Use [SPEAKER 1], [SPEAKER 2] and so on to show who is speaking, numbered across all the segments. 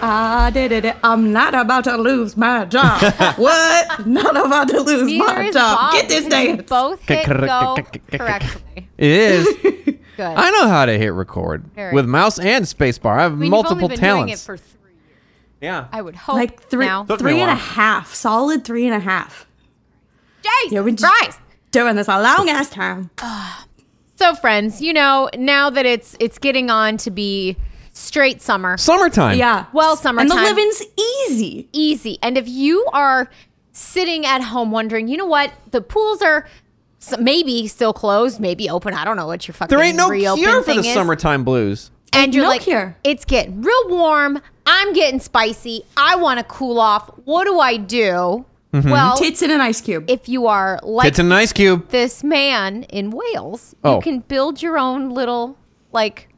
[SPEAKER 1] I did it. I'm not about to lose my job. what? Not about to lose
[SPEAKER 2] Neither
[SPEAKER 1] my
[SPEAKER 2] is
[SPEAKER 1] job.
[SPEAKER 2] Bob.
[SPEAKER 1] Get this
[SPEAKER 2] because you
[SPEAKER 1] dance.
[SPEAKER 2] Both hit go
[SPEAKER 3] K-k-k-k-k-k-k.
[SPEAKER 2] correctly.
[SPEAKER 3] It is.
[SPEAKER 2] Good.
[SPEAKER 3] I know how to hit record
[SPEAKER 2] Very
[SPEAKER 3] with mouse and spacebar. I have
[SPEAKER 2] I mean, you've
[SPEAKER 3] multiple
[SPEAKER 2] only been
[SPEAKER 3] talents.
[SPEAKER 2] Doing it for three years.
[SPEAKER 3] yeah.
[SPEAKER 2] I would hope.
[SPEAKER 1] Like three,
[SPEAKER 2] now.
[SPEAKER 3] Took me
[SPEAKER 1] three
[SPEAKER 3] a
[SPEAKER 1] and a
[SPEAKER 3] while.
[SPEAKER 1] half. Solid three and a half.
[SPEAKER 2] Jason,
[SPEAKER 1] Yeah, we just
[SPEAKER 2] Bryce.
[SPEAKER 1] doing this a long ass time.
[SPEAKER 2] So, friends, you know now that it's it's getting on to be straight summer,
[SPEAKER 3] Summertime.
[SPEAKER 1] Yeah.
[SPEAKER 2] Well,
[SPEAKER 1] And the
[SPEAKER 2] summertime.
[SPEAKER 1] living's easy.
[SPEAKER 2] easy. And if you are sitting at home wondering, you know what, the pools are s- maybe still closed, maybe open. I don't know what your fucking
[SPEAKER 3] There ain't no
[SPEAKER 2] reopen
[SPEAKER 3] cure for
[SPEAKER 2] thing
[SPEAKER 3] the
[SPEAKER 2] is.
[SPEAKER 3] summertime blues.
[SPEAKER 2] and you're
[SPEAKER 1] no
[SPEAKER 2] like,
[SPEAKER 1] cure.
[SPEAKER 2] it's getting real warm. I'm getting spicy. I want to cool off. What do I do? Well,
[SPEAKER 1] Tits in an ice cube.
[SPEAKER 2] if you are like
[SPEAKER 3] It's an ice cube.
[SPEAKER 2] this man in Wales,
[SPEAKER 3] Oh.
[SPEAKER 2] you can build your own little like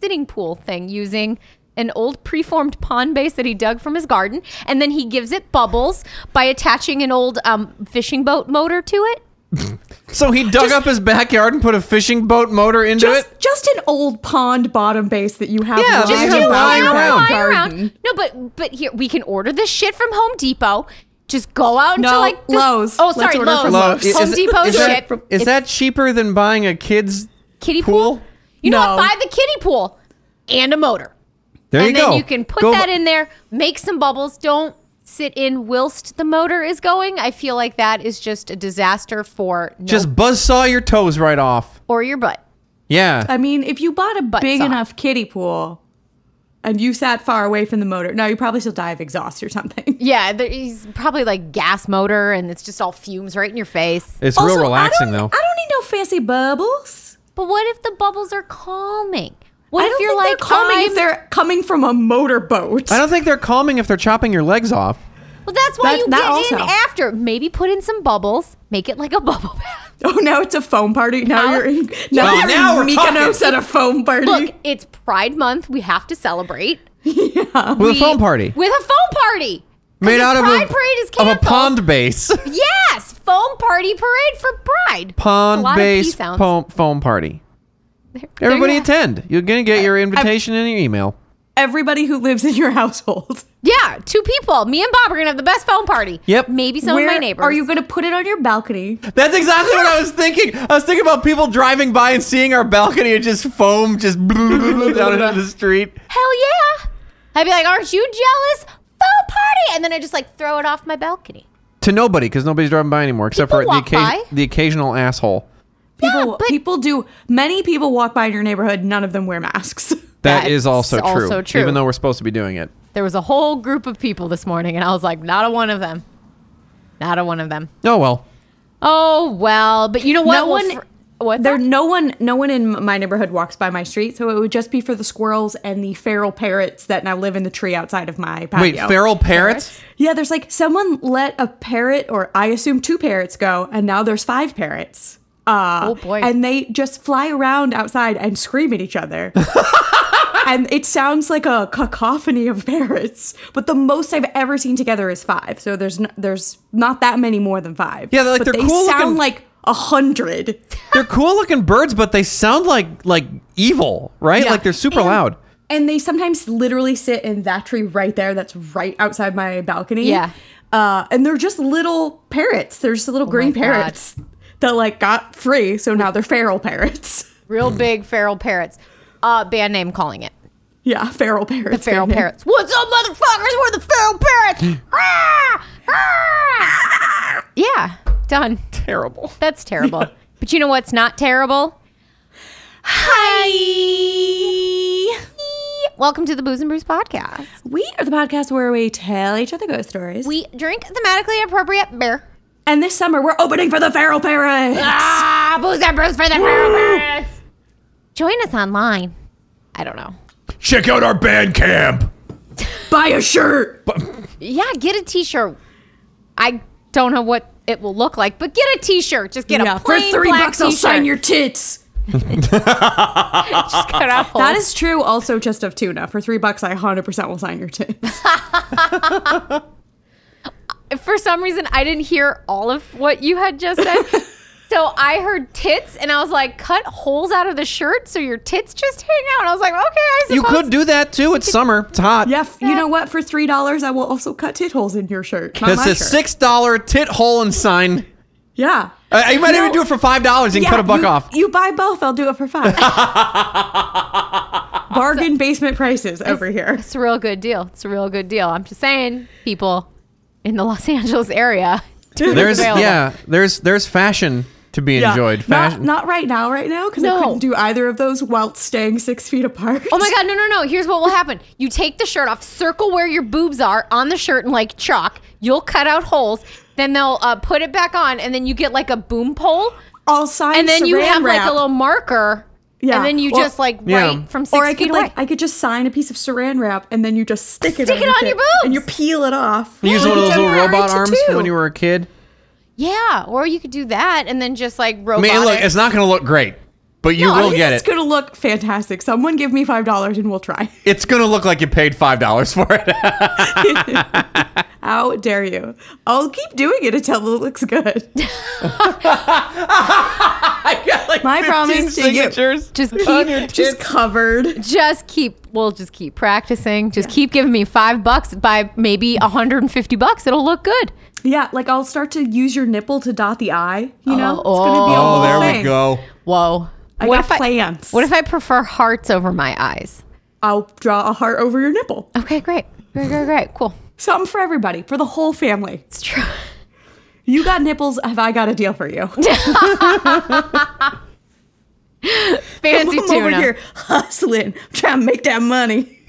[SPEAKER 2] sitting pool thing using an old preformed pond base that he dug from his garden, and then he gives it bubbles by attaching an old um, fishing boat motor to it.
[SPEAKER 3] So Oh, he dug up his backyard and put a fishing boat motor into
[SPEAKER 1] just,
[SPEAKER 3] it.
[SPEAKER 1] just an old pond bottom base that you have.
[SPEAKER 3] Yeah,
[SPEAKER 1] lying
[SPEAKER 3] just
[SPEAKER 2] Just
[SPEAKER 3] you
[SPEAKER 1] about
[SPEAKER 3] lying
[SPEAKER 1] your
[SPEAKER 3] around.
[SPEAKER 2] fly
[SPEAKER 1] garden.
[SPEAKER 2] No, but but here we can order this shit from Home Depot. Just go out into
[SPEAKER 1] No,
[SPEAKER 2] like this,
[SPEAKER 1] Lowe's.
[SPEAKER 2] Oh,
[SPEAKER 1] Let's
[SPEAKER 2] sorry,
[SPEAKER 1] order
[SPEAKER 2] Lowe's.
[SPEAKER 1] from
[SPEAKER 3] Look,
[SPEAKER 1] Lowe's.
[SPEAKER 2] Home
[SPEAKER 3] it-
[SPEAKER 2] Depot
[SPEAKER 3] is that-
[SPEAKER 2] shit.
[SPEAKER 3] is
[SPEAKER 2] It's
[SPEAKER 3] that cheaper than buying a kid's
[SPEAKER 2] kiddie
[SPEAKER 3] pool?
[SPEAKER 2] pool? You know
[SPEAKER 1] No.
[SPEAKER 2] what? Buy the kiddie pool and a motor.
[SPEAKER 3] There
[SPEAKER 2] and
[SPEAKER 3] you
[SPEAKER 2] then
[SPEAKER 3] go.
[SPEAKER 2] you can put
[SPEAKER 3] Go
[SPEAKER 2] that
[SPEAKER 3] bu-
[SPEAKER 2] in there, make some bubbles. Don't sit in whilst the motor is going. I feel like that is just a disaster for no,
[SPEAKER 3] Just buzzsaw your toes right off.
[SPEAKER 2] or your butt.
[SPEAKER 3] Yeah.
[SPEAKER 1] I mean, if you bought a big
[SPEAKER 2] saw.
[SPEAKER 1] enough kiddie pool and you sat far away from the motor, no, you probably still die of exhaust or something.
[SPEAKER 2] Yeah, there's probably like gas motor, and it's just all fumes right in your face.
[SPEAKER 3] it's
[SPEAKER 1] Also,
[SPEAKER 3] real relaxing
[SPEAKER 1] I don't,
[SPEAKER 3] though.
[SPEAKER 1] I don't need no fancy bubbles.
[SPEAKER 2] But what if the bubbles are calming? What
[SPEAKER 1] I
[SPEAKER 2] if
[SPEAKER 1] don't
[SPEAKER 2] you're
[SPEAKER 1] think
[SPEAKER 2] like
[SPEAKER 1] they're calming
[SPEAKER 2] I'm,
[SPEAKER 1] if they're coming from a motorboat.
[SPEAKER 3] I don't think they're calming if they're chopping your legs off.
[SPEAKER 2] Well, that's why
[SPEAKER 1] That-
[SPEAKER 2] you
[SPEAKER 1] that
[SPEAKER 2] get in
[SPEAKER 1] also.
[SPEAKER 2] after. Maybe put in some bubbles, make it like a bubble bath.
[SPEAKER 1] Oh, now it's a foam party. Now
[SPEAKER 2] Now-
[SPEAKER 1] you're in, now,
[SPEAKER 3] Oh,
[SPEAKER 1] you're
[SPEAKER 3] now
[SPEAKER 1] in
[SPEAKER 3] we're
[SPEAKER 1] Mykonos at a foam party.
[SPEAKER 2] Look, it's Pride Month. We have to celebrate
[SPEAKER 3] With
[SPEAKER 2] We-
[SPEAKER 3] a foam party.
[SPEAKER 2] with a foam party 'Cause
[SPEAKER 3] Made
[SPEAKER 2] the
[SPEAKER 3] out of
[SPEAKER 2] Pride
[SPEAKER 3] a,
[SPEAKER 2] parade is
[SPEAKER 3] of a
[SPEAKER 2] canceled.
[SPEAKER 3] pond base.
[SPEAKER 2] Yes, foam party parade for Pride. It's a
[SPEAKER 3] pond
[SPEAKER 2] lot of pea
[SPEAKER 3] base
[SPEAKER 2] sounds.
[SPEAKER 3] foam, foam party.
[SPEAKER 2] They're- they're
[SPEAKER 3] Everybody
[SPEAKER 2] gonna-
[SPEAKER 3] attend. You're gonna get your invitation in your email.
[SPEAKER 1] Everybody who lives in your household.
[SPEAKER 2] Yeah, two people. Me and Bob are gonna have the best foam party.
[SPEAKER 3] Yep.
[SPEAKER 2] Maybe some of my neighbors.
[SPEAKER 1] Are you going to put it on your balcony?
[SPEAKER 3] That's exactly what I was thinking. I was thinking about people driving by and seeing our balcony and just foam just down into the street.
[SPEAKER 2] Hell yeah! I'd be like, aren't you jealous? Foam party, and then I just like throw it off my balcony.
[SPEAKER 3] To nobody, because nobody's driving by anymore except
[SPEAKER 2] People
[SPEAKER 3] for the,
[SPEAKER 2] walk by.
[SPEAKER 3] the occasional asshole.
[SPEAKER 1] People,
[SPEAKER 2] but-
[SPEAKER 1] people do. Many people walk by in your neighborhood. None of them wear masks.
[SPEAKER 3] that is
[SPEAKER 2] That's
[SPEAKER 3] also true,
[SPEAKER 2] also true.
[SPEAKER 3] Even though we're supposed to be doing it.
[SPEAKER 2] There was a whole group of people this morning, and I was like, not a one of them. Not a one of them.
[SPEAKER 3] Oh well.
[SPEAKER 2] Oh well, but you know what?
[SPEAKER 1] No
[SPEAKER 2] Well,
[SPEAKER 1] one-
[SPEAKER 2] fr- what?
[SPEAKER 1] There,
[SPEAKER 2] that?
[SPEAKER 1] no one, no one in my neighborhood walks by my street, so it would just be for the squirrels and the feral parrots that now live in the tree outside of my patio.
[SPEAKER 3] Wait, feral parrots?
[SPEAKER 1] Yeah, there's like someone let a parrot, or I assume two parrots, go, and now there's five parrots. Uh,
[SPEAKER 2] Oh, boy.
[SPEAKER 1] And they just fly around outside and scream at each other. and it sounds like a cacophony of parrots, but the most I've ever seen together is five. So there's n- there's not that many more than five.
[SPEAKER 3] Yeah, they're like-
[SPEAKER 1] but
[SPEAKER 3] they're
[SPEAKER 1] they
[SPEAKER 3] cool
[SPEAKER 1] sound
[SPEAKER 3] looking-
[SPEAKER 1] like a hundred.
[SPEAKER 3] they're cool looking birds, but they sound like like evil, right?
[SPEAKER 1] Yeah.
[SPEAKER 3] Like they're super
[SPEAKER 1] And-
[SPEAKER 3] loud.
[SPEAKER 1] And they sometimes literally sit in that tree right there that's right outside my balcony.
[SPEAKER 2] Yeah.
[SPEAKER 1] Uh, and they're just little parrots. They're just little green
[SPEAKER 2] God.
[SPEAKER 1] parrots that like got free, so now they're feral parrots.
[SPEAKER 2] Real big feral parrots. Uh, band name calling it.
[SPEAKER 1] Yeah, feral parrots.
[SPEAKER 2] feral
[SPEAKER 1] man.
[SPEAKER 2] parrots. What's up, motherfuckers? We're the feral parrots. Ah!
[SPEAKER 1] Hmm.
[SPEAKER 2] Ah! yeah, done.
[SPEAKER 3] Terrible.
[SPEAKER 2] That's terrible. But you know what's not terrible?
[SPEAKER 1] Hi.
[SPEAKER 2] Welcome to the Booze and Brews podcast.
[SPEAKER 1] We are the podcast where we tell each other ghost stories.
[SPEAKER 2] We drink thematically appropriate beer.
[SPEAKER 1] and this summer we're opening for the feral parrots.
[SPEAKER 2] Ah, Booze and Brews for the feral parrots. Join us online. I don't know.
[SPEAKER 3] Check out our band camp.
[SPEAKER 1] Buy a shirt.
[SPEAKER 2] Yeah, get a t-shirt. I don't know what it will look like. But get a T-shirt. Just get
[SPEAKER 1] yeah,
[SPEAKER 2] a
[SPEAKER 1] for
[SPEAKER 2] plain
[SPEAKER 1] three
[SPEAKER 2] black
[SPEAKER 1] bucks, I'll
[SPEAKER 2] t-shirt.
[SPEAKER 1] sign your tits.
[SPEAKER 2] Just cut
[SPEAKER 1] That
[SPEAKER 2] out holes.
[SPEAKER 1] is true. Also, just of tuna. For three bucks, I hundred percent will sign your tits.
[SPEAKER 2] for some reason I didn't hear all of what you had just said. so I heard tits and I was like, cut holes out of the shirt so your tits just hang out. And I was like, okay, I suppose.
[SPEAKER 3] You could do that too. It's summer. It's hot.
[SPEAKER 1] Yeah, f- you know what? For three dollars, I will also cut tit holes in your shirt. Not
[SPEAKER 3] It's
[SPEAKER 1] my
[SPEAKER 3] a
[SPEAKER 1] shirt.
[SPEAKER 3] six dollar tit hole and sign.
[SPEAKER 1] Yeah.
[SPEAKER 3] Uh, you might even
[SPEAKER 1] No.
[SPEAKER 3] do it for five dollars and
[SPEAKER 1] yeah,
[SPEAKER 3] cut a buck
[SPEAKER 1] you,
[SPEAKER 3] off.
[SPEAKER 1] You buy both. I'll do it for five. Bargain basement prices over here.
[SPEAKER 2] It's a real good deal. It's a real good deal. I'm just saying, people in the Los Angeles area.
[SPEAKER 3] There's
[SPEAKER 2] available.
[SPEAKER 3] yeah. There's there's fashion to be
[SPEAKER 1] Yeah.
[SPEAKER 3] enjoyed.
[SPEAKER 1] Not,
[SPEAKER 3] Fashion.
[SPEAKER 1] not right now, right now, because
[SPEAKER 2] No.
[SPEAKER 1] I couldn't do either of those whilst staying six feet apart.
[SPEAKER 2] Oh my god, no, no, no. Here's what will happen. You take the shirt off, circle where your boobs are on the shirt in like chalk. You'll cut out holes. Then they'll uh, put it back on, and then you get like a boom pole,
[SPEAKER 1] I'll sign
[SPEAKER 2] and then you
[SPEAKER 1] saran
[SPEAKER 2] have like
[SPEAKER 1] wrap.
[SPEAKER 2] a little marker,
[SPEAKER 1] Yeah.
[SPEAKER 2] and then you
[SPEAKER 1] Or-
[SPEAKER 2] just like
[SPEAKER 3] Yeah.
[SPEAKER 2] write from six
[SPEAKER 1] Or I
[SPEAKER 2] feet
[SPEAKER 1] could
[SPEAKER 2] away.
[SPEAKER 1] like I could just sign a piece of saran wrap and then you just stick it
[SPEAKER 2] Stick it
[SPEAKER 1] underneath
[SPEAKER 2] on your boobs!
[SPEAKER 1] and you peel it off.
[SPEAKER 3] You use one of those little robot arms from when you were a kid.
[SPEAKER 2] Yeah, or you could do that and then just like
[SPEAKER 3] I
[SPEAKER 2] robotic.
[SPEAKER 3] mean, look, it's not going to look great, but you
[SPEAKER 2] No, I
[SPEAKER 3] will
[SPEAKER 2] think
[SPEAKER 3] get
[SPEAKER 1] It's
[SPEAKER 3] it.
[SPEAKER 1] gonna look fantastic. Someone give me five dollars and we'll try.
[SPEAKER 3] It's going to look like you paid five dollars for it.
[SPEAKER 1] How dare you? I'll keep doing it until it looks good.
[SPEAKER 3] I got like
[SPEAKER 1] My promise to you.
[SPEAKER 2] just
[SPEAKER 3] on your
[SPEAKER 2] keep,
[SPEAKER 1] Just covered.
[SPEAKER 2] just keep. We'll just keep practicing. Just keep giving me five bucks. By maybe 150 bucks, it'll look good.
[SPEAKER 1] Yeah, like I'll start to use your nipple to dot the I. You know,
[SPEAKER 2] Oh,
[SPEAKER 1] it's gonna be a
[SPEAKER 3] Oh,
[SPEAKER 1] whole
[SPEAKER 3] there
[SPEAKER 1] thing.
[SPEAKER 3] we go.
[SPEAKER 2] Whoa!
[SPEAKER 1] I got plans.
[SPEAKER 2] I, what if I prefer hearts over my eyes?
[SPEAKER 1] I'll draw a heart over your nipple.
[SPEAKER 2] Okay, great, great, great, great. Cool.
[SPEAKER 1] Something for everybody, for the whole family.
[SPEAKER 2] It's true.
[SPEAKER 1] You got nipples, have I got a deal for you?
[SPEAKER 2] Fancy
[SPEAKER 1] I'm
[SPEAKER 2] tuna.
[SPEAKER 1] over here hustling, trying to make that money.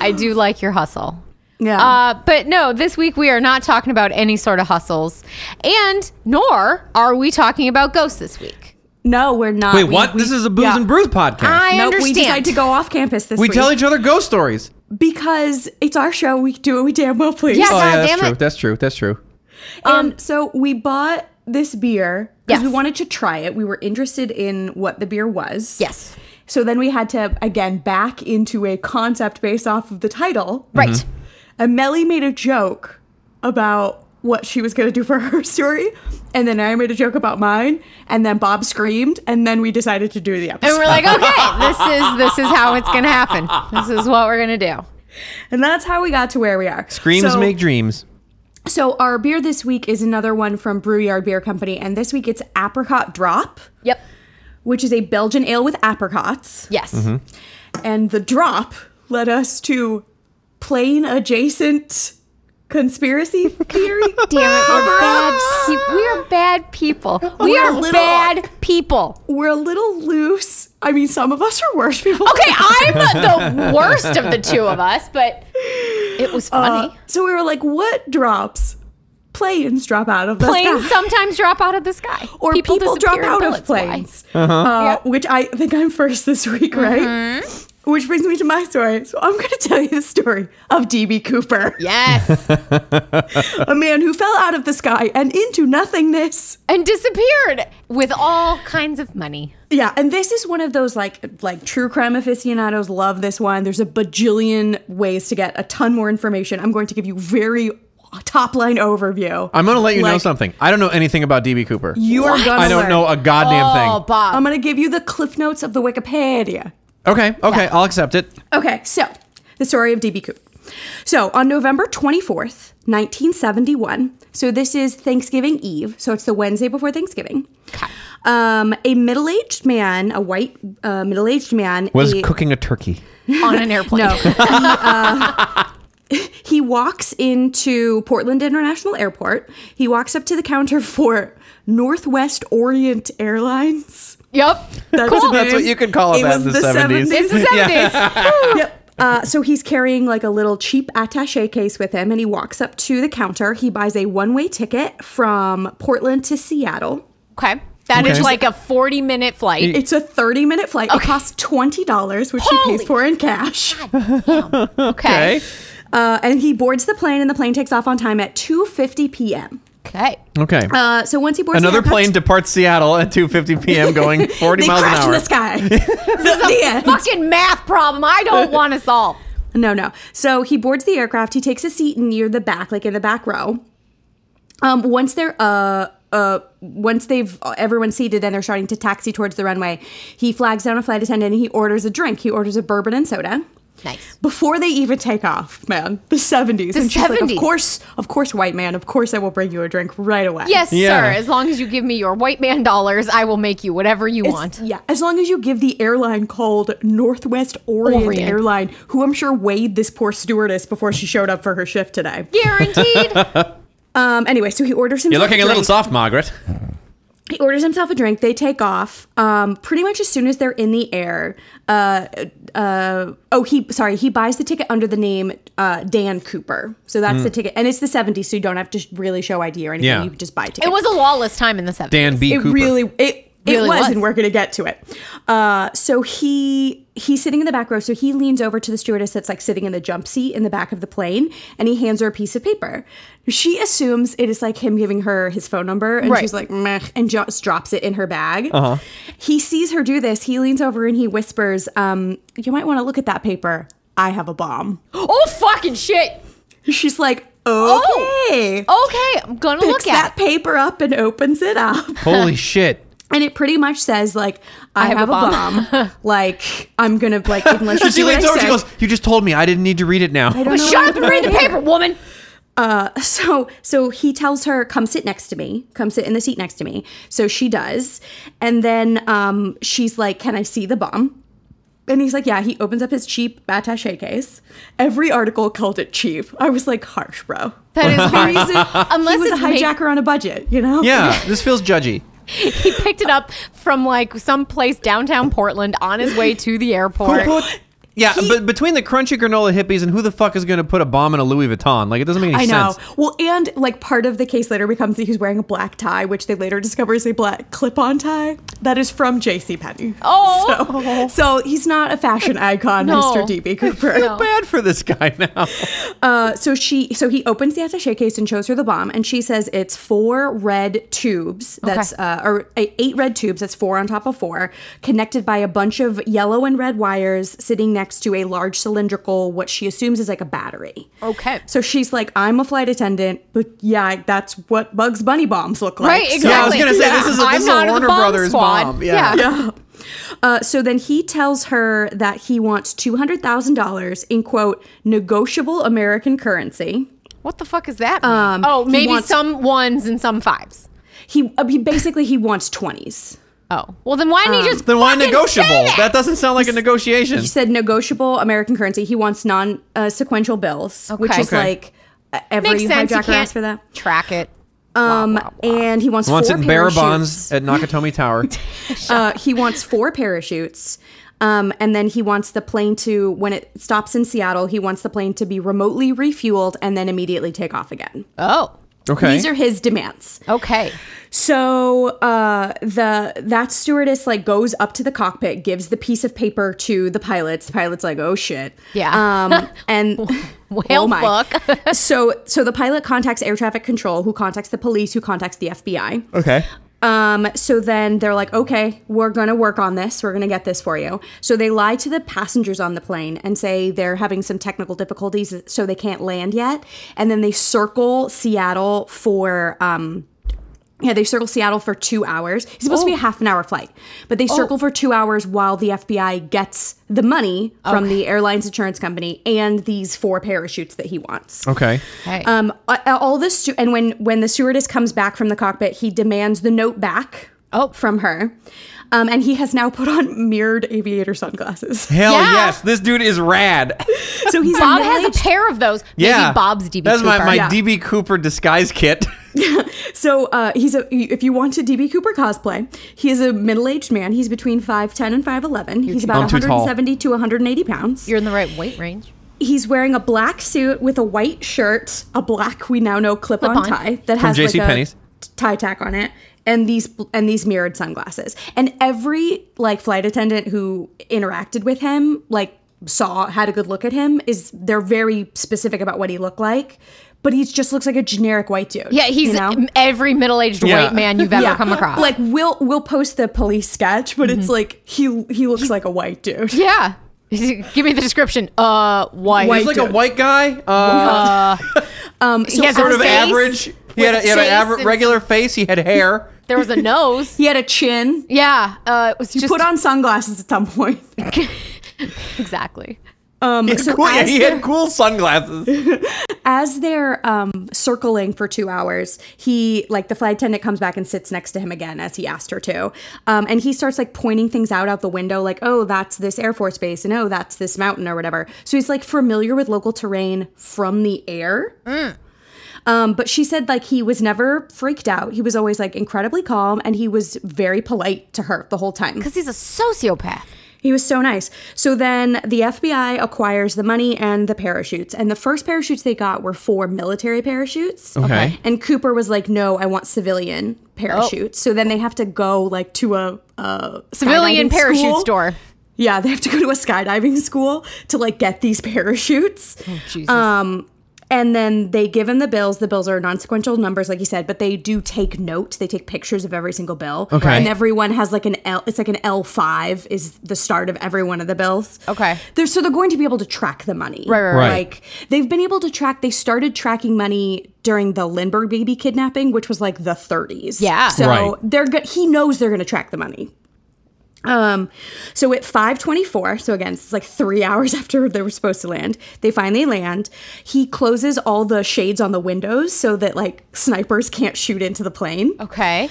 [SPEAKER 2] I do like your hustle.
[SPEAKER 1] Yeah.
[SPEAKER 2] Uh, but no, this week we are not talking about any sort of hustles, and nor are we talking about ghosts this week.
[SPEAKER 1] no, we're not.
[SPEAKER 3] Wait,
[SPEAKER 1] We-
[SPEAKER 3] what?
[SPEAKER 1] we-
[SPEAKER 3] this is a booze
[SPEAKER 1] yeah.
[SPEAKER 3] and brews podcast.
[SPEAKER 2] I
[SPEAKER 1] Nope, we
[SPEAKER 2] understand.
[SPEAKER 1] decide to go off campus this
[SPEAKER 3] we
[SPEAKER 1] week.
[SPEAKER 3] tell each other ghost stories.
[SPEAKER 1] because it's our show. We do what we damn well please.
[SPEAKER 2] Yeah. Oh, God
[SPEAKER 3] that's
[SPEAKER 2] damn
[SPEAKER 3] true.
[SPEAKER 2] it.
[SPEAKER 3] That's true. That's true.
[SPEAKER 1] Um, so we bought this beer because
[SPEAKER 2] Yes.
[SPEAKER 1] we wanted to try it. We were interested in what the beer was.
[SPEAKER 2] Yes.
[SPEAKER 1] So then we had to again back into a concept based off of the title.
[SPEAKER 2] Right.
[SPEAKER 1] And Melly made a joke about what she was going to do for her story, and then I made a joke about mine, and then Bob screamed, and then we decided to do the episode.
[SPEAKER 2] And we're like, okay, this is this is how it's gonna happen. This is what we're gonna do.
[SPEAKER 1] And that's how we got to where we are.
[SPEAKER 3] Dreams
[SPEAKER 1] So-
[SPEAKER 3] make dreams.
[SPEAKER 1] So our beer this week is another one from Brewyard Beer Company, and this week it's Apricot Drop,
[SPEAKER 2] Yep.
[SPEAKER 1] which is a Belgian ale with apricots.
[SPEAKER 2] Yes.
[SPEAKER 1] And the drop led us to plane adjacent conspiracy theory.
[SPEAKER 2] Damn it, we're bad. pe- we are bad people. We
[SPEAKER 1] We're
[SPEAKER 2] are
[SPEAKER 1] little-
[SPEAKER 2] bad people.
[SPEAKER 1] We're a little loose. I mean, some of us are worse people.
[SPEAKER 2] Okay, I'm the worst of the two of us, but it was
[SPEAKER 1] Uh,
[SPEAKER 2] funny.
[SPEAKER 1] So we were like, what drops? Planes drop out of the
[SPEAKER 2] planes
[SPEAKER 1] sky.
[SPEAKER 2] sometimes drop out of the sky,
[SPEAKER 1] or people, drop
[SPEAKER 2] disappear and
[SPEAKER 1] out of
[SPEAKER 2] bullets fly.
[SPEAKER 1] planes,
[SPEAKER 3] Uh-huh.
[SPEAKER 1] uh, which I think I'm first this week, right? Which brings me to my story. So I'm going to tell you the story of DB Cooper,
[SPEAKER 2] Yes,
[SPEAKER 1] a man who fell out of the sky and into nothingness.
[SPEAKER 2] and disappeared with all kinds of money.
[SPEAKER 1] Yeah, and this is one of those like like true crime aficionados love this one. There's a bajillion ways to get a ton more information. I'm going to give you very top line overview.
[SPEAKER 3] I'm going to let you know
[SPEAKER 1] Like,
[SPEAKER 3] something. I don't know anything about DB Cooper.
[SPEAKER 1] You are gonna.
[SPEAKER 3] I don't
[SPEAKER 1] learn.
[SPEAKER 3] know uh a goddamn
[SPEAKER 2] Oh,
[SPEAKER 3] thing.
[SPEAKER 2] Bob.
[SPEAKER 1] I'm gonna give you the cliff notes of the Wikipedia.
[SPEAKER 3] Okay. Okay. I'll accept it.
[SPEAKER 1] Okay, so the story of DB Cooper. So on November 24th, 1971, so this is Thanksgiving Eve, so it's the Wednesday before Thanksgiving. Um, a middle aged man, a white uh, middle aged man,
[SPEAKER 3] Was
[SPEAKER 1] a-
[SPEAKER 3] cooking a turkey.
[SPEAKER 2] on an airplane.
[SPEAKER 1] No. He, uh, he walks into Portland International Airport. He walks up to the counter for Northwest Orient Airlines.
[SPEAKER 2] Yep.
[SPEAKER 1] That's,
[SPEAKER 2] cool.
[SPEAKER 3] That's what you could call it
[SPEAKER 1] It
[SPEAKER 3] that
[SPEAKER 1] was
[SPEAKER 3] in the,
[SPEAKER 1] the
[SPEAKER 3] 70s.
[SPEAKER 1] 70s.
[SPEAKER 2] It's the 70s.
[SPEAKER 1] yep. Uh, so he's carrying like a little cheap attache case with him, and he walks up to the counter. He buys a one way ticket from Portland to Seattle.
[SPEAKER 2] Okay. that is
[SPEAKER 3] Okay.
[SPEAKER 2] like a 40 minute flight.
[SPEAKER 1] It's a 30 minute flight. It costs $20, which
[SPEAKER 2] Holy-
[SPEAKER 1] he pays for in cash.
[SPEAKER 2] Okay.
[SPEAKER 3] Okay.
[SPEAKER 1] Uh, and he boards the plane, and the plane takes off on time at 2:50 p.m.
[SPEAKER 2] Okay.
[SPEAKER 3] Okay.
[SPEAKER 1] Uh, so once he boards
[SPEAKER 3] Another
[SPEAKER 1] the aircraft-
[SPEAKER 3] plane departs Seattle at 2:50 p.m. going 40
[SPEAKER 1] they
[SPEAKER 3] miles an
[SPEAKER 1] crash in
[SPEAKER 3] hour.
[SPEAKER 1] the sky. the, the end.
[SPEAKER 2] Fucking math problem. I don't want to solve.
[SPEAKER 1] No, no. So he boards the aircraft. He takes a seat near the back, like in the back row. Um, once they're uh uh once they've uh, everyone's seated and they're starting to taxi towards the runway, he flags down a flight attendant and he orders a drink. He orders a bourbon and soda.
[SPEAKER 2] Nice.
[SPEAKER 1] Before they even take off, man, the seventies.
[SPEAKER 2] The
[SPEAKER 1] and she's like, of
[SPEAKER 2] 70s.
[SPEAKER 1] course, of course, white man. Of course, I will bring you a drink right away.
[SPEAKER 2] Yes,
[SPEAKER 3] Yeah.
[SPEAKER 2] sir. As long as you give me your white man dollars, I will make you whatever you
[SPEAKER 1] As-
[SPEAKER 2] want.
[SPEAKER 1] Yeah, as long as you give the airline called Northwest Orient,
[SPEAKER 2] Orient.
[SPEAKER 1] Airline, who I'm sure weighed this poor stewardess before she showed up for her shift today.
[SPEAKER 2] Guaranteed.
[SPEAKER 1] Um. Anyway, so he orders himself.
[SPEAKER 3] You're looking a
[SPEAKER 1] drink.
[SPEAKER 3] little soft, Margaret.
[SPEAKER 1] He orders himself a drink. They take off. Um. Pretty much as soon as they're in the air. Uh. Uh. Oh, he. Sorry. He buys the ticket under the name uh, Dan Cooper. So that's the ticket, and it's the '70s, so you don't have to sh- really show ID or anything.
[SPEAKER 3] Hmm. Yeah.
[SPEAKER 1] You can just buy tickets.
[SPEAKER 2] it was a lawless time in the 70s.
[SPEAKER 3] Dan B.
[SPEAKER 1] it
[SPEAKER 3] Cooper.
[SPEAKER 1] really it
[SPEAKER 2] Really
[SPEAKER 1] it was,
[SPEAKER 2] was.
[SPEAKER 1] and we're gonna get to it uh so he he's sitting in the back row so he leans over to the stewardess that's like sitting in the jump seat in the back of the plane and he hands her a piece of paper she assumes it is like him giving her his phone number and
[SPEAKER 2] Right.
[SPEAKER 1] she's like Meh, and just drops it in her bag uh-huh. he sees her do this he leans over and he whispers um you might want to look at that paper i have a bomb
[SPEAKER 2] Oh, fucking shit.
[SPEAKER 1] she's like okay
[SPEAKER 2] Okay, I'm going to
[SPEAKER 1] Picks
[SPEAKER 2] Oh. look
[SPEAKER 1] that
[SPEAKER 2] at it.
[SPEAKER 1] paper up and opens it up
[SPEAKER 3] Holy shit.
[SPEAKER 1] and it pretty much says like I, have, a bomb. like I'm gonna like unless you
[SPEAKER 3] She
[SPEAKER 1] do what
[SPEAKER 3] leans
[SPEAKER 1] I
[SPEAKER 3] over. She
[SPEAKER 1] say.
[SPEAKER 3] goes. You just told me. I didn't need to read it now.
[SPEAKER 1] don't know
[SPEAKER 2] Shut
[SPEAKER 1] what
[SPEAKER 2] up and read the paper, woman.
[SPEAKER 1] So so he tells her come sit next to me, come sit in the seat next to me. So she does, and then um she's like, can I see the bomb? And he's like, yeah. He opens up his cheap attaché case. Every article called it cheap. I was like, harsh, bro.
[SPEAKER 2] That is hard.
[SPEAKER 1] He's a,
[SPEAKER 2] Unless
[SPEAKER 1] he was a
[SPEAKER 2] it's made-
[SPEAKER 1] hijacker on a budget, you know?
[SPEAKER 3] Yeah. This feels judgy.
[SPEAKER 2] He picked it up from like some place downtown Portland on his way to the airport.
[SPEAKER 3] Yeah, but between the crunchy granola hippies and who the fuck is going to put a bomb in a Louis Vuitton? Like it doesn't make any
[SPEAKER 1] I know.
[SPEAKER 3] sense.
[SPEAKER 1] Well, and like part of the case later becomes that he's wearing a black tie, which they later discover is a black clip-on tie that is from J.C. Penney.
[SPEAKER 2] Oh.
[SPEAKER 1] so, so he's not a fashion icon,
[SPEAKER 2] No.
[SPEAKER 1] Mr. D.B. Cooper.
[SPEAKER 2] No.
[SPEAKER 3] Bad for this guy now.
[SPEAKER 1] Uh, so she, so he opens the attaché case and shows her the bomb, and she says it's four red tubes. That's
[SPEAKER 2] Okay.
[SPEAKER 1] uh, or uh, eight red tubes. That's four on top of four, connected by a bunch of yellow and red wires, sitting next to a large cylindrical, what she assumes is like a battery.
[SPEAKER 2] Okay.
[SPEAKER 1] So she's like, I'm a flight attendant, but yeah, that's what Bugs Bunny bombs look like.
[SPEAKER 2] Right,
[SPEAKER 1] So-
[SPEAKER 2] exactly.
[SPEAKER 3] Yeah, I was gonna say, this is a-
[SPEAKER 2] I'm
[SPEAKER 3] this is a
[SPEAKER 2] not of the
[SPEAKER 3] Warner
[SPEAKER 2] bomb
[SPEAKER 3] Brothers
[SPEAKER 2] squad.
[SPEAKER 3] bomb. Yeah.
[SPEAKER 1] Uh, so then he tells her that he wants $200,000 in quote, negotiable American currency.
[SPEAKER 2] What the fuck is that? mean?
[SPEAKER 3] Um,
[SPEAKER 2] oh,
[SPEAKER 1] he
[SPEAKER 2] maybe
[SPEAKER 1] wants-
[SPEAKER 2] some ones and some fives.
[SPEAKER 1] He, uh, he basically he wants 20s.
[SPEAKER 2] Oh, well then why didn't he just
[SPEAKER 3] Um, Then why
[SPEAKER 2] fucking
[SPEAKER 3] negotiable?
[SPEAKER 2] say
[SPEAKER 3] That? doesn't sound like a negotiation.
[SPEAKER 1] He said negotiable American currency. He wants non uh, sequential bills, which
[SPEAKER 2] Okay.
[SPEAKER 1] is
[SPEAKER 3] Okay.
[SPEAKER 1] like uh, every
[SPEAKER 2] Makes sense. You
[SPEAKER 1] hijacker
[SPEAKER 2] can't
[SPEAKER 1] asks for that.
[SPEAKER 2] track it.
[SPEAKER 1] Um, and he wants,
[SPEAKER 3] Wants
[SPEAKER 1] four
[SPEAKER 3] it in bearer
[SPEAKER 1] parachutes.
[SPEAKER 3] bonds at Nakatomi Tower.
[SPEAKER 1] Uh, he wants four parachutes. Um, and then he wants the plane to, when it stops in Seattle, he wants the plane to be remotely refueled and then immediately take off again.
[SPEAKER 2] Oh,
[SPEAKER 3] Okay.
[SPEAKER 1] These are his demands.
[SPEAKER 2] okay.
[SPEAKER 1] So uh, the that stewardess like goes up to the cockpit, gives the piece of paper to the pilots. The pilot's like, "Oh shit!"
[SPEAKER 2] Yeah.
[SPEAKER 1] Um, and oh
[SPEAKER 2] Well, fuck.
[SPEAKER 1] so so the pilot contacts air traffic control, who contacts the police, who contacts the FBI.
[SPEAKER 3] okay.
[SPEAKER 1] Um, so then they're like, okay, we're going to work on this. We're going to get this for you. So they lie to the passengers on the plane and say they're having some technical difficulties, so they can't land yet. And then they circle Seattle for, um, yeah, they circle Seattle for two hours. It's supposed to be a half an hour flight, but they circle for two hours while the FBI gets the money from the airline's insurance company and these four parachutes that he wants.
[SPEAKER 3] Okay.
[SPEAKER 2] Hey.
[SPEAKER 1] Um, a- a- all this, stu- and when when the stewardess comes back from the cockpit, he demands the note back.
[SPEAKER 2] Oh.
[SPEAKER 1] from her, um, and he has now put on mirrored aviator sunglasses.
[SPEAKER 3] Hell
[SPEAKER 2] Yeah.
[SPEAKER 3] yes, this dude is rad.
[SPEAKER 1] so he's
[SPEAKER 2] Bob
[SPEAKER 1] a
[SPEAKER 2] has a
[SPEAKER 1] middle-aged-
[SPEAKER 2] pair of those.
[SPEAKER 3] Yeah,
[SPEAKER 2] Maybe Bob's DB
[SPEAKER 3] That's
[SPEAKER 2] Cooper.
[SPEAKER 3] my, my
[SPEAKER 1] Yeah.
[SPEAKER 3] DB Cooper disguise kit.
[SPEAKER 1] so uh, he's a if you want to DB Cooper cosplay, he is a middle aged man. He's between five ten and five eleven. He's about
[SPEAKER 3] I'm too tall.
[SPEAKER 1] 170 to 180 pounds.
[SPEAKER 2] You're in the right weight range.
[SPEAKER 1] he's wearing a black suit with a white shirt, a black we now know clip on
[SPEAKER 2] Clip-on.
[SPEAKER 1] tie that has like a
[SPEAKER 3] JCPenney's.
[SPEAKER 1] t- tie tack on it, and these and these mirrored sunglasses. And every like flight attendant who interacted with him like saw had a good look at him is they're very specific about what he looked like, but he just looks like a generic white dude.
[SPEAKER 2] Yeah, he's
[SPEAKER 1] you know?
[SPEAKER 2] every middle-aged
[SPEAKER 3] Yeah.
[SPEAKER 2] white man you've ever come across. Mm-hmm.
[SPEAKER 1] Like we'll we'll post the police sketch, but it's like he he looks like a white dude.
[SPEAKER 2] yeah. Give me the description. Uh, white.
[SPEAKER 1] White.
[SPEAKER 3] He's like a white guy. Uh,
[SPEAKER 1] Um, so
[SPEAKER 2] He has a
[SPEAKER 3] sort of
[SPEAKER 2] face
[SPEAKER 3] average. He had, a, he
[SPEAKER 2] with
[SPEAKER 3] had an
[SPEAKER 2] face
[SPEAKER 3] average,
[SPEAKER 2] and-
[SPEAKER 3] regular face. He had hair.
[SPEAKER 2] There was a nose.
[SPEAKER 1] he had a chin.
[SPEAKER 2] yeah. Uh, it was
[SPEAKER 1] You
[SPEAKER 2] just
[SPEAKER 1] put on sunglasses at some point.
[SPEAKER 2] exactly.
[SPEAKER 1] Um,
[SPEAKER 3] He had,
[SPEAKER 1] so
[SPEAKER 3] cool, yeah,
[SPEAKER 1] as
[SPEAKER 3] he
[SPEAKER 1] they're,
[SPEAKER 3] had cool sunglasses.
[SPEAKER 1] as they're um, circling for two hours, he like the flight attendant comes back and sits next to him again as he asked her to, um, and he starts like pointing things out out the window, like oh that's this air force base and oh that's this mountain or whatever. So he's like familiar with local terrain from the air. Um, but she said like he was never freaked out. He was always like incredibly calm and he was very polite to her the whole time.
[SPEAKER 2] Because he's a sociopath.
[SPEAKER 1] He was so nice. So then the FBI acquires the money and the parachutes. And the first parachutes they got were four military parachutes.
[SPEAKER 3] Okay.
[SPEAKER 1] And Cooper was like, no, I want civilian
[SPEAKER 2] Oh.
[SPEAKER 1] parachutes. So then they have to go like to a, a
[SPEAKER 2] Civilian
[SPEAKER 1] skydiving
[SPEAKER 2] parachute
[SPEAKER 1] school.
[SPEAKER 2] store.
[SPEAKER 1] Yeah, they have to go to a skydiving school to like get these parachutes.
[SPEAKER 2] Jesus.
[SPEAKER 1] Um, and then they give him the bills. The bills are non-sequential numbers, like you said, but they do take note. They take pictures of every single bill.
[SPEAKER 3] Okay.
[SPEAKER 1] And everyone has like an L. It's like an L five is the start of every one of the bills.
[SPEAKER 2] Okay.
[SPEAKER 1] They're so they're going to be able to track the money.
[SPEAKER 2] Right, right, right.
[SPEAKER 3] Right.
[SPEAKER 1] Like they've been able to track. They started tracking money during the Lindbergh baby kidnapping, which was like the 30s.
[SPEAKER 2] Yeah.
[SPEAKER 1] So
[SPEAKER 3] Right.
[SPEAKER 1] they're go- he knows they're going to track the money. Um, so at 524, so again, it's like three hours after they were supposed to land, they finally land. He closes all the shades on the windows so that like snipers can't shoot into the plane.
[SPEAKER 2] okay.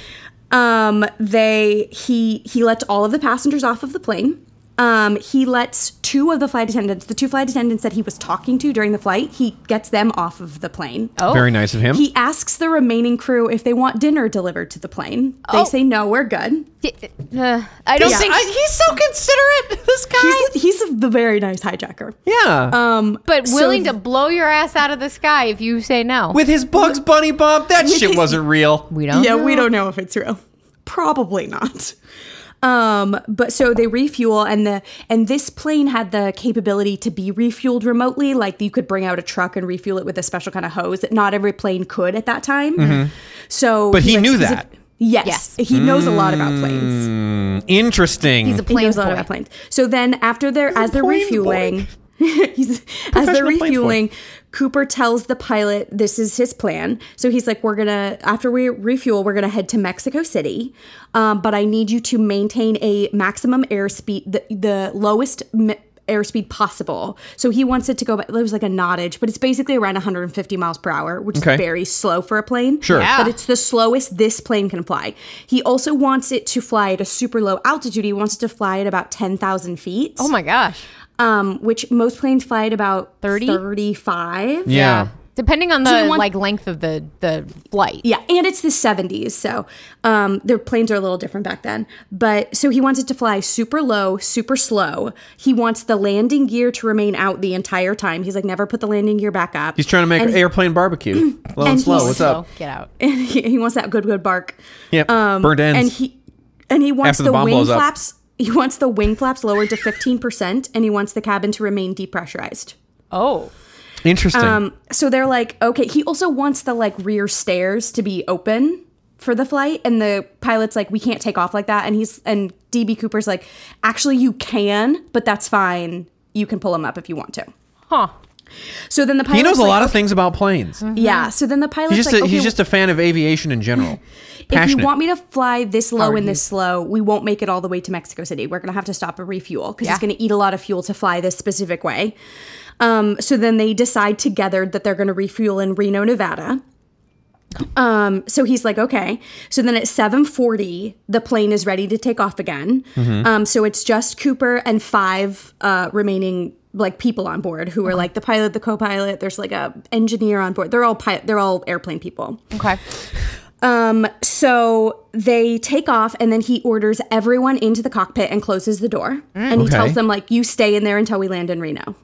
[SPEAKER 1] Um, they he he lets all of the passengers off of the plane. Um, he lets two of the flight attendants, the two flight attendants that he was talking to during the flight, he gets them off of the plane.
[SPEAKER 2] Oh.
[SPEAKER 3] Very nice of him.
[SPEAKER 1] He asks the remaining crew if they want dinner delivered to the plane. They
[SPEAKER 2] Oh.
[SPEAKER 1] say no, we're good.
[SPEAKER 2] Uh, I don't
[SPEAKER 3] He's-
[SPEAKER 2] think.
[SPEAKER 3] I- he's so considerate. This guy.
[SPEAKER 1] He's he's a very nice hijacker.
[SPEAKER 3] yeah.
[SPEAKER 1] Um,
[SPEAKER 2] but
[SPEAKER 1] so
[SPEAKER 2] willing to blow your ass out of the sky if you say no.
[SPEAKER 3] With his Bugs Bunny bomb, that shit
[SPEAKER 1] his-
[SPEAKER 3] wasn't real.
[SPEAKER 2] we don't.
[SPEAKER 1] Yeah, we don't know if it's real. Probably not. Um, but so they refuel and the and this plane had the capability to be refueled remotely, like you could bring out a truck and refuel it with a special kind of hose that not every plane could at that time. So
[SPEAKER 3] Mm-hmm. But he
[SPEAKER 1] like,
[SPEAKER 3] knew
[SPEAKER 1] specif-
[SPEAKER 3] that. Mm.
[SPEAKER 1] Yes.
[SPEAKER 2] Yes.
[SPEAKER 1] He knows a lot about planes.
[SPEAKER 3] Interesting.
[SPEAKER 2] He's a
[SPEAKER 1] He
[SPEAKER 2] plane
[SPEAKER 1] knows a lot
[SPEAKER 2] boy.
[SPEAKER 1] about planes. So then after they're as they're
[SPEAKER 3] plane boy.
[SPEAKER 1] refueling he's, as they're
[SPEAKER 3] Professional planes boy.
[SPEAKER 1] refueling, Cooper tells the pilot this is his plan. So he's like, "We're gonna after we refuel, we're gonna head to Mexico City, um, but I need you to maintain a maximum airspeed, the, the lowest." Mi- airspeed possible so he wants it to go back it was like a nottage but it's basically around 150 miles per hour which
[SPEAKER 3] Okay.
[SPEAKER 1] is very slow for a plane
[SPEAKER 3] Sure. Yeah.
[SPEAKER 1] but it's the slowest this plane can fly he also wants it to fly at a super low altitude he wants it to fly at about 10,000 feet
[SPEAKER 2] Oh my gosh.
[SPEAKER 1] um, which most planes fly at about
[SPEAKER 2] 30?
[SPEAKER 1] 35.
[SPEAKER 3] yeah.
[SPEAKER 2] Uh, Depending on the
[SPEAKER 1] you want-
[SPEAKER 2] like length of the the flight.
[SPEAKER 1] Yeah, and it's the 70s, so um, their planes are a little different back then. But so he wants it to fly super low, super slow. He wants the landing gear to remain out the entire time. He's like, never put the landing gear back up.
[SPEAKER 3] He's trying to make
[SPEAKER 1] And-
[SPEAKER 3] airplane barbecue. Low
[SPEAKER 1] and
[SPEAKER 3] and slow.
[SPEAKER 1] he's-
[SPEAKER 3] What's up?
[SPEAKER 2] So, Get out.
[SPEAKER 1] and he, he wants that good good bark.
[SPEAKER 3] Yep. Burned ends.
[SPEAKER 1] Um, And he and he wants
[SPEAKER 3] After the
[SPEAKER 1] the,
[SPEAKER 3] bomb
[SPEAKER 1] wing
[SPEAKER 3] blows up.
[SPEAKER 1] flaps. He wants the wing flaps lowered to 15%, and he wants the cabin to remain depressurized.
[SPEAKER 2] Oh.
[SPEAKER 3] Interesting.
[SPEAKER 1] Um, so they're like, okay. He also wants the like rear stairs to be open for the flight, and the pilot's like, we can't take off like that. And he's and DB Cooper's like, actually, you can, but that's fine. You can pull them up if you want to.
[SPEAKER 2] Huh.
[SPEAKER 1] So then the pilot
[SPEAKER 3] he knows a lot of things about planes.
[SPEAKER 1] yeah. So then the pilot's
[SPEAKER 3] He's just
[SPEAKER 1] like,
[SPEAKER 3] a,
[SPEAKER 1] okay,
[SPEAKER 3] he's just a fan of aviation in general.
[SPEAKER 1] if you
[SPEAKER 3] Passionate.
[SPEAKER 1] want me to fly this low and this slow, we won't make it all the way to Mexico City. We're gonna have to stop and refuel because
[SPEAKER 2] Yeah.
[SPEAKER 1] it's gonna eat a lot of fuel to fly this specific way. Um, so then they decide together that they're gonna refuel in Reno, Nevada. Um, so he's like, okay. So then at 740, the plane is ready to take off again. Um, so it's just Cooper and five uh, remaining like people on board who are like the pilot, the co-pilot, there's like a engineer on board. They're all pi- they're all airplane people.
[SPEAKER 2] Okay.
[SPEAKER 1] Um, so they take off, and then he orders everyone into the cockpit and closes the door. and he
[SPEAKER 3] Mm. Okay.
[SPEAKER 1] tells them, like, you stay in there until we land in Reno.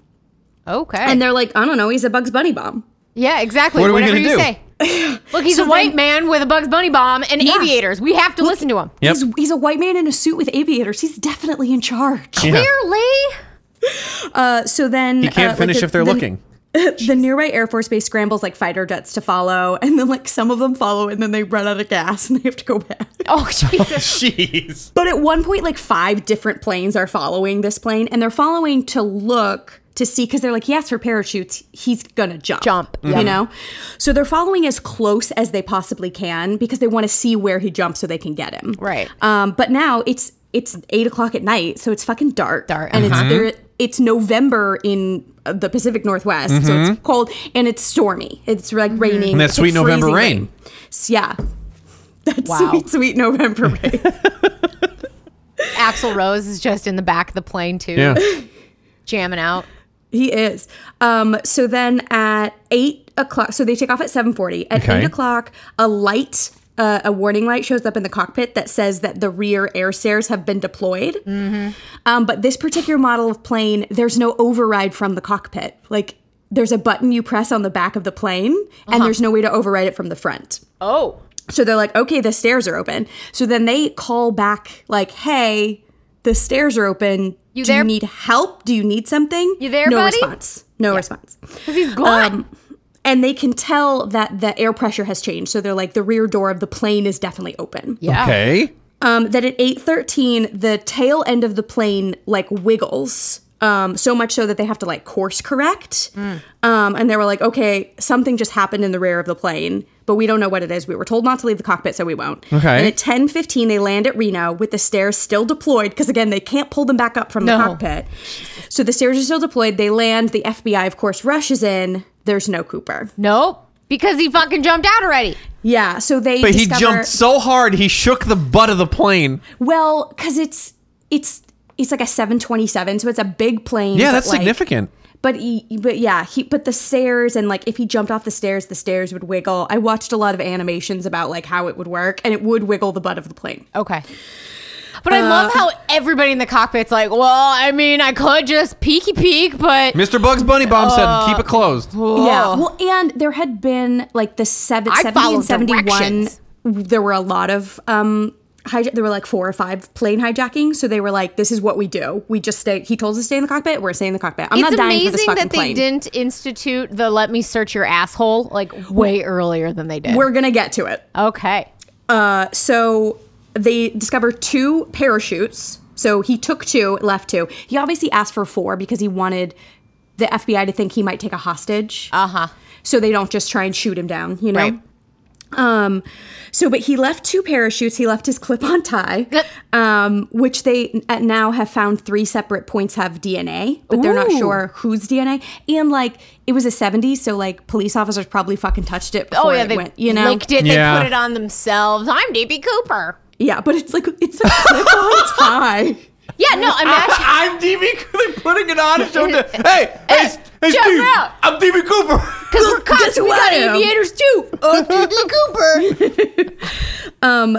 [SPEAKER 2] Okay.
[SPEAKER 1] And they're like, I don't know, he's a Bugs Bunny bomb.
[SPEAKER 2] yeah, exactly.
[SPEAKER 3] What are we
[SPEAKER 2] Whatever
[SPEAKER 3] gonna
[SPEAKER 2] you
[SPEAKER 3] do?
[SPEAKER 2] say. Look, he's
[SPEAKER 1] So
[SPEAKER 2] a white
[SPEAKER 1] then-
[SPEAKER 2] man with a Bugs Bunny bomb and
[SPEAKER 1] Yeah.
[SPEAKER 2] aviators. We have to listen to him.
[SPEAKER 3] Yep.
[SPEAKER 1] He's, he's a white man in a suit with aviators. He's definitely in charge.
[SPEAKER 3] Yeah.
[SPEAKER 2] Clearly.
[SPEAKER 1] Uh, so then
[SPEAKER 3] He can't
[SPEAKER 1] uh, like,
[SPEAKER 3] finish
[SPEAKER 1] the-
[SPEAKER 3] if they're
[SPEAKER 1] the-
[SPEAKER 3] looking.
[SPEAKER 1] The nearby Air Force Base scrambles like fighter jets to follow, and then like some of them follow, and then they run out of gas and they have to go back.
[SPEAKER 2] Oh, Jesus.
[SPEAKER 3] Jeez.
[SPEAKER 1] But at one point, like five different planes are following this plane, and they're following to look to see because they're like, he asked for parachutes, he's gonna jump.
[SPEAKER 2] Jump, yeah.
[SPEAKER 1] you know? So they're following as close as they possibly can because they wanna see where he jumps so they can get him.
[SPEAKER 2] Right.
[SPEAKER 1] Um, but now it's it's eight o'clock at night, so it's fucking dark.
[SPEAKER 2] Dark,
[SPEAKER 1] And
[SPEAKER 3] Mm-hmm.
[SPEAKER 1] it's there, it's November in uh, the Pacific Northwest, so it's cold and it's stormy. It's like
[SPEAKER 2] Mm-hmm.
[SPEAKER 1] raining.
[SPEAKER 3] Mm-hmm. And that
[SPEAKER 1] It's, like,
[SPEAKER 3] sweet November
[SPEAKER 1] freezing
[SPEAKER 3] rain.
[SPEAKER 1] S- Yeah. That
[SPEAKER 2] Wow.
[SPEAKER 1] sweet, sweet November rain.
[SPEAKER 2] Axel Rose is just in the back of the plane, too,
[SPEAKER 3] Yeah.
[SPEAKER 2] jamming out.
[SPEAKER 1] He is. Um, so then at eight o'clock, so they take off at seven forty. At
[SPEAKER 3] Okay.
[SPEAKER 1] eight o'clock, a light, uh, a warning light, shows up in the cockpit that says that the rear air stairs have been deployed. Um, but this particular model of plane, there's no override from the cockpit. Like there's a button you press on the back of the plane, and there's no way to override it from the front.
[SPEAKER 2] Oh.
[SPEAKER 1] So they're like, okay, the stairs are open. So then they call back, like, hey, the stairs are open.
[SPEAKER 2] You
[SPEAKER 1] Do
[SPEAKER 2] there?
[SPEAKER 1] you need help? Do you need something?
[SPEAKER 2] You there,
[SPEAKER 1] no
[SPEAKER 2] buddy?
[SPEAKER 1] response. No response.
[SPEAKER 2] Because he's gone.
[SPEAKER 1] Um, And they can tell that the air pressure has changed. So they're like, the rear door of the plane is definitely open.
[SPEAKER 2] yeah.
[SPEAKER 3] Okay.
[SPEAKER 1] Um, that at 8.13, the tail end of the plane, like, wiggles. Um, so much so that they have to, like, course correct.
[SPEAKER 3] Mm.
[SPEAKER 1] Um, and they were like, okay, something just happened in the rear of the plane. But we don't know what it is. We were told not to leave the cockpit, so we won't.
[SPEAKER 3] Okay.
[SPEAKER 1] And at 10:15, they land at Reno with the stairs still deployed because again, they can't pull them back up from
[SPEAKER 2] No.
[SPEAKER 1] the cockpit. So the stairs are still deployed. They land. The FBI, of course, rushes in. There's no Cooper.
[SPEAKER 2] Nope. Because he fucking jumped out already.
[SPEAKER 1] Yeah. So they.
[SPEAKER 3] But he
[SPEAKER 1] discover-
[SPEAKER 3] jumped so hard he shook the butt of the plane.
[SPEAKER 1] Well, because it's it's it's like a 727, so it's a big plane.
[SPEAKER 3] Yeah,
[SPEAKER 1] but,
[SPEAKER 3] that's
[SPEAKER 1] like-
[SPEAKER 3] significant.
[SPEAKER 1] But he, but yeah, he but the stairs and like if he jumped off the stairs, the stairs would wiggle. I watched a lot of animations about like how it would work, and it would wiggle the butt of the plane.
[SPEAKER 2] Okay. But
[SPEAKER 1] Uh,
[SPEAKER 2] I love how everybody in the cockpit's like, well, I mean, I could just peeky peek, but
[SPEAKER 3] Mr. Bugs Bunny Bomb said, keep it closed.
[SPEAKER 1] Yeah. Well, and there had been like the seven,
[SPEAKER 2] Oh. I
[SPEAKER 1] 70 and
[SPEAKER 2] followed
[SPEAKER 1] 71.
[SPEAKER 2] directions.
[SPEAKER 1] There were a lot of um hijack there were like four or five plane hijacking, so they were like this is what we do. We just stay he told us to stay in the cockpit, we're staying in the cockpit. I'm
[SPEAKER 2] it's
[SPEAKER 1] not dying for this
[SPEAKER 2] amazing
[SPEAKER 1] fucking
[SPEAKER 2] that they
[SPEAKER 1] plane.
[SPEAKER 2] didn't institute the let me search your asshole like way earlier than they did.
[SPEAKER 1] We're going to get to it.
[SPEAKER 2] okay.
[SPEAKER 1] Uh, so they discover two parachutes. So he took two, left two. He obviously asked for four because he wanted the FBI to think he might take a hostage.
[SPEAKER 2] Uh huh.
[SPEAKER 1] so they don't just try and shoot him down, you know.
[SPEAKER 2] Right.
[SPEAKER 1] Um, so but he left two parachutes. He left his clip-on tie,
[SPEAKER 2] Yep.
[SPEAKER 1] um, which they at now have found three separate points have DNA, but they're not
[SPEAKER 2] Ooh.
[SPEAKER 1] sure whose DNA. And like it was a '70s, so like police officers probably fucking touched it. Before
[SPEAKER 2] Oh yeah,
[SPEAKER 1] it
[SPEAKER 2] they
[SPEAKER 1] went, you know,
[SPEAKER 2] licked it.
[SPEAKER 3] Yeah.
[SPEAKER 2] They put it on themselves. I'm DB Cooper.
[SPEAKER 1] yeah. But it's like it's a clip-on tie.
[SPEAKER 2] Yeah. No. Imagine.
[SPEAKER 3] I'm DB Cooper putting it on and showing the, hey, hey, s- hey,
[SPEAKER 2] jump
[SPEAKER 3] Steve,
[SPEAKER 2] out.
[SPEAKER 3] I'm DB Cooper.
[SPEAKER 2] Because we're cops,
[SPEAKER 1] guess who
[SPEAKER 2] we got
[SPEAKER 1] I am.
[SPEAKER 2] aviators too. Oh, DB Cooper.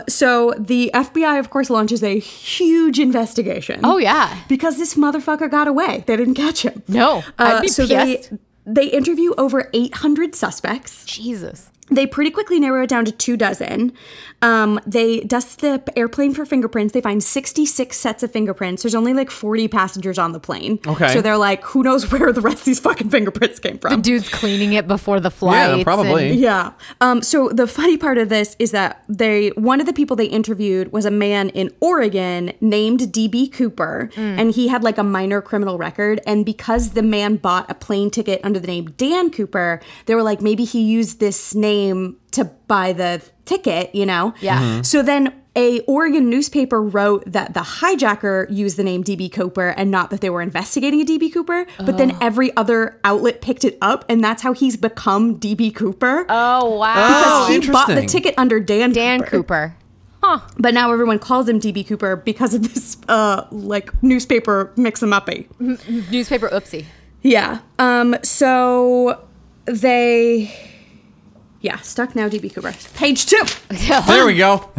[SPEAKER 1] So the FBI, of course, launches a huge investigation.
[SPEAKER 2] Oh, yeah.
[SPEAKER 1] because this motherfucker got away. They didn't catch him. Uh,
[SPEAKER 2] No, I'd be
[SPEAKER 1] so
[SPEAKER 2] pissed.
[SPEAKER 1] they they interview over 800 suspects.
[SPEAKER 2] Jesus.
[SPEAKER 1] They pretty quickly narrow it down to two dozen. Um, they dust the airplane for fingerprints. They find 66 sets of fingerprints. There's only like 40 passengers on the plane.
[SPEAKER 3] Okay.
[SPEAKER 1] So they're like, who knows where the rest of these fucking fingerprints came from?
[SPEAKER 2] Dude's cleaning it before the flight.
[SPEAKER 3] probably.
[SPEAKER 1] Yeah. Um, so the funny part of this is that they one of the people they interviewed was a man in Oregon named DB Cooper, and he had like a minor criminal record. And because the man bought a plane ticket under the name Dan Cooper, they were like, maybe he used this name to buy the ticket, you know?
[SPEAKER 2] Yeah. Mhm.
[SPEAKER 1] So then a Oregon newspaper wrote that the hijacker used the name DB Cooper and not that they were investigating a DB Cooper, but then every other outlet picked it up and that's how he's become DB Cooper.
[SPEAKER 2] Oh wow.
[SPEAKER 3] Oh,
[SPEAKER 1] he bought the
[SPEAKER 3] interesting.
[SPEAKER 1] ticket under Dan
[SPEAKER 2] Dan
[SPEAKER 1] Cooper.
[SPEAKER 2] Cooper. Huh.
[SPEAKER 1] But now everyone calls him DB Cooper because of this uh like newspaper mix em uppy.
[SPEAKER 2] Newspaper oopsie.
[SPEAKER 1] Yeah. Um so they yeah, stuck now DB Cooper. Page 2.
[SPEAKER 3] There we go.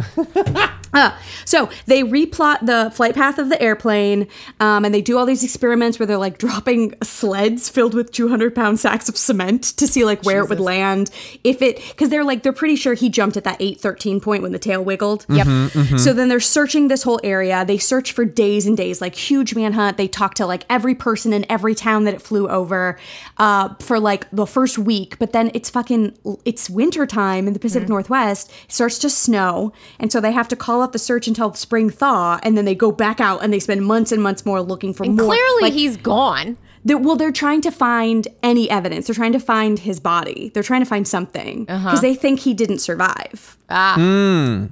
[SPEAKER 1] Uh, so they replot the flight path of the airplane, um, and they do all these experiments where they're like dropping sleds filled with 200 pound sacks of cement to see like where it would land if it because they're like they're pretty sure he jumped at that 813 point when the tail wiggled. Yep.
[SPEAKER 3] Mm-hmm.
[SPEAKER 1] So then they're searching this whole area. They search for days and days, like huge manhunt. They talk to like every person in every town that it flew over uh, for like the first week, but then it's fucking it's winter time in the Pacific Northwest. It starts to snow, and so they have to call out the search until spring thaw, and then they go back out and they spend months and months more looking for more.
[SPEAKER 2] Clearly,
[SPEAKER 1] like,
[SPEAKER 2] he's gone.
[SPEAKER 1] they well, they're trying to find any evidence. They're trying to find his body. They're trying to find something because they think he didn't survive. Ah.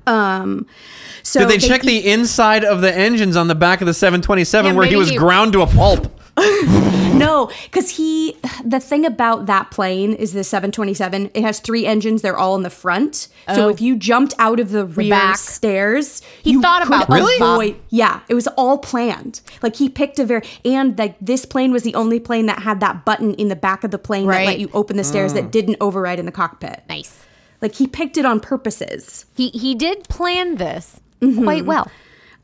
[SPEAKER 1] Um. So
[SPEAKER 3] Did they, check
[SPEAKER 1] eat-
[SPEAKER 3] the inside of the engines on the back of the 727
[SPEAKER 2] Yeah,
[SPEAKER 3] where he
[SPEAKER 2] maybe
[SPEAKER 3] was
[SPEAKER 2] he-
[SPEAKER 3] ground to a pulp?
[SPEAKER 1] No, because he, the thing about that plane is the 727, it has three engines. They're all in the front. So
[SPEAKER 2] Oh.
[SPEAKER 1] if you jumped out of the rear
[SPEAKER 2] back.
[SPEAKER 1] stairs,
[SPEAKER 2] He
[SPEAKER 1] you
[SPEAKER 2] thought
[SPEAKER 1] could
[SPEAKER 2] about this, Bob.
[SPEAKER 1] avoid- Yeah, it was all planned. Like he picked a very, and like this plane was the only plane that had that button in the back of the plane that let
[SPEAKER 2] Right. Mm.
[SPEAKER 1] you open the stairs that didn't override in the cockpit.
[SPEAKER 2] Nice.
[SPEAKER 1] Like he picked it on purposes.
[SPEAKER 2] He he did plan this quite well.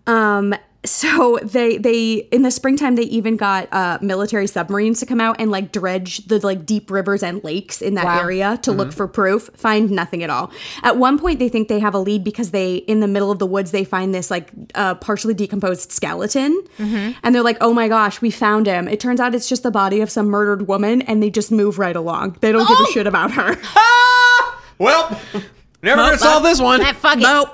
[SPEAKER 1] Um, so they they in the springtime they even got uh, military submarines to come out and like dredge the like deep rivers and lakes in that
[SPEAKER 2] Wow. Mm-hmm.
[SPEAKER 1] area to look for proof. Find nothing at all. At one point they think they have a lead because they in the middle of the woods they find this like uh, partially decomposed skeleton,
[SPEAKER 2] Mm-hmm.
[SPEAKER 1] and they're like, oh my gosh, we found him. It turns out it's just the body of some murdered woman, and they just move right along. They don't give
[SPEAKER 2] Oh!
[SPEAKER 1] a shit about her.
[SPEAKER 3] Ah! Well, never gonna solve this one.
[SPEAKER 2] Ah, fuck it.
[SPEAKER 3] Nope.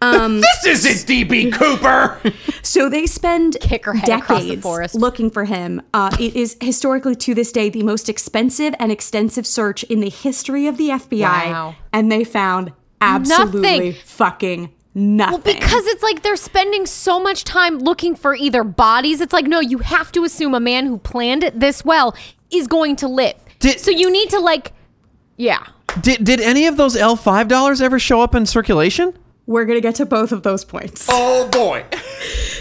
[SPEAKER 3] this isn't DB Cooper.
[SPEAKER 1] So they spend
[SPEAKER 2] Kick her head across the
[SPEAKER 1] decades
[SPEAKER 2] forest.
[SPEAKER 1] looking for him. Uh, it is historically to this day the most expensive and extensive search in the history of the FBI,
[SPEAKER 2] Wow.
[SPEAKER 1] and they found absolutely
[SPEAKER 2] Nothing.
[SPEAKER 1] fucking nothing.
[SPEAKER 2] Well, because it's like they're spending so much time looking for either bodies. It's like no, you have to assume a man who planned it this well is going to live.
[SPEAKER 3] Did-
[SPEAKER 2] so you need to like, yeah.
[SPEAKER 3] Did did any of those L five dollars ever show up in circulation?
[SPEAKER 1] we're gonna get to both of those points.
[SPEAKER 3] Oh boy.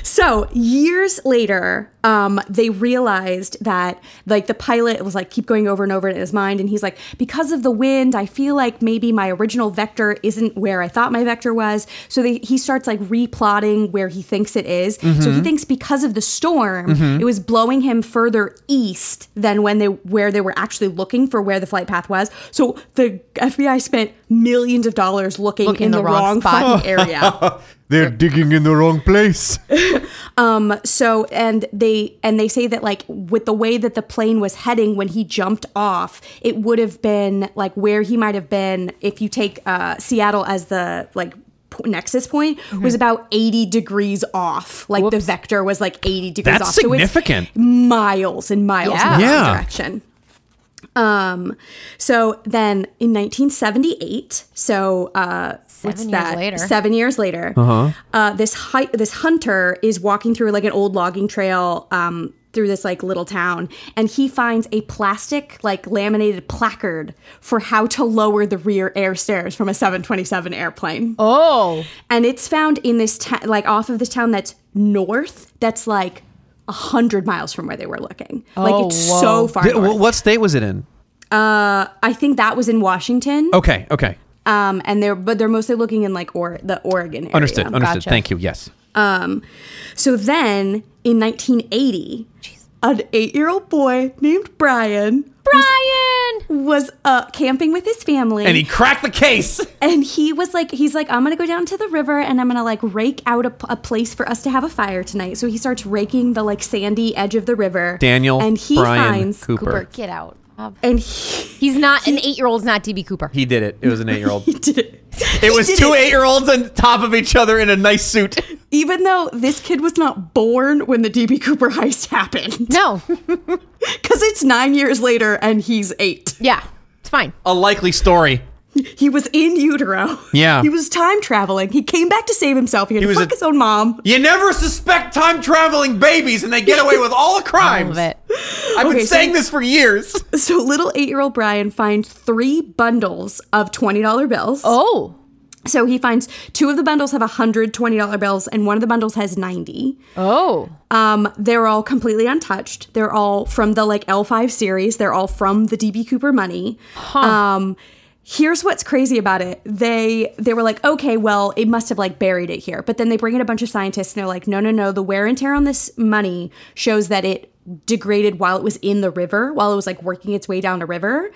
[SPEAKER 1] So years later, um, they realized that like the pilot was like keep going over and over it in his mind, and he's like, because of the wind, I feel like maybe my original vector isn't where I thought my vector was. So they, he starts like replotting where he thinks it is. So he thinks because of the storm, it was blowing him further east than when they where they were actually looking for where the flight path was. So the FBI spent millions of dollars looking, in the, wrong,
[SPEAKER 2] spot.
[SPEAKER 1] fucking area.
[SPEAKER 4] They're digging in the wrong place.
[SPEAKER 1] so and they and they say that like with the way that the plane was heading when he jumped off it would have been like where he might have been if you take uh seattle as the like p- nexus point was about 80 degrees off like the vector was like 80 degrees
[SPEAKER 3] That's
[SPEAKER 1] off So it's
[SPEAKER 3] significant.
[SPEAKER 1] miles and miles
[SPEAKER 2] Yeah.
[SPEAKER 1] in the
[SPEAKER 3] Yeah.
[SPEAKER 1] wrong direction um so then in 1978 so uh what's
[SPEAKER 2] Seven years
[SPEAKER 1] that
[SPEAKER 2] later.
[SPEAKER 1] seven years later uh this hi- this hunter is walking through like an old logging trail um through this like little town and he finds a plastic like laminated placard for how to lower the rear air stairs from a 727 airplane
[SPEAKER 2] Oh,
[SPEAKER 1] and it's found in this town like off of this town that's north that's like a hundred miles from where they were looking like
[SPEAKER 2] Oh,
[SPEAKER 1] it's
[SPEAKER 2] whoa.
[SPEAKER 1] so far north.
[SPEAKER 3] what state was it in?
[SPEAKER 1] I think that was in Washington.
[SPEAKER 3] Okay, okay,
[SPEAKER 1] Um, and they're but they're mostly looking in like or the Oregon area.
[SPEAKER 3] understood, understood.
[SPEAKER 2] Gotcha.
[SPEAKER 3] Thank you. Yes.
[SPEAKER 1] So then in 1980, an eight-year-old boy named Brian
[SPEAKER 2] Brian.
[SPEAKER 1] was uh, camping with his family,
[SPEAKER 3] And he cracked the case.
[SPEAKER 1] and he was like, he's like, I'm gonna go down to the river and I'm gonna like rake out a, a place for us to have a fire tonight. So he starts raking the like sandy edge of the river.
[SPEAKER 3] Daniel
[SPEAKER 1] and he
[SPEAKER 3] Brian
[SPEAKER 1] finds
[SPEAKER 3] Cooper.
[SPEAKER 2] Cooper, get out. Bob.
[SPEAKER 1] and he
[SPEAKER 2] He's not an eight-year-old's not DB Cooper.
[SPEAKER 3] He did it. It was an eight-year-old.
[SPEAKER 1] did it.
[SPEAKER 3] it was
[SPEAKER 1] did
[SPEAKER 3] two
[SPEAKER 1] it.
[SPEAKER 3] eight-year-olds on top of each other in a nice suit.
[SPEAKER 1] Even though this kid was not born when the DB Cooper heist happened.
[SPEAKER 2] No,
[SPEAKER 1] Because it's nine years later and he's eight.
[SPEAKER 2] yeah, it's fine.
[SPEAKER 3] A likely story.
[SPEAKER 1] He was in utero.
[SPEAKER 3] Yeah.
[SPEAKER 1] He was time traveling. He came back to save himself. He had
[SPEAKER 3] He
[SPEAKER 1] to
[SPEAKER 3] was
[SPEAKER 1] fuck
[SPEAKER 3] a-
[SPEAKER 1] his own mom.
[SPEAKER 3] You never suspect time traveling babies, and they get away with all the
[SPEAKER 2] I
[SPEAKER 3] crimes.
[SPEAKER 2] love it.
[SPEAKER 3] I've
[SPEAKER 1] Okay,
[SPEAKER 3] been
[SPEAKER 1] so-
[SPEAKER 3] saying this for years.
[SPEAKER 1] So little eight year old Brian finds three bundles of $20 bills.
[SPEAKER 2] Oh,
[SPEAKER 1] So he finds two of the bundles have $120 bills and one of the bundles has 90.
[SPEAKER 2] oh,
[SPEAKER 1] Um, they're all completely untouched. They're all from the like L5 series. They're all from the DB Cooper money. Um, here's what's crazy about it they they were like okay well it must have like buried it here but then they bring in a bunch of scientists and they're like no no no the wear and tear on this money shows that it degraded while it was in the river while it was like working its way down a river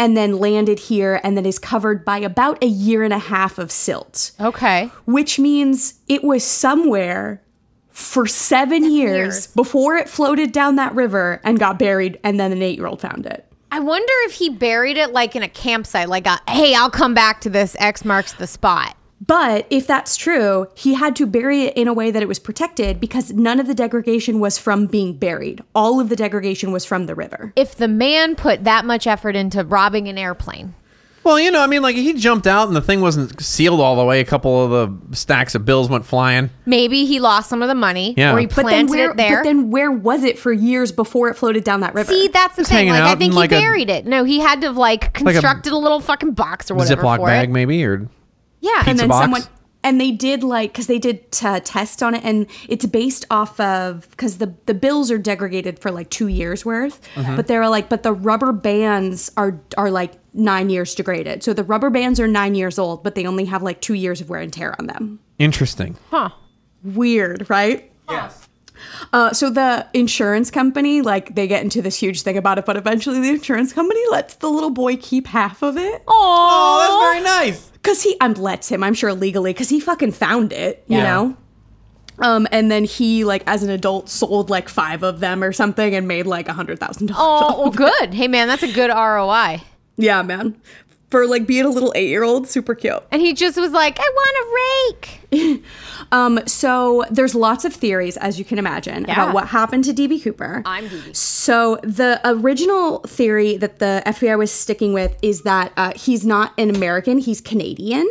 [SPEAKER 1] and then landed here and then is covered by about a year and a half of silt
[SPEAKER 2] Okay.
[SPEAKER 1] which means it was somewhere for seven years,
[SPEAKER 2] years.
[SPEAKER 1] before it floated down that river and got buried and then an eight-year-old found it
[SPEAKER 2] I wonder if he buried it like in a campsite, like a, hey, I'll come back to this. X marks the spot.
[SPEAKER 1] But if that's true, he had to bury it in a way that it was protected because none of the degradation was from being buried. All of the degradation was from the river.
[SPEAKER 2] If the man put that much effort into robbing an airplane,
[SPEAKER 3] Well, you know, I mean, like he jumped out and the thing wasn't sealed all the way. A couple of the stacks of bills went flying.
[SPEAKER 2] maybe he lost some of the money
[SPEAKER 3] Yeah.
[SPEAKER 2] or he
[SPEAKER 3] But then
[SPEAKER 1] But then
[SPEAKER 2] planted
[SPEAKER 1] where
[SPEAKER 2] it there.
[SPEAKER 1] but then where was it for years before it floated down that river?
[SPEAKER 2] See, that's the thing.
[SPEAKER 3] hanging
[SPEAKER 2] Like,
[SPEAKER 3] out
[SPEAKER 2] I
[SPEAKER 3] in,
[SPEAKER 2] think he
[SPEAKER 3] like, a-
[SPEAKER 2] buried it. No, he had to have like
[SPEAKER 3] a
[SPEAKER 2] constructed a, little fucking box or whatever
[SPEAKER 3] Ziploc
[SPEAKER 2] for
[SPEAKER 3] bag,
[SPEAKER 2] it.
[SPEAKER 3] maybe, or
[SPEAKER 2] Yeah,
[SPEAKER 1] and
[SPEAKER 3] pizza
[SPEAKER 1] then
[SPEAKER 3] box.
[SPEAKER 1] someone and they did like because they did t- tests on it and it's based off of because the the bills are degraded for like two years worth but they were like but the rubber bands are are like nine years degraded so the rubber bands are nine years old but they only have like two years of wear and tear on them
[SPEAKER 3] interesting.
[SPEAKER 2] Huh.
[SPEAKER 1] weird right
[SPEAKER 3] Yes.
[SPEAKER 1] uh, so the insurance company like they get into this huge thing about it but eventually the insurance company lets the little boy keep half of it
[SPEAKER 3] Oh, that's very nice.
[SPEAKER 1] because he um, lets him, I'm sure legally, because he fucking found it, you
[SPEAKER 3] Yeah.
[SPEAKER 1] know. Um, and then he like as an adult sold like five of them or something and made like a hundred thousand dollars.
[SPEAKER 2] Oh, well, good. Hey, man, that's a good ROI.
[SPEAKER 1] Yeah, man. For like being a little eight year old, super cute.
[SPEAKER 2] And he just was like, I want a rake.
[SPEAKER 1] Um, so there's lots of theories, as you can imagine,
[SPEAKER 2] Yeah.
[SPEAKER 1] about what happened to DB Cooper.
[SPEAKER 2] I'm DB.
[SPEAKER 1] So the original theory that the FBI was sticking with is that uh, he's not an American; he's Canadian.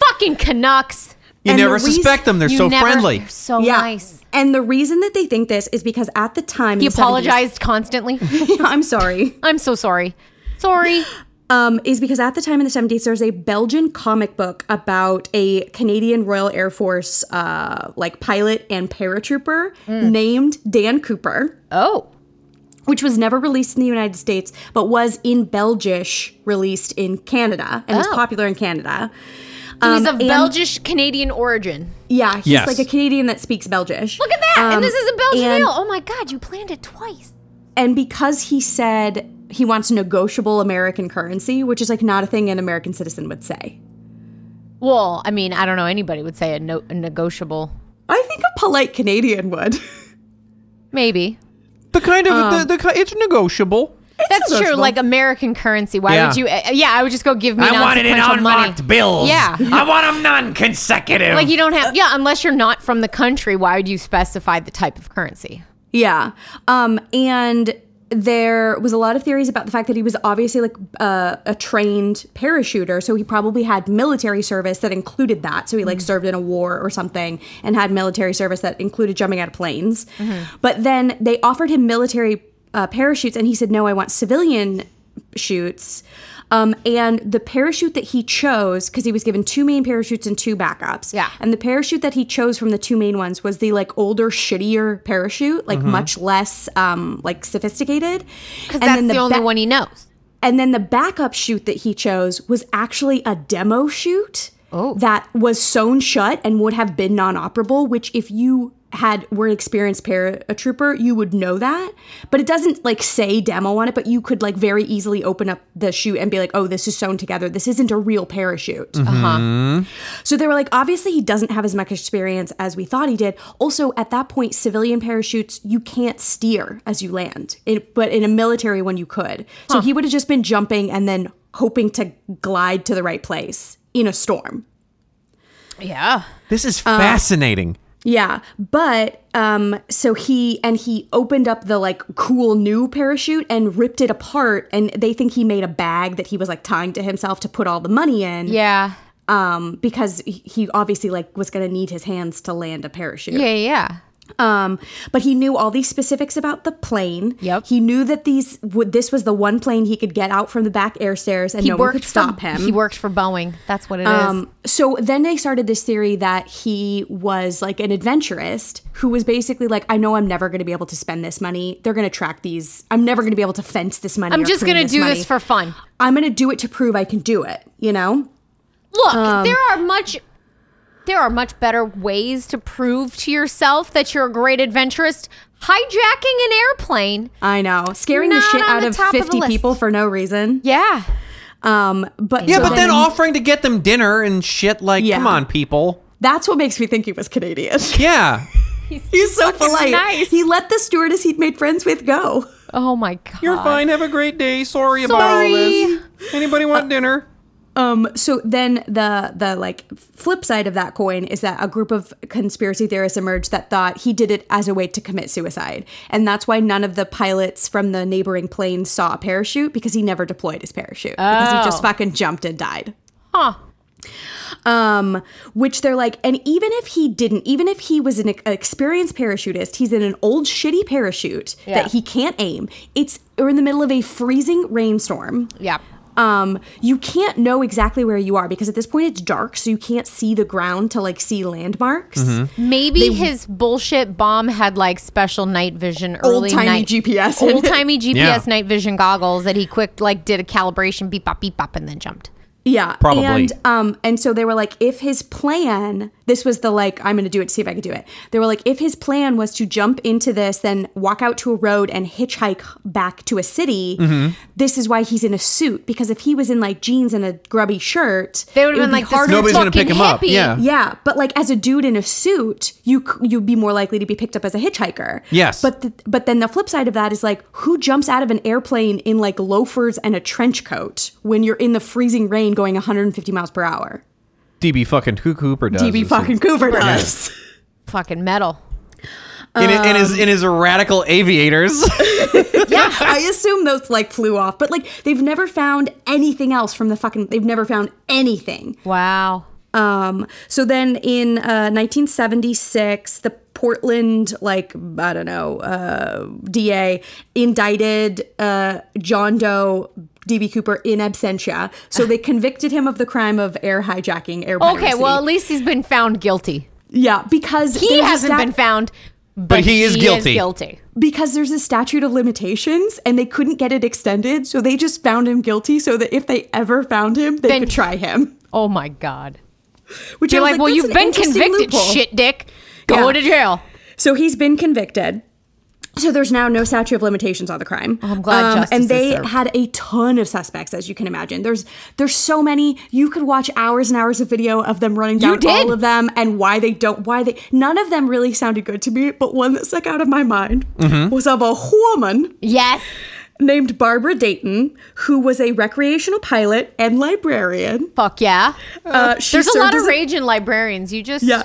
[SPEAKER 2] Fucking Canucks.
[SPEAKER 3] You
[SPEAKER 1] And the
[SPEAKER 3] never
[SPEAKER 1] reason-
[SPEAKER 3] suspect them. They're
[SPEAKER 2] You
[SPEAKER 3] so
[SPEAKER 2] never-
[SPEAKER 3] friendly.
[SPEAKER 2] They're so Oh, nice.
[SPEAKER 1] And the reason that they think this is because at the time
[SPEAKER 2] He
[SPEAKER 1] in the 70s
[SPEAKER 2] apologized constantly.
[SPEAKER 1] I'm sorry.
[SPEAKER 2] I'm so sorry. Sorry.
[SPEAKER 1] Um, is because at the time in the 70s, there's a Belgian comic book about a Canadian Royal Air Force uh, like pilot and paratrooper
[SPEAKER 2] Hmm.
[SPEAKER 1] named Dan Cooper,
[SPEAKER 2] Oh.
[SPEAKER 1] which was never released in the United States, but was in Belgish released in Canada and was
[SPEAKER 2] Oh.
[SPEAKER 1] popular in Canada.
[SPEAKER 2] So he's
[SPEAKER 1] Um,
[SPEAKER 2] of
[SPEAKER 1] and-
[SPEAKER 2] Belgish Canadian origin.
[SPEAKER 1] Yeah, he's
[SPEAKER 3] Yes.
[SPEAKER 1] like a Canadian that speaks Belgish.
[SPEAKER 2] Look at that.
[SPEAKER 1] Um,
[SPEAKER 2] and this is a Belgian
[SPEAKER 1] and-
[SPEAKER 2] ale. Oh my God, you planned it twice.
[SPEAKER 1] and because he said he wants negotiable American currency, which is like not a thing an American citizen would say.
[SPEAKER 2] Well, I mean, I don't know anybody would say a, no- a negotiable.
[SPEAKER 1] I think a polite Canadian would.
[SPEAKER 2] Maybe.
[SPEAKER 3] The kind of the, the ki- it's negotiable.
[SPEAKER 2] That's true. Like American currency. Why
[SPEAKER 3] Yeah.
[SPEAKER 2] would you? Uh, yeah, I would just go give me.
[SPEAKER 3] I wanted it
[SPEAKER 2] non-sequential
[SPEAKER 3] on
[SPEAKER 2] money.
[SPEAKER 3] marked bills.
[SPEAKER 2] Yeah.
[SPEAKER 3] I want them non-consecutive.
[SPEAKER 2] Like you don't have. Yeah, unless you're not from the country, why would you specify the type of currency?
[SPEAKER 1] Yeah. Um, and there was a lot of theories about the fact that he was obviously like uh, a trained parachuter, so he probably had military service that included that. So he like served in a war or something and had military service that included jumping out of planes. But then they offered him military uh, parachutes, and he said, "No, I want civilian shoots." Um, and the parachute that he chose, because he was given two main parachutes and two backups.
[SPEAKER 2] Yeah.
[SPEAKER 1] And the parachute that he chose from the two main ones was the like older, shittier parachute, like much less um like sophisticated.
[SPEAKER 2] Because that's the, only one he knows.
[SPEAKER 1] And then the backup chute that he chose was actually a demo chute
[SPEAKER 2] Oh.
[SPEAKER 1] that was sewn shut and would have been non-operable. Which, if you had were an experienced paratrooper, you would know that. But it doesn't like say demo on it, but you could like very easily open up the chute and be like, "Oh, this is sewn together. This isn't a real parachute."
[SPEAKER 2] Uh huh.
[SPEAKER 1] So they were like, obviously, he doesn't have as much experience as we thought he did. Also, at that point, civilian parachutes, you can't steer as you land, It- but in a military one, you could. So he would have just been jumping and then hoping to glide to the right place in a storm.
[SPEAKER 2] Yeah.
[SPEAKER 3] this is fascinating.
[SPEAKER 1] Yeah, but um so he and he opened up the like cool new parachute and ripped it apart and they think he made a bag that he was like tying to himself to put all the money in.
[SPEAKER 2] Yeah.
[SPEAKER 1] Um because he- he obviously like was going to need his hands to land a parachute.
[SPEAKER 2] Yeah. Yeah.
[SPEAKER 1] Um, but he knew all these specifics about the plane.
[SPEAKER 2] Yep.
[SPEAKER 1] He knew that these would this was the one plane he could get out from the back air stairs and
[SPEAKER 2] He
[SPEAKER 1] no one
[SPEAKER 2] worked
[SPEAKER 1] could stop
[SPEAKER 2] for,
[SPEAKER 1] him.
[SPEAKER 2] He worked for Boeing. That's what it is.
[SPEAKER 1] Um, so then they started this theory that he was like an adventurist who was basically like, I know I'm never going to be able to spend this money. They're going to track these. I'm never going to be able to fence this money.
[SPEAKER 2] I'm
[SPEAKER 1] or
[SPEAKER 2] just
[SPEAKER 1] clean
[SPEAKER 2] gonna do
[SPEAKER 1] money.
[SPEAKER 2] this for fun.
[SPEAKER 1] I'm going to do it to prove I can do it. You know?
[SPEAKER 2] Look, there are much there are much better ways to prove to yourself that you're a great adventurist. Hijacking an airplane.
[SPEAKER 1] I know. Scaring the
[SPEAKER 2] Not
[SPEAKER 1] shit
[SPEAKER 2] on
[SPEAKER 1] out
[SPEAKER 2] the
[SPEAKER 1] of
[SPEAKER 2] top of the
[SPEAKER 1] 50
[SPEAKER 2] list.
[SPEAKER 1] people for no reason.
[SPEAKER 2] Yeah.
[SPEAKER 1] Um, but
[SPEAKER 3] Yeah,
[SPEAKER 1] so
[SPEAKER 3] but then offering to get them dinner and shit. Like,
[SPEAKER 1] Yeah.
[SPEAKER 3] come on, people.
[SPEAKER 1] that's what makes me think he was Canadian.
[SPEAKER 3] Yeah.
[SPEAKER 1] He's so polite.
[SPEAKER 2] nice.
[SPEAKER 1] He let the stewardess he'd made friends with go.
[SPEAKER 2] Oh my god.
[SPEAKER 3] You're fine. Have a great day. Sorry, about all
[SPEAKER 2] Sorry.
[SPEAKER 3] this. Anybody want dinner?
[SPEAKER 1] Um, so then the the like flip side of that coin is that a group of conspiracy theorists emerged that thought he did it as a way to commit suicide, and that's why none of the pilots from the neighboring plane saw a parachute because he never deployed his parachute because he just
[SPEAKER 2] Oh.
[SPEAKER 1] fucking jumped and died.
[SPEAKER 2] Huh.
[SPEAKER 1] Um, which they're like, and even if he didn't, even if he was an, ex- an experienced parachutist, he's in an old shitty parachute
[SPEAKER 2] Yeah.
[SPEAKER 1] that he can't aim. It's we're in the middle of a freezing rainstorm
[SPEAKER 2] Yeah.
[SPEAKER 1] um, you can't know exactly where you are because at this point it's dark, so you can't see the ground to like see landmarks.
[SPEAKER 2] Maybe his bullshit bomb had like special night vision early
[SPEAKER 1] Old-timey
[SPEAKER 2] night
[SPEAKER 1] GPS.
[SPEAKER 2] Old timey GPS
[SPEAKER 3] Yeah.
[SPEAKER 2] night vision goggles that he quick like did a calibration beep bop beep bop and then jumped.
[SPEAKER 1] Yeah,
[SPEAKER 3] Probably.
[SPEAKER 1] And um, and so they were like, if his plan, this was the like, I'm going to do it to see if I can do it. They were like, if his plan was to jump into this, then walk out to a road and hitchhike back to a city. This is why he's in a suit because if he was in like jeans and a grubby shirt,
[SPEAKER 2] They would
[SPEAKER 1] it
[SPEAKER 2] have been
[SPEAKER 1] be
[SPEAKER 2] like this
[SPEAKER 1] harder
[SPEAKER 3] Nobody's gonna
[SPEAKER 2] fucking
[SPEAKER 3] pick him up,
[SPEAKER 2] hippie.
[SPEAKER 3] yeah.
[SPEAKER 1] Yeah, but like as a dude in a suit, you c- you'd be more likely to be picked up as a hitchhiker.
[SPEAKER 3] Yes.
[SPEAKER 1] But the, but then the flip side of that is like who jumps out of an airplane in like loafers and a trench coat when you're in the freezing rain going 150 miles per hour?
[SPEAKER 3] DB fucking Coo- Cooper does.
[SPEAKER 1] DB
[SPEAKER 3] this.
[SPEAKER 1] fucking Cooper does.
[SPEAKER 2] Fucking metal.
[SPEAKER 3] in, in his in his radical aviators.
[SPEAKER 1] Yeah, I assume those like flew off, but like they've never found anything else from the fucking. They've never found anything.
[SPEAKER 2] Wow.
[SPEAKER 1] Um, so then in uh, 1976, the Portland, like, I don't know, uh, DA indicted uh, John Doe, D.B. Cooper, in absentia. So they convicted him of the crime of air hijacking, air
[SPEAKER 2] Okay,
[SPEAKER 1] piracy.
[SPEAKER 2] well at least he's been found guilty.
[SPEAKER 1] yeah, because
[SPEAKER 2] He
[SPEAKER 1] there's a
[SPEAKER 2] hasn't
[SPEAKER 1] stat-
[SPEAKER 2] been found, but,
[SPEAKER 3] he is guilty.
[SPEAKER 2] guilty.
[SPEAKER 1] because there's a statute of limitations, and they couldn't get it extended, so they just found him guilty. So that if they ever found him, they
[SPEAKER 2] Then-
[SPEAKER 1] could try him.
[SPEAKER 2] Oh my god.
[SPEAKER 1] Which I
[SPEAKER 2] You're
[SPEAKER 1] was
[SPEAKER 2] like, well,
[SPEAKER 1] that's
[SPEAKER 2] you've
[SPEAKER 1] an
[SPEAKER 2] been
[SPEAKER 1] interesting
[SPEAKER 2] convicted,
[SPEAKER 1] loophole."
[SPEAKER 2] shit dick. Go
[SPEAKER 1] Yeah.
[SPEAKER 2] to jail.
[SPEAKER 1] So he's been convicted. So there's now no statute of limitations on the crime.
[SPEAKER 2] Oh,
[SPEAKER 1] Um,
[SPEAKER 2] I'm glad justice
[SPEAKER 1] And
[SPEAKER 2] is
[SPEAKER 1] they
[SPEAKER 2] served.
[SPEAKER 1] had a ton of suspects, as you can imagine. There's there's so many. You could watch hours and hours of video of them running down
[SPEAKER 2] did.
[SPEAKER 1] all of them and why they don't why they none of them really sounded good to me. But one that stuck out of my mind was of a woman
[SPEAKER 2] Yes.
[SPEAKER 1] named Barbara Dayton, who was a recreational pilot and librarian.
[SPEAKER 2] Fuck yeah.
[SPEAKER 1] Uh, she
[SPEAKER 2] There's a
[SPEAKER 1] served
[SPEAKER 2] lot
[SPEAKER 1] as
[SPEAKER 2] of rage in librarians. You just
[SPEAKER 1] yeah.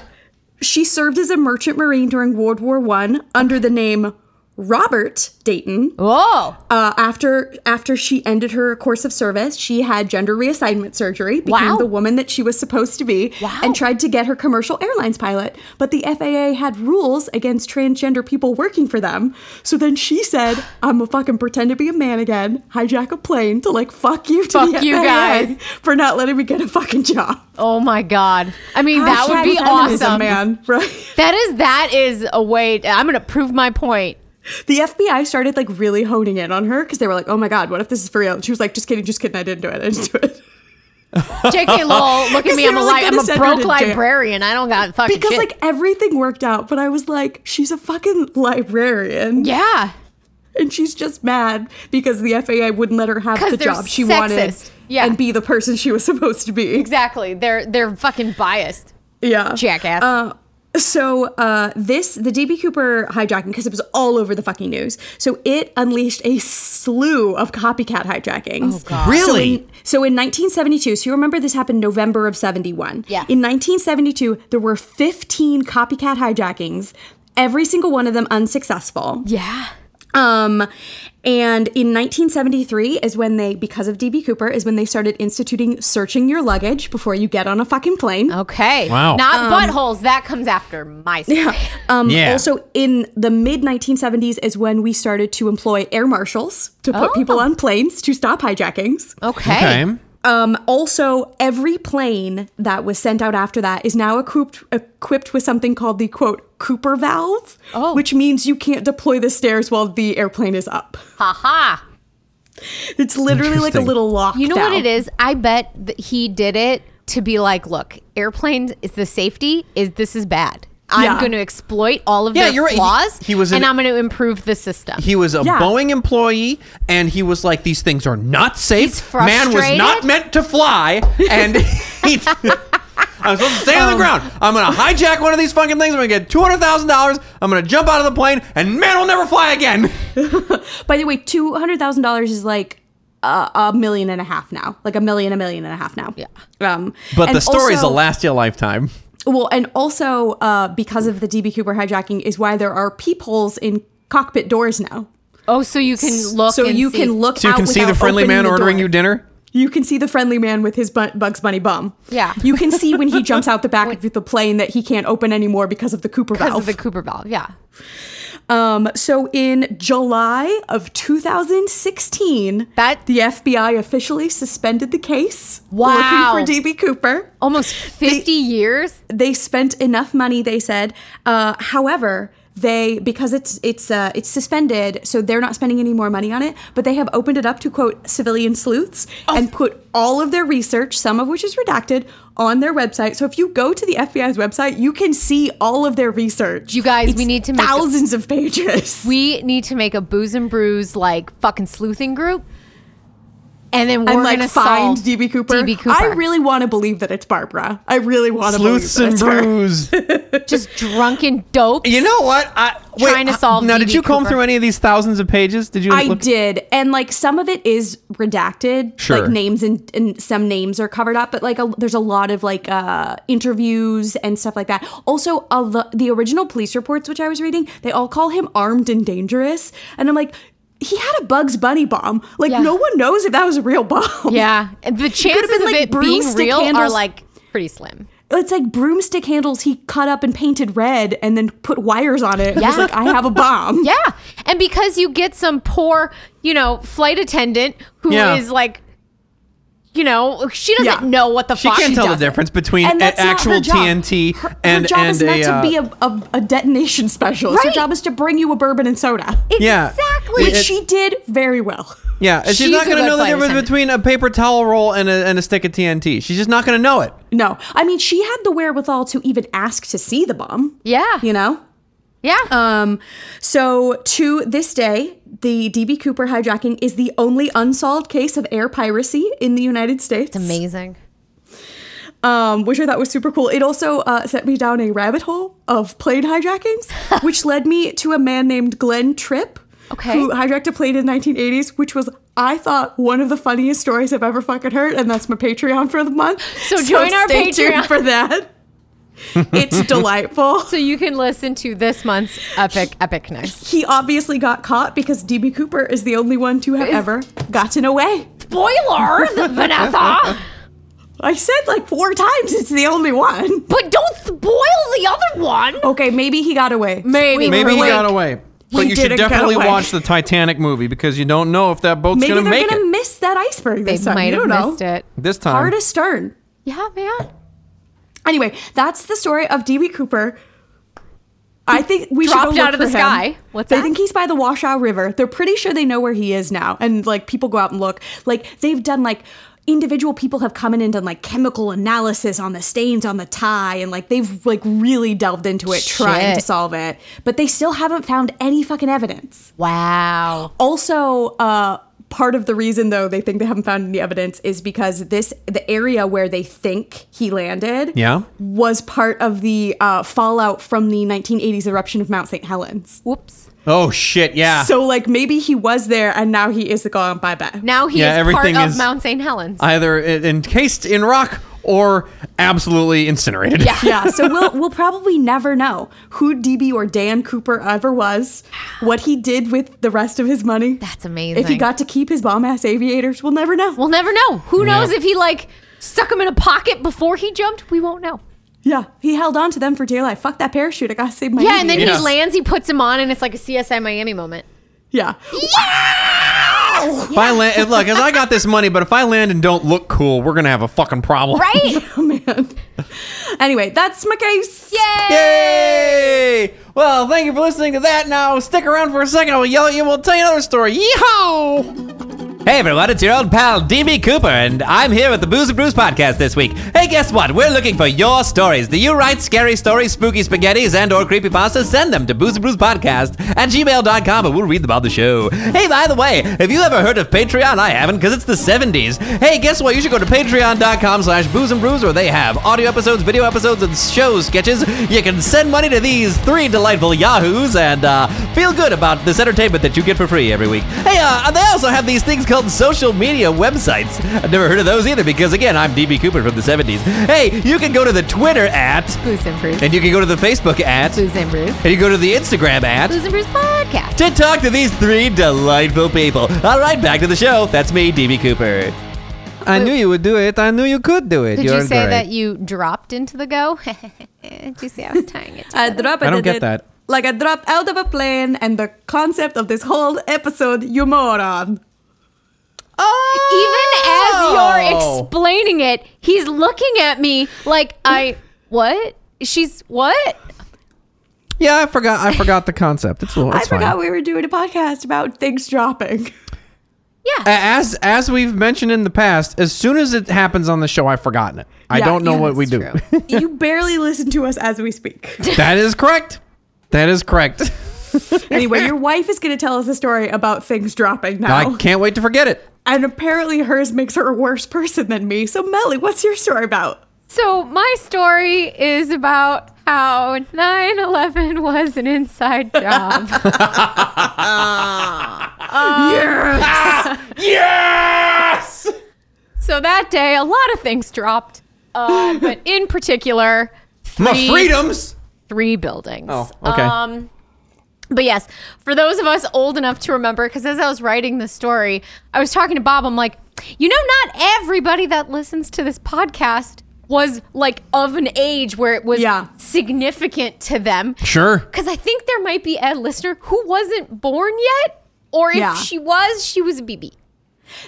[SPEAKER 1] She served as a merchant marine during World War One under the name Robert Dayton.
[SPEAKER 2] Oh.
[SPEAKER 1] Uh, after after she ended her course of service, she had gender reassignment surgery, became
[SPEAKER 2] Wow.
[SPEAKER 1] the woman that she was supposed to be,
[SPEAKER 2] Wow.
[SPEAKER 1] and tried to get her commercial airlines pilot. But the FAA had rules against transgender people working for them. So then she said, "I'm gonna fucking pretend to be a man again, hijack a plane to like fuck you to
[SPEAKER 2] Fuck
[SPEAKER 1] the
[SPEAKER 2] you
[SPEAKER 1] FAA
[SPEAKER 2] guys.
[SPEAKER 1] for not letting me get a fucking job."
[SPEAKER 2] Oh my god. I mean, that would
[SPEAKER 1] Hashtag
[SPEAKER 2] be
[SPEAKER 1] feminism,
[SPEAKER 2] awesome.
[SPEAKER 1] man. Right.
[SPEAKER 2] That is that is a way I'm going to prove my point.
[SPEAKER 1] the FBI started like really honing in on her because they were like, "Oh my god, what if this is for real?" And she was like, "Just kidding, just kidding. I didn't do it. I didn't do it."
[SPEAKER 2] JK Lowell, look at me.
[SPEAKER 1] they
[SPEAKER 2] I'm a
[SPEAKER 1] were, like,
[SPEAKER 2] li-
[SPEAKER 1] gonna
[SPEAKER 2] I'm a
[SPEAKER 1] send her
[SPEAKER 2] broke
[SPEAKER 1] to jail.
[SPEAKER 2] librarian. I don't got fucking
[SPEAKER 1] Because
[SPEAKER 2] shit.
[SPEAKER 1] like everything worked out, but I was like, "She's a fucking librarian,
[SPEAKER 2] yeah.
[SPEAKER 1] and she's just mad because the FAA wouldn't let her have
[SPEAKER 2] 'Cause
[SPEAKER 1] the
[SPEAKER 2] they're
[SPEAKER 1] job she
[SPEAKER 2] sexist.
[SPEAKER 1] wanted
[SPEAKER 2] Yeah.
[SPEAKER 1] and be the person she was supposed to be."
[SPEAKER 2] Exactly. They're they're fucking biased.
[SPEAKER 1] Yeah,
[SPEAKER 2] Jackass.
[SPEAKER 1] Uh, so uh, this the DB Cooper hijacking because it was all over the fucking news. So it unleashed a slew of copycat
[SPEAKER 2] Oh,
[SPEAKER 1] hijackings.
[SPEAKER 3] Really?
[SPEAKER 1] So in, so in 1972, so you remember this happened November of 71.
[SPEAKER 2] Yeah.
[SPEAKER 1] In 1972, there were 15 copycat hijackings, every single one of them unsuccessful.
[SPEAKER 2] yeah.
[SPEAKER 1] Um, and in 1973 is when they, because of DB Cooper, is when they started instituting searching your luggage before you get on a fucking plane.
[SPEAKER 2] Okay.
[SPEAKER 3] Wow.
[SPEAKER 2] Not buttholes. That comes after my story.
[SPEAKER 1] Um,
[SPEAKER 3] Yeah.
[SPEAKER 1] Also, in the mid 1970s is when we started to employ air marshals to put
[SPEAKER 2] Oh.
[SPEAKER 1] people on planes to stop hijackings.
[SPEAKER 2] Okay.
[SPEAKER 3] Okay.
[SPEAKER 1] Um, also, every plane that was sent out after that is now equipped equipped with something called the quote Cooper valve,
[SPEAKER 2] Oh.
[SPEAKER 1] which means you can't deploy the stairs while the airplane is up.
[SPEAKER 2] Ha ha.
[SPEAKER 1] It's literally like a
[SPEAKER 3] Interesting.
[SPEAKER 1] little lock.
[SPEAKER 2] You know what
[SPEAKER 1] down.
[SPEAKER 2] it is? I bet that he did it to be like, look, airplanes is the safety is this is bad. I'm
[SPEAKER 1] Yeah.
[SPEAKER 2] going to exploit all of
[SPEAKER 3] Yeah,
[SPEAKER 2] their
[SPEAKER 3] you're right. He-
[SPEAKER 2] flaws.
[SPEAKER 3] he was
[SPEAKER 2] and
[SPEAKER 3] an-
[SPEAKER 2] I'm going to improve the system.
[SPEAKER 3] He was a
[SPEAKER 1] Yeah.
[SPEAKER 3] Boeing employee, and he was like, "These things are not
[SPEAKER 2] He's
[SPEAKER 3] safe. Man was
[SPEAKER 2] frustrated.
[SPEAKER 3] not meant to fly." And he, I'm supposed to stay
[SPEAKER 1] Um.
[SPEAKER 3] on the ground. I'm gonna hijack one of these fucking things. I'm gonna get two hundred thousand dollars. I'm gonna jump out of the plane, and man will never fly again.
[SPEAKER 1] By the way, two hundred thousand dollars is like a, a million and a half now, like a million, a million and a half now. Yeah. Um,
[SPEAKER 3] But
[SPEAKER 1] and
[SPEAKER 3] the stories
[SPEAKER 1] also-
[SPEAKER 3] will last you a lifetime.
[SPEAKER 1] Well, and also uh, because of the DB Cooper hijacking is why there are peepholes in cockpit doors now.
[SPEAKER 2] oh, so you can look.
[SPEAKER 1] so
[SPEAKER 2] and
[SPEAKER 1] you
[SPEAKER 2] see-
[SPEAKER 1] can look.
[SPEAKER 3] So you
[SPEAKER 1] out
[SPEAKER 3] can see the
[SPEAKER 1] uh, without
[SPEAKER 3] friendly
[SPEAKER 1] opening
[SPEAKER 3] man
[SPEAKER 1] the
[SPEAKER 3] ordering
[SPEAKER 1] door.
[SPEAKER 3] you dinner.
[SPEAKER 1] You can see the friendly man with his bu- Bugs Bunny bum.
[SPEAKER 2] Yeah.
[SPEAKER 1] You can see when he jumps out the back of the plane that he can't open anymore because of the Cooper
[SPEAKER 2] because
[SPEAKER 1] valve.
[SPEAKER 2] of the Cooper valve. Yeah.
[SPEAKER 1] Um, so in July of 2016,
[SPEAKER 2] That-
[SPEAKER 1] the FBI officially suspended the case
[SPEAKER 2] Wow.
[SPEAKER 1] looking for DB Cooper.
[SPEAKER 2] Almost 50 years.
[SPEAKER 1] They spent enough money, they said. Uh, however, they because it's it's uh, it's suspended, so they're not spending any more money on it. But they have opened it up to quote civilian sleuths
[SPEAKER 2] Oh.
[SPEAKER 1] and put all of their research, some of which is redacted, on their website. So if you go to the FBI's website, you can see all of their research.
[SPEAKER 2] You guys, we
[SPEAKER 1] It's
[SPEAKER 2] need to make-
[SPEAKER 1] thousands of pages.
[SPEAKER 2] We need to make a booze and brews like fucking sleuthing group. And then we're
[SPEAKER 1] and
[SPEAKER 2] gonna
[SPEAKER 1] like find
[SPEAKER 2] solve
[SPEAKER 1] DB Cooper.
[SPEAKER 2] DB Cooper.
[SPEAKER 1] I really want to believe that it's Barbara. I really want to believe
[SPEAKER 3] Sleuths
[SPEAKER 1] that
[SPEAKER 3] and
[SPEAKER 1] it's her.
[SPEAKER 3] brews.
[SPEAKER 2] just drunken dope.
[SPEAKER 3] You know what? I, wait, uh,
[SPEAKER 2] Trying to solve
[SPEAKER 3] Now, did
[SPEAKER 2] DB
[SPEAKER 3] you comb
[SPEAKER 2] Cooper.
[SPEAKER 3] through any of these thousands of pages? Did you?
[SPEAKER 1] I
[SPEAKER 3] look-
[SPEAKER 1] did, and like some of it is redacted,
[SPEAKER 3] Sure.
[SPEAKER 1] like names and, and some names are covered up, but like a, there's a lot of like uh, interviews and stuff like that. Also, of the, the original police reports which I was reading, they all call him armed and dangerous, and I'm like, he had a Bugs Bunny bomb. Like
[SPEAKER 2] Yeah.
[SPEAKER 1] no one knows if that was a real bomb.
[SPEAKER 2] Yeah. And the chances
[SPEAKER 1] been,
[SPEAKER 2] of
[SPEAKER 1] like,
[SPEAKER 2] it being
[SPEAKER 1] broomstick
[SPEAKER 2] real are
[SPEAKER 1] handles.
[SPEAKER 2] like pretty slim.
[SPEAKER 1] it's like broomstick handles he cut up and painted red and then put wires on it. Yeah.
[SPEAKER 2] Yeah.
[SPEAKER 1] was like, I have a bomb.
[SPEAKER 2] Yeah. And because you get some poor, you know, flight attendant who is
[SPEAKER 3] Yeah.
[SPEAKER 2] like, you know, she doesn't
[SPEAKER 1] Yeah.
[SPEAKER 2] know what the
[SPEAKER 3] She
[SPEAKER 2] fuck
[SPEAKER 3] can't tell the
[SPEAKER 2] does.
[SPEAKER 3] difference between
[SPEAKER 1] And
[SPEAKER 3] a-
[SPEAKER 1] that's
[SPEAKER 3] actual
[SPEAKER 1] not her job.
[SPEAKER 3] TNT
[SPEAKER 1] Her, her
[SPEAKER 3] and
[SPEAKER 1] job
[SPEAKER 3] and
[SPEAKER 1] is not
[SPEAKER 3] a,
[SPEAKER 1] to
[SPEAKER 3] uh,
[SPEAKER 1] be a, a, a detonation specialist. Her
[SPEAKER 2] Right.
[SPEAKER 1] job is to bring you a bourbon and soda,
[SPEAKER 3] Yeah.
[SPEAKER 2] Exactly.
[SPEAKER 1] which
[SPEAKER 3] It-
[SPEAKER 1] she did very well.
[SPEAKER 3] yeah. and She's,
[SPEAKER 2] She's
[SPEAKER 3] not
[SPEAKER 2] a
[SPEAKER 3] going to
[SPEAKER 2] good
[SPEAKER 3] know the
[SPEAKER 2] flight
[SPEAKER 3] difference
[SPEAKER 2] attendant.
[SPEAKER 3] between a paper towel roll and a, and a stick of TNT. She's just not going to know it.
[SPEAKER 1] No, I mean she had the wherewithal to even ask to see the bomb.
[SPEAKER 2] Yeah.
[SPEAKER 1] you know.
[SPEAKER 2] yeah.
[SPEAKER 1] Um, so to this day, the DB Cooper hijacking is the only unsolved case of air piracy in the United States.
[SPEAKER 2] Amazing.
[SPEAKER 1] um, which I thought was super cool. It also uh, set me down a rabbit hole of plane hijackings, which led me to a man named Glenn Tripp,
[SPEAKER 2] Okay.
[SPEAKER 1] who hijacked a plane in the 1980s, which was, I thought, one of the funniest stories I've ever fucking heard, and that's my Patreon for the month.
[SPEAKER 2] So join our
[SPEAKER 1] stay tuned
[SPEAKER 2] Patreon.
[SPEAKER 1] for that. It's delightful.
[SPEAKER 2] So you can listen to this month's epic epicness.
[SPEAKER 1] He obviously got caught because DB Cooper is the only one to have ever gotten away.
[SPEAKER 2] Spoiler, Vanessa.
[SPEAKER 1] I said like four times it's the only one.
[SPEAKER 2] But don't spoil the other one.
[SPEAKER 1] Okay, maybe he got away.
[SPEAKER 2] Maybe.
[SPEAKER 3] Maybe he
[SPEAKER 2] Like,
[SPEAKER 3] got away. But
[SPEAKER 1] he
[SPEAKER 3] you should
[SPEAKER 1] didn't get
[SPEAKER 3] definitely
[SPEAKER 1] away.
[SPEAKER 3] watch the Titanic movie because you don't know if that boat's
[SPEAKER 1] Maybe
[SPEAKER 3] going to
[SPEAKER 1] they're
[SPEAKER 3] make
[SPEAKER 1] gonna
[SPEAKER 3] it
[SPEAKER 1] miss that iceberg
[SPEAKER 2] They
[SPEAKER 1] this time.
[SPEAKER 2] might
[SPEAKER 1] you don't
[SPEAKER 2] have
[SPEAKER 1] know.
[SPEAKER 2] missed it.
[SPEAKER 3] this time.
[SPEAKER 1] Hard as stern.
[SPEAKER 2] Yeah, man.
[SPEAKER 1] Anyway, that's the story of DB Cooper. I think we
[SPEAKER 2] Dropped
[SPEAKER 1] should go
[SPEAKER 2] out of
[SPEAKER 1] look
[SPEAKER 2] the
[SPEAKER 1] for him.
[SPEAKER 2] sky. What's
[SPEAKER 1] they
[SPEAKER 2] that?
[SPEAKER 1] think he's by the Washoe River. They're pretty sure they know where he is now, and like people go out and look. Like they've done like individual people have come in and done like chemical analysis on the stains on the tie, and like they've like really delved into it trying to
[SPEAKER 2] Shit.
[SPEAKER 1] solve it, but they still haven't found any fucking evidence.
[SPEAKER 2] Wow.
[SPEAKER 1] Also, uh, part of the reason though they think they haven't found any evidence is because this the area where they think he landed
[SPEAKER 3] Yeah.
[SPEAKER 1] was part of the uh, fallout from the 1980s eruption of Mount St. Helens.
[SPEAKER 2] Whoops.
[SPEAKER 3] oh shit! Yeah.
[SPEAKER 1] So like maybe he was there and now he is gone bye bye.
[SPEAKER 2] Now he
[SPEAKER 3] Yeah,
[SPEAKER 2] is part
[SPEAKER 3] everything
[SPEAKER 2] of
[SPEAKER 3] is-
[SPEAKER 2] Mount St. Helens.
[SPEAKER 3] Either en- encased in rock or absolutely incinerated.
[SPEAKER 2] Yeah.
[SPEAKER 1] yeah, so we'll we'll probably never know who DB or Dan Cooper ever was, what he did with the rest of his money.
[SPEAKER 2] That's amazing.
[SPEAKER 1] If he got to keep his bomb ass aviators, we'll never know.
[SPEAKER 2] We'll never know. Who knows
[SPEAKER 3] Yeah.
[SPEAKER 2] if he like stuck them in a pocket before he jumped? We won't know.
[SPEAKER 1] yeah, he held on to them for dear life. Fuck that parachute! I gotta save my
[SPEAKER 2] Yeah, and then
[SPEAKER 3] Yeah.
[SPEAKER 2] he lands, he puts him on, and it's like a CSI Miami moment.
[SPEAKER 1] yeah,
[SPEAKER 3] If I land, if- look, as I got this money, but if I land and don't look cool, we're gonna have a fucking problem.
[SPEAKER 2] Right?
[SPEAKER 1] oh man. Anyway, that's my case.
[SPEAKER 2] Yay!
[SPEAKER 3] Yay! Well, thank you for listening to that. Now stick around for a second. I'll yell at you. and We'll tell you another story. Yeehaw! Hey everyone, it's your old pal DB Cooper, and I'm here at the Booze and Brews podcast this week. Hey, guess what? We're looking for your stories. Do you write scary stories, spooky spaghettis, and or creepy pastas? Send them to Booze and Brews podcast at gmail.com, and we'll read them on the show. Hey, by the way, have you ever heard of Patreon? I haven't, because it's the 70s. Hey, guess what? You should go to patreon.com slash booze and brews, where they have audio episodes, video episodes, and show sketches. You can send money to these three delightful yahoos and uh, feel good about this entertainment that you get for free every week. Hey, uh, they also have these things called social media websites. I've never heard of those either, because again, I'm DB Cooper from the 70s. Hey, you can go to the Twitter at,
[SPEAKER 2] Booze and Bruce.
[SPEAKER 3] and you can go to the Facebook at, and
[SPEAKER 2] Booze and Bruce.
[SPEAKER 3] you go to the Instagram at
[SPEAKER 2] Booze and Bruce podcast.
[SPEAKER 3] to talk to these three delightful people. All right, back to the show. That's me, DB Cooper. I knew you would do it. I knew you could do it.
[SPEAKER 2] Did you say that you dropped into the go? Did you say I was tying it?
[SPEAKER 1] I drop.
[SPEAKER 3] I don't get that.
[SPEAKER 1] Like I dropped out of a plane, and the concept of this whole episode, you moron. Oh,
[SPEAKER 3] Oh!
[SPEAKER 2] Even as you're explaining it, he's looking at me like I what? She's what?
[SPEAKER 3] Yeah, I forgot. I forgot the concept. It's, it's
[SPEAKER 1] I forgot we were doing a podcast about things dropping.
[SPEAKER 2] Yeah.
[SPEAKER 3] as as we've mentioned in the past, as soon as it happens on the show, I've forgotten it. I
[SPEAKER 1] Yeah,
[SPEAKER 3] don't know
[SPEAKER 1] yeah,
[SPEAKER 3] what we
[SPEAKER 2] that's
[SPEAKER 3] do.
[SPEAKER 2] true.
[SPEAKER 1] you barely listen to us as we speak.
[SPEAKER 3] that is correct. That is correct.
[SPEAKER 1] Anyway, your wife is going to tell us a story about things dropping
[SPEAKER 2] Oh.
[SPEAKER 1] now.
[SPEAKER 3] I can't wait to forget it.
[SPEAKER 1] And apparently hers makes her a worse person than me. So, Melly, what's your story about?
[SPEAKER 2] So my story is about how 9/11 was an inside job.
[SPEAKER 1] yeah.
[SPEAKER 3] Yes.
[SPEAKER 2] so that day, a lot of things dropped, uh, but in particular,
[SPEAKER 3] My
[SPEAKER 2] three-
[SPEAKER 3] freedoms.
[SPEAKER 2] three buildings.
[SPEAKER 3] Oh, okay.
[SPEAKER 2] Um, but yes, for those of us old enough to remember, because as I was writing the story, I was talking to Bob. I'm like, you know, not everybody that listens to this podcast was like of an age where it was
[SPEAKER 1] Yeah.
[SPEAKER 2] significant to them.
[SPEAKER 3] Sure.
[SPEAKER 2] Because I think there might be a listener who wasn't born yet, or if
[SPEAKER 1] Yeah.
[SPEAKER 2] she was, she was a BB.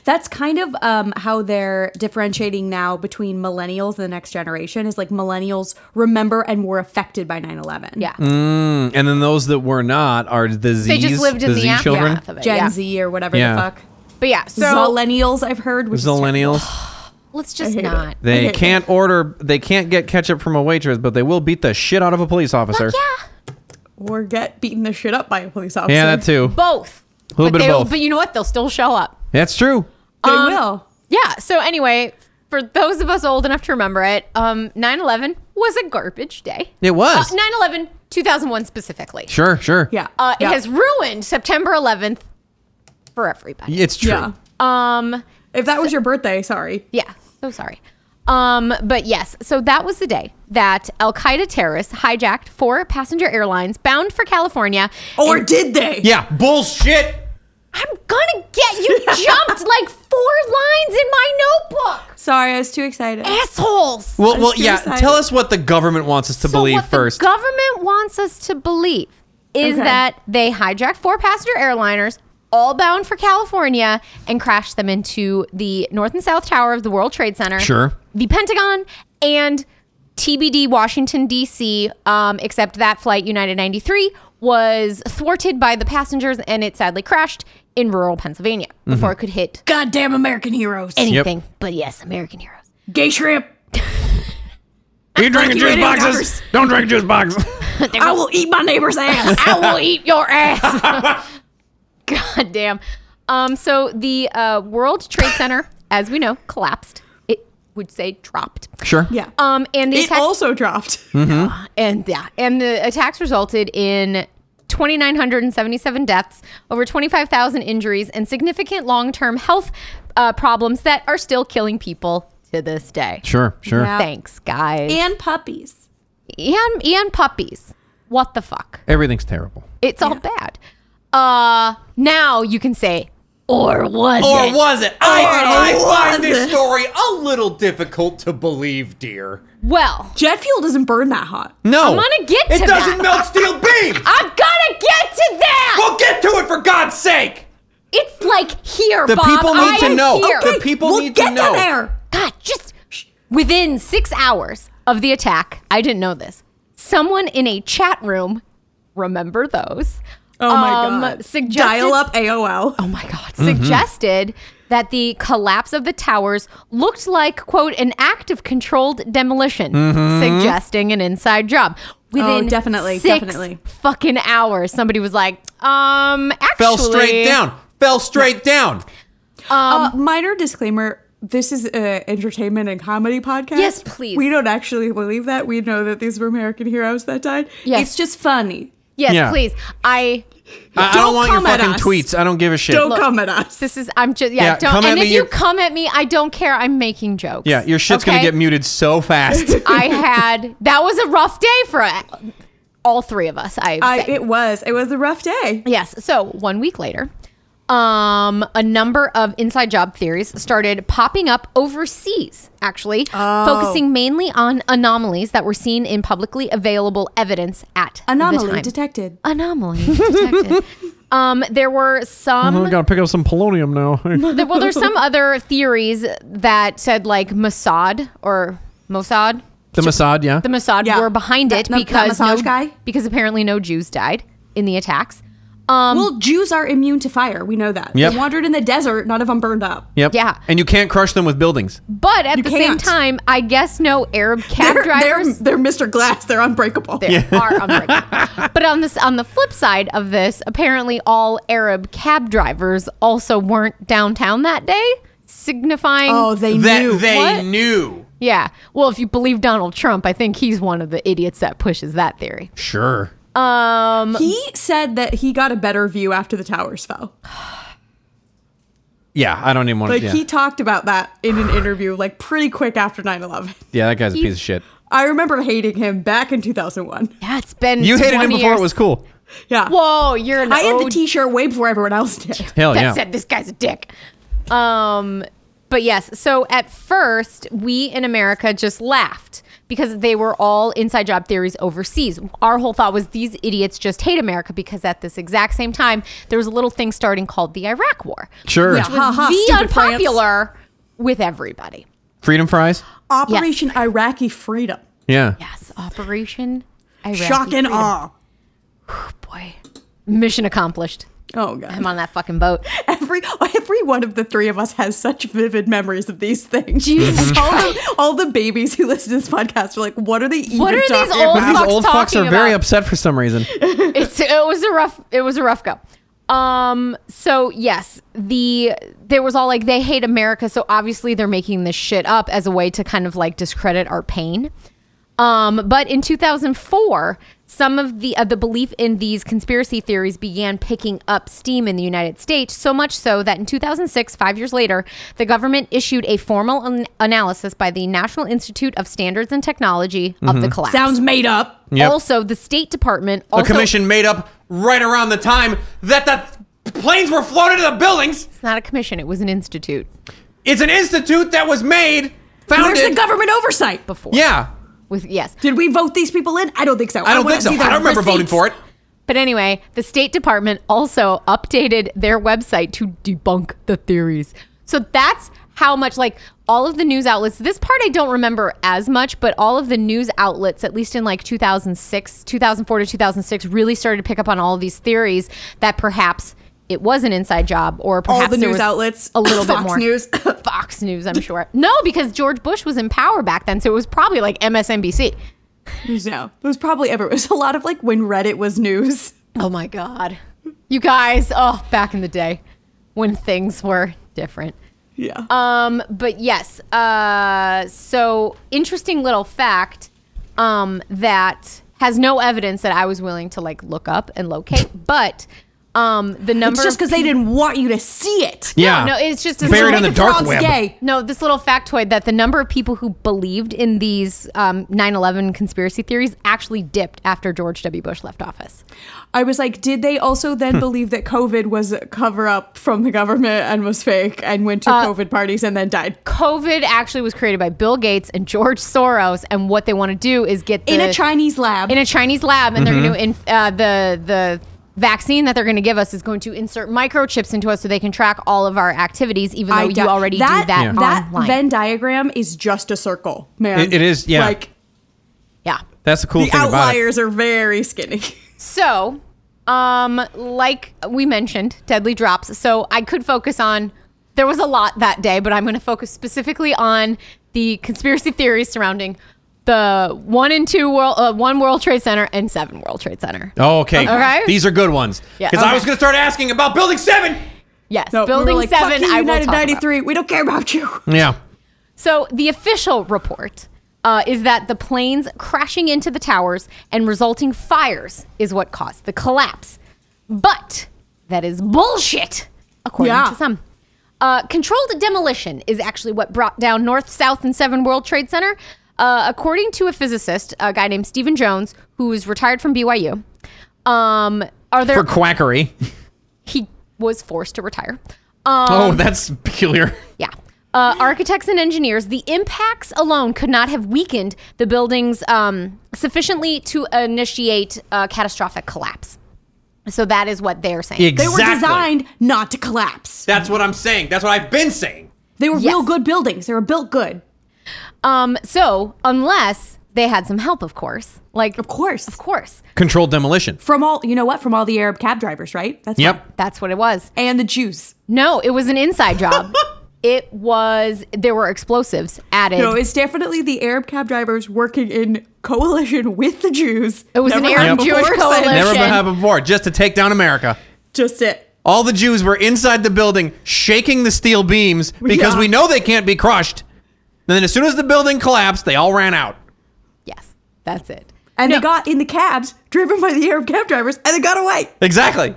[SPEAKER 1] That's kind of um, how they're differentiating now between millennials and the next generation is like millennials remember and were affected by 9 11.
[SPEAKER 2] Yeah.
[SPEAKER 3] Mm. And then those that were not are the Z's.
[SPEAKER 2] They just lived in the,
[SPEAKER 3] Z
[SPEAKER 2] aftermath
[SPEAKER 3] children.
[SPEAKER 2] of it.
[SPEAKER 1] Gen
[SPEAKER 2] yeah.
[SPEAKER 1] Z or whatever
[SPEAKER 3] Yeah.
[SPEAKER 1] the fuck.
[SPEAKER 2] But yeah, so
[SPEAKER 1] Zillennials, I've heard. Which is
[SPEAKER 3] Millennials.
[SPEAKER 2] Oh, let's just
[SPEAKER 1] hate it.
[SPEAKER 2] not.
[SPEAKER 3] They
[SPEAKER 1] Okay.
[SPEAKER 3] can't order. They can't get ketchup from a waitress, but they will beat the shit out of a police officer.
[SPEAKER 2] Fuck yeah.
[SPEAKER 1] terrible. Or get beaten the shit up by a police officer.
[SPEAKER 3] yeah, that too.
[SPEAKER 2] both.
[SPEAKER 3] Little
[SPEAKER 2] but
[SPEAKER 3] bit of
[SPEAKER 2] they'll-
[SPEAKER 3] both.
[SPEAKER 2] But you know what? They'll still show up.
[SPEAKER 3] That's true.
[SPEAKER 1] They will.
[SPEAKER 2] Yeah. So anyway, for those of us old enough to remember it, um, 9-11 was a garbage day.
[SPEAKER 3] It was.
[SPEAKER 2] Uh, 9-11, 2001 specifically.
[SPEAKER 3] Sure, sure.
[SPEAKER 1] Yeah.
[SPEAKER 2] Uh,
[SPEAKER 1] yeah.
[SPEAKER 2] It has ruined September 11th for everybody.
[SPEAKER 3] It's true.
[SPEAKER 1] Yeah.
[SPEAKER 2] Um,
[SPEAKER 1] If that was your birthday, sorry.
[SPEAKER 2] yeah. So sorry. Um, but yes, so that was the day that Al Qaeda terrorists hijacked four passenger airlines bound for California.
[SPEAKER 1] Or did they?
[SPEAKER 3] Yeah, Bullshit.
[SPEAKER 2] I'm gonna get you jumped like four lines in my notebook,
[SPEAKER 1] Sorry, I was too excited.
[SPEAKER 2] assholes.
[SPEAKER 3] Well, well,
[SPEAKER 1] That's
[SPEAKER 3] yeah.
[SPEAKER 1] suicide.
[SPEAKER 3] Tell us what the government wants us to believe
[SPEAKER 2] what
[SPEAKER 3] first.
[SPEAKER 2] The government wants us to believe is
[SPEAKER 1] Okay.
[SPEAKER 2] that they hijacked four passenger airliners, all bound for California, and crashed them into the north and south tower of the World Trade Center.
[SPEAKER 3] Sure.
[SPEAKER 2] The Pentagon and TBD Washington D.C. Um, except that flight United 93 was thwarted by the passengers and it sadly crashed in rural Pennsylvania
[SPEAKER 3] Mm-hmm.
[SPEAKER 2] before it could hit
[SPEAKER 1] Goddamn American heroes.
[SPEAKER 2] anything. But yes, American heroes.
[SPEAKER 1] Gay shrimp.
[SPEAKER 3] you drinking
[SPEAKER 1] juice boxes?
[SPEAKER 3] Don't drink juice boxes.
[SPEAKER 1] I will eat my neighbor's ass.
[SPEAKER 2] I will eat your ass. God damn. Um, so the uh, World Trade Center, as we know, collapsed. It would say dropped.
[SPEAKER 3] Sure.
[SPEAKER 1] yeah.
[SPEAKER 2] Um, and the
[SPEAKER 1] it
[SPEAKER 2] attacks
[SPEAKER 1] also dropped.
[SPEAKER 2] and yeah, and the attacks resulted in 2,977 deaths, over 25,000 injuries, and significant long-term health uh, problems that are still killing people to this day.
[SPEAKER 3] Sure, sure.
[SPEAKER 1] Yeah.
[SPEAKER 2] Thanks, guys.
[SPEAKER 1] and puppies.
[SPEAKER 2] and and puppies. What the fuck?
[SPEAKER 3] Everything's terrible.
[SPEAKER 2] It's all bad. Uh now you can say or was
[SPEAKER 4] Or
[SPEAKER 2] it?
[SPEAKER 4] was it? I,
[SPEAKER 1] Or
[SPEAKER 4] I find
[SPEAKER 1] was
[SPEAKER 4] this
[SPEAKER 1] it?
[SPEAKER 4] story a little difficult to believe, dear.
[SPEAKER 2] well,
[SPEAKER 1] Jet fuel doesn't burn that hot.
[SPEAKER 3] No.
[SPEAKER 2] I'm gonna get to
[SPEAKER 4] It doesn't
[SPEAKER 2] that.
[SPEAKER 4] melt steel beams!
[SPEAKER 2] I'm gonna get to that.
[SPEAKER 4] We'll get to it for God's sake!
[SPEAKER 2] it's like here,
[SPEAKER 3] The
[SPEAKER 2] Bob.
[SPEAKER 3] people need
[SPEAKER 2] I
[SPEAKER 3] to
[SPEAKER 2] am
[SPEAKER 3] know.
[SPEAKER 2] Here.
[SPEAKER 3] The people
[SPEAKER 1] we'll
[SPEAKER 3] need
[SPEAKER 1] get
[SPEAKER 3] to know.
[SPEAKER 1] there.
[SPEAKER 2] God, just shh. within six hours of the attack, I didn't know this. Someone in a chat room, remember those?
[SPEAKER 1] Oh my
[SPEAKER 2] um,
[SPEAKER 1] god.
[SPEAKER 2] suggested-
[SPEAKER 1] Dial up AOL.
[SPEAKER 2] Oh my God.
[SPEAKER 3] Mm-hmm.
[SPEAKER 2] Suggested that the collapse of the towers looked like, quote, an act of controlled demolition,
[SPEAKER 3] Mm-hmm.
[SPEAKER 2] suggesting an inside job. Within
[SPEAKER 1] Oh, definitely,
[SPEAKER 2] six
[SPEAKER 1] definitely.
[SPEAKER 2] fucking hours, somebody was like, um, actually,
[SPEAKER 3] Fell straight down. Fell straight down.
[SPEAKER 1] Uh, minor disclaimer. This is an entertainment and comedy podcast.
[SPEAKER 2] Yes, please.
[SPEAKER 1] We don't actually believe that. We know that these were American heroes that died.
[SPEAKER 2] Yes.
[SPEAKER 1] It's just funny.
[SPEAKER 2] Yes,
[SPEAKER 3] Yeah.
[SPEAKER 2] please. I
[SPEAKER 3] I, I don't
[SPEAKER 1] Don't
[SPEAKER 3] want your
[SPEAKER 1] come at
[SPEAKER 3] fucking
[SPEAKER 1] us.
[SPEAKER 3] tweets. I don't give a shit.
[SPEAKER 1] Don't come at us.
[SPEAKER 2] This is I'm just yeah.
[SPEAKER 3] Yeah,
[SPEAKER 2] don't
[SPEAKER 3] come at
[SPEAKER 2] and if
[SPEAKER 3] me,
[SPEAKER 2] you
[SPEAKER 3] you-
[SPEAKER 2] come at me, I don't care. I'm making jokes.
[SPEAKER 3] yeah, your shit's gonna
[SPEAKER 2] okay?
[SPEAKER 3] get muted so fast.
[SPEAKER 2] I had that was a rough day for uh, all three of us. I,
[SPEAKER 1] I,
[SPEAKER 2] say.
[SPEAKER 1] it was. It was a rough day.
[SPEAKER 2] yes. So one week later, um, a number of inside job theories started popping up overseas. Actually,
[SPEAKER 1] Oh.
[SPEAKER 2] focusing mainly on anomalies that were seen in publicly available evidence at the
[SPEAKER 1] Anomaly
[SPEAKER 2] time.
[SPEAKER 1] detected.
[SPEAKER 2] anomaly detected. um, there were some.
[SPEAKER 3] pick up some polonium now.
[SPEAKER 2] There- well, there's some other theories that said like Mossad or Mossad.
[SPEAKER 3] the Mossad, yeah.
[SPEAKER 2] The Mossad
[SPEAKER 1] Yeah.
[SPEAKER 2] were behind
[SPEAKER 1] That-
[SPEAKER 2] it
[SPEAKER 1] no- that
[SPEAKER 2] because
[SPEAKER 1] massage
[SPEAKER 2] no-
[SPEAKER 1] guy?
[SPEAKER 2] because apparently no Jews died in the attacks. Um,
[SPEAKER 1] Well, Jews are immune to fire. We know that.
[SPEAKER 3] Yep.
[SPEAKER 1] They wandered in the desert. None of them burned up.
[SPEAKER 3] yep.
[SPEAKER 2] yeah.
[SPEAKER 3] And you can't crush them with buildings.
[SPEAKER 2] but at the same
[SPEAKER 1] can't.
[SPEAKER 2] time, I guess no Arab cab
[SPEAKER 1] They're, they're,
[SPEAKER 2] drivers.
[SPEAKER 1] they're Mr. Glass. They're unbreakable.
[SPEAKER 2] there are unbreakable. but on this on the flip side of this, apparently all Arab cab drivers also weren't downtown that day, signifying
[SPEAKER 1] Oh, they
[SPEAKER 3] That
[SPEAKER 1] knew.
[SPEAKER 3] they
[SPEAKER 2] What?
[SPEAKER 3] knew.
[SPEAKER 2] yeah. Well, if you believe Donald Trump, I think he's one of the idiots that pushes that theory.
[SPEAKER 3] Sure.
[SPEAKER 2] Um,
[SPEAKER 1] he said that he got a better view after the towers fell.
[SPEAKER 3] Yeah, I don't even want to.
[SPEAKER 1] Like,
[SPEAKER 3] Yeah.
[SPEAKER 1] he talked about that in an interview, like, pretty quick after 9 11.
[SPEAKER 3] yeah, that guy's a piece of shit.
[SPEAKER 1] I remember hating him back in 2001.
[SPEAKER 2] yeah, it's been
[SPEAKER 3] You hated him
[SPEAKER 2] 20
[SPEAKER 3] before
[SPEAKER 2] years.
[SPEAKER 3] it was cool.
[SPEAKER 1] Yeah.
[SPEAKER 2] Whoa, you're an
[SPEAKER 1] I had the
[SPEAKER 2] OG.
[SPEAKER 1] t shirt way before everyone else did.
[SPEAKER 3] Hell
[SPEAKER 2] that
[SPEAKER 3] yeah.
[SPEAKER 2] said this guy's a dick. Um, but yes, so at first we in America just laughed because they were all inside job theories overseas. Our whole thought was these idiots just hate America because at this exact same time there was a little thing starting called the Iraq War.
[SPEAKER 3] Sure.
[SPEAKER 1] Yeah.
[SPEAKER 2] It
[SPEAKER 1] Ha
[SPEAKER 2] was
[SPEAKER 1] ha,
[SPEAKER 2] the
[SPEAKER 1] stupid France.
[SPEAKER 2] unpopular with everybody.
[SPEAKER 3] Freedom fries.
[SPEAKER 1] Operation Iraqi Freedom.
[SPEAKER 3] Yeah.
[SPEAKER 2] Yes, Operation Iraqi
[SPEAKER 1] Shock and
[SPEAKER 2] Freedom.
[SPEAKER 1] awe.
[SPEAKER 2] Boy, mission accomplished.
[SPEAKER 1] Oh, God.
[SPEAKER 2] I'm on that fucking boat.
[SPEAKER 1] Every every one of the three of us has such vivid memories of these things.
[SPEAKER 2] Jesus
[SPEAKER 1] all, the, all the babies who listen to this podcast are like, what are they even
[SPEAKER 2] What are
[SPEAKER 1] talking
[SPEAKER 2] these old
[SPEAKER 1] about?
[SPEAKER 3] These
[SPEAKER 2] fucks
[SPEAKER 3] old fucks
[SPEAKER 2] talking
[SPEAKER 3] are very
[SPEAKER 2] about?
[SPEAKER 3] upset for some reason.
[SPEAKER 2] it's it was a rough it was a rough go. Um so yes, the there was all like they hate America, so obviously they're making this shit up as a way to kind of like discredit our pain. Um but in 2004, some of the uh, the belief in these conspiracy theories began picking up steam in the United States, so much so that in 2006, 5 years later, the government issued a formal an- analysis by the National Institute of Standards and Technology of the collapse.
[SPEAKER 1] Sounds made up.
[SPEAKER 3] Yep.
[SPEAKER 2] Also, the State Department
[SPEAKER 3] Mm-hmm. The
[SPEAKER 2] also
[SPEAKER 3] commission made up right around the time that the planes were flown into the buildings.
[SPEAKER 2] It's not a commission. It was an institute
[SPEAKER 3] It's an institute that was made,
[SPEAKER 1] Where's the
[SPEAKER 3] founded.
[SPEAKER 1] government oversight?
[SPEAKER 2] before.
[SPEAKER 3] yeah.
[SPEAKER 2] With yes.
[SPEAKER 1] Did we vote these people in? I don't think so.
[SPEAKER 3] I don't
[SPEAKER 1] wanna
[SPEAKER 3] think so.
[SPEAKER 1] see their
[SPEAKER 3] I don't remember voting
[SPEAKER 1] receipts.
[SPEAKER 3] for it.
[SPEAKER 2] But anyway, the State Department also updated their website to debunk the theories. So that's how much like all of the news outlets. This part I don't remember as much, but all of the news outlets, at least in like 2006, 2004 to 2006, really started to pick up on all of these theories that perhaps it was an inside job or
[SPEAKER 1] All
[SPEAKER 2] perhaps
[SPEAKER 1] the
[SPEAKER 2] there
[SPEAKER 1] news
[SPEAKER 2] was
[SPEAKER 1] outlets,
[SPEAKER 2] a little
[SPEAKER 1] Fox
[SPEAKER 2] bit more
[SPEAKER 1] News.
[SPEAKER 2] Fox News, I'm sure. No, because George Bush was in power back then, so it was probably like MSNBC.
[SPEAKER 1] no, it was probably everywhere. It was a lot of like when Reddit was news.
[SPEAKER 2] Oh my God. You guys, oh, back in the day when things were different.
[SPEAKER 1] Yeah.
[SPEAKER 2] Um, but yes, uh, so interesting little fact um, that has no evidence that I was willing to like look up and locate, but um, the number.
[SPEAKER 1] It's just
[SPEAKER 2] of
[SPEAKER 1] because they
[SPEAKER 2] peop-
[SPEAKER 1] didn't want you to see it.
[SPEAKER 3] yeah.
[SPEAKER 2] No, it's just this little-
[SPEAKER 3] Buried on the
[SPEAKER 1] Like
[SPEAKER 3] dark
[SPEAKER 1] frog's
[SPEAKER 3] web.
[SPEAKER 1] Gay.
[SPEAKER 2] No, this little factoid that the number of people who believed in these um, 9/11 conspiracy theories actually dipped after George W. Bush left office.
[SPEAKER 1] I was like, did they also
[SPEAKER 3] Hmm.
[SPEAKER 1] then believe that COVID was a cover up from the government and was fake and went
[SPEAKER 2] Uh,
[SPEAKER 1] to COVID parties and then died?
[SPEAKER 2] COVID actually was created by Bill Gates and George Soros, and what they want to do is get the,
[SPEAKER 1] In a Chinese lab.
[SPEAKER 2] in a Chinese lab, and they're going to uh, the the vaccine that they're going to give us is going to insert microchips into us so they can track all of our activities, even though
[SPEAKER 1] doubt-
[SPEAKER 2] you already do that
[SPEAKER 1] That, that
[SPEAKER 2] online.
[SPEAKER 1] Venn diagram is just a circle, man.
[SPEAKER 3] It- it is, yeah.
[SPEAKER 1] Like
[SPEAKER 2] yeah.
[SPEAKER 3] That's the cool
[SPEAKER 1] the
[SPEAKER 3] thing about it.
[SPEAKER 1] outliers are very skinny.
[SPEAKER 2] So, um, like we mentioned, deadly drops. So I could focus on. There was a lot that day, but I'm going to focus specifically on the conspiracy theories surrounding the one and two world, uh, one World Trade Center and seven World Trade Center.
[SPEAKER 3] Oh, okay.
[SPEAKER 2] Okay.
[SPEAKER 3] These are good ones.
[SPEAKER 2] Yeah.
[SPEAKER 3] Because I was
[SPEAKER 2] Okay.
[SPEAKER 3] going to start asking about Building 7.
[SPEAKER 2] Yes,
[SPEAKER 1] No, we were
[SPEAKER 2] Building
[SPEAKER 1] like, fuck
[SPEAKER 2] Seven.
[SPEAKER 1] you,
[SPEAKER 2] I will
[SPEAKER 1] United
[SPEAKER 2] talk about.
[SPEAKER 1] 93. We don't care about you.
[SPEAKER 3] Yeah.
[SPEAKER 2] So the official report uh, is that the planes crashing into the towers and resulting fires is what caused the collapse. But that is bullshit, according
[SPEAKER 1] Yeah.
[SPEAKER 2] to some. Uh, controlled demolition is actually what brought down North, South, and Seven World Trade Center. Uh, according to a physicist, a guy named Stephen Jones, who is retired from BYU, um, are there
[SPEAKER 3] For quackery.
[SPEAKER 2] he was forced to retire. Um,
[SPEAKER 1] Um,
[SPEAKER 3] oh, that's peculiar.
[SPEAKER 2] Yeah. Uh, architects and engineers, the impacts alone could not have weakened the buildings um, sufficiently to initiate a catastrophic collapse. So that is what they're saying.
[SPEAKER 1] They
[SPEAKER 3] Exactly.
[SPEAKER 1] were designed not to collapse.
[SPEAKER 3] That's what I'm saying. That's what I've been saying.
[SPEAKER 1] They were
[SPEAKER 2] Yes.
[SPEAKER 1] real good buildings. They were built good.
[SPEAKER 2] Um, so unless they had some help, of course. Like
[SPEAKER 1] Of course.
[SPEAKER 2] of course,
[SPEAKER 3] Controlled demolition.
[SPEAKER 1] From all, you know what? From all the Arab cab drivers, right? That's
[SPEAKER 3] Yep.
[SPEAKER 1] fine.
[SPEAKER 2] that's what it was.
[SPEAKER 1] And the Jews.
[SPEAKER 2] No, it was an inside job. it was there were explosives added.
[SPEAKER 1] No, it's definitely the Arab cab drivers working in coalition with the Jews.
[SPEAKER 2] It was an
[SPEAKER 1] Never
[SPEAKER 2] Arab
[SPEAKER 1] happened
[SPEAKER 2] Jewish
[SPEAKER 1] before, said-
[SPEAKER 2] coalition.
[SPEAKER 3] Never
[SPEAKER 2] Demolition.
[SPEAKER 3] been happened before. Just to take down America.
[SPEAKER 1] Just it.
[SPEAKER 3] All the Jews were inside the building shaking the steel beams because
[SPEAKER 1] Yeah.
[SPEAKER 3] we know they can't be crushed. And then as soon as the building collapsed, they all ran out.
[SPEAKER 2] yes, that's it.
[SPEAKER 1] And
[SPEAKER 2] No.
[SPEAKER 1] they got in the cabs driven by the Arab cab drivers and they got away.
[SPEAKER 3] Exactly.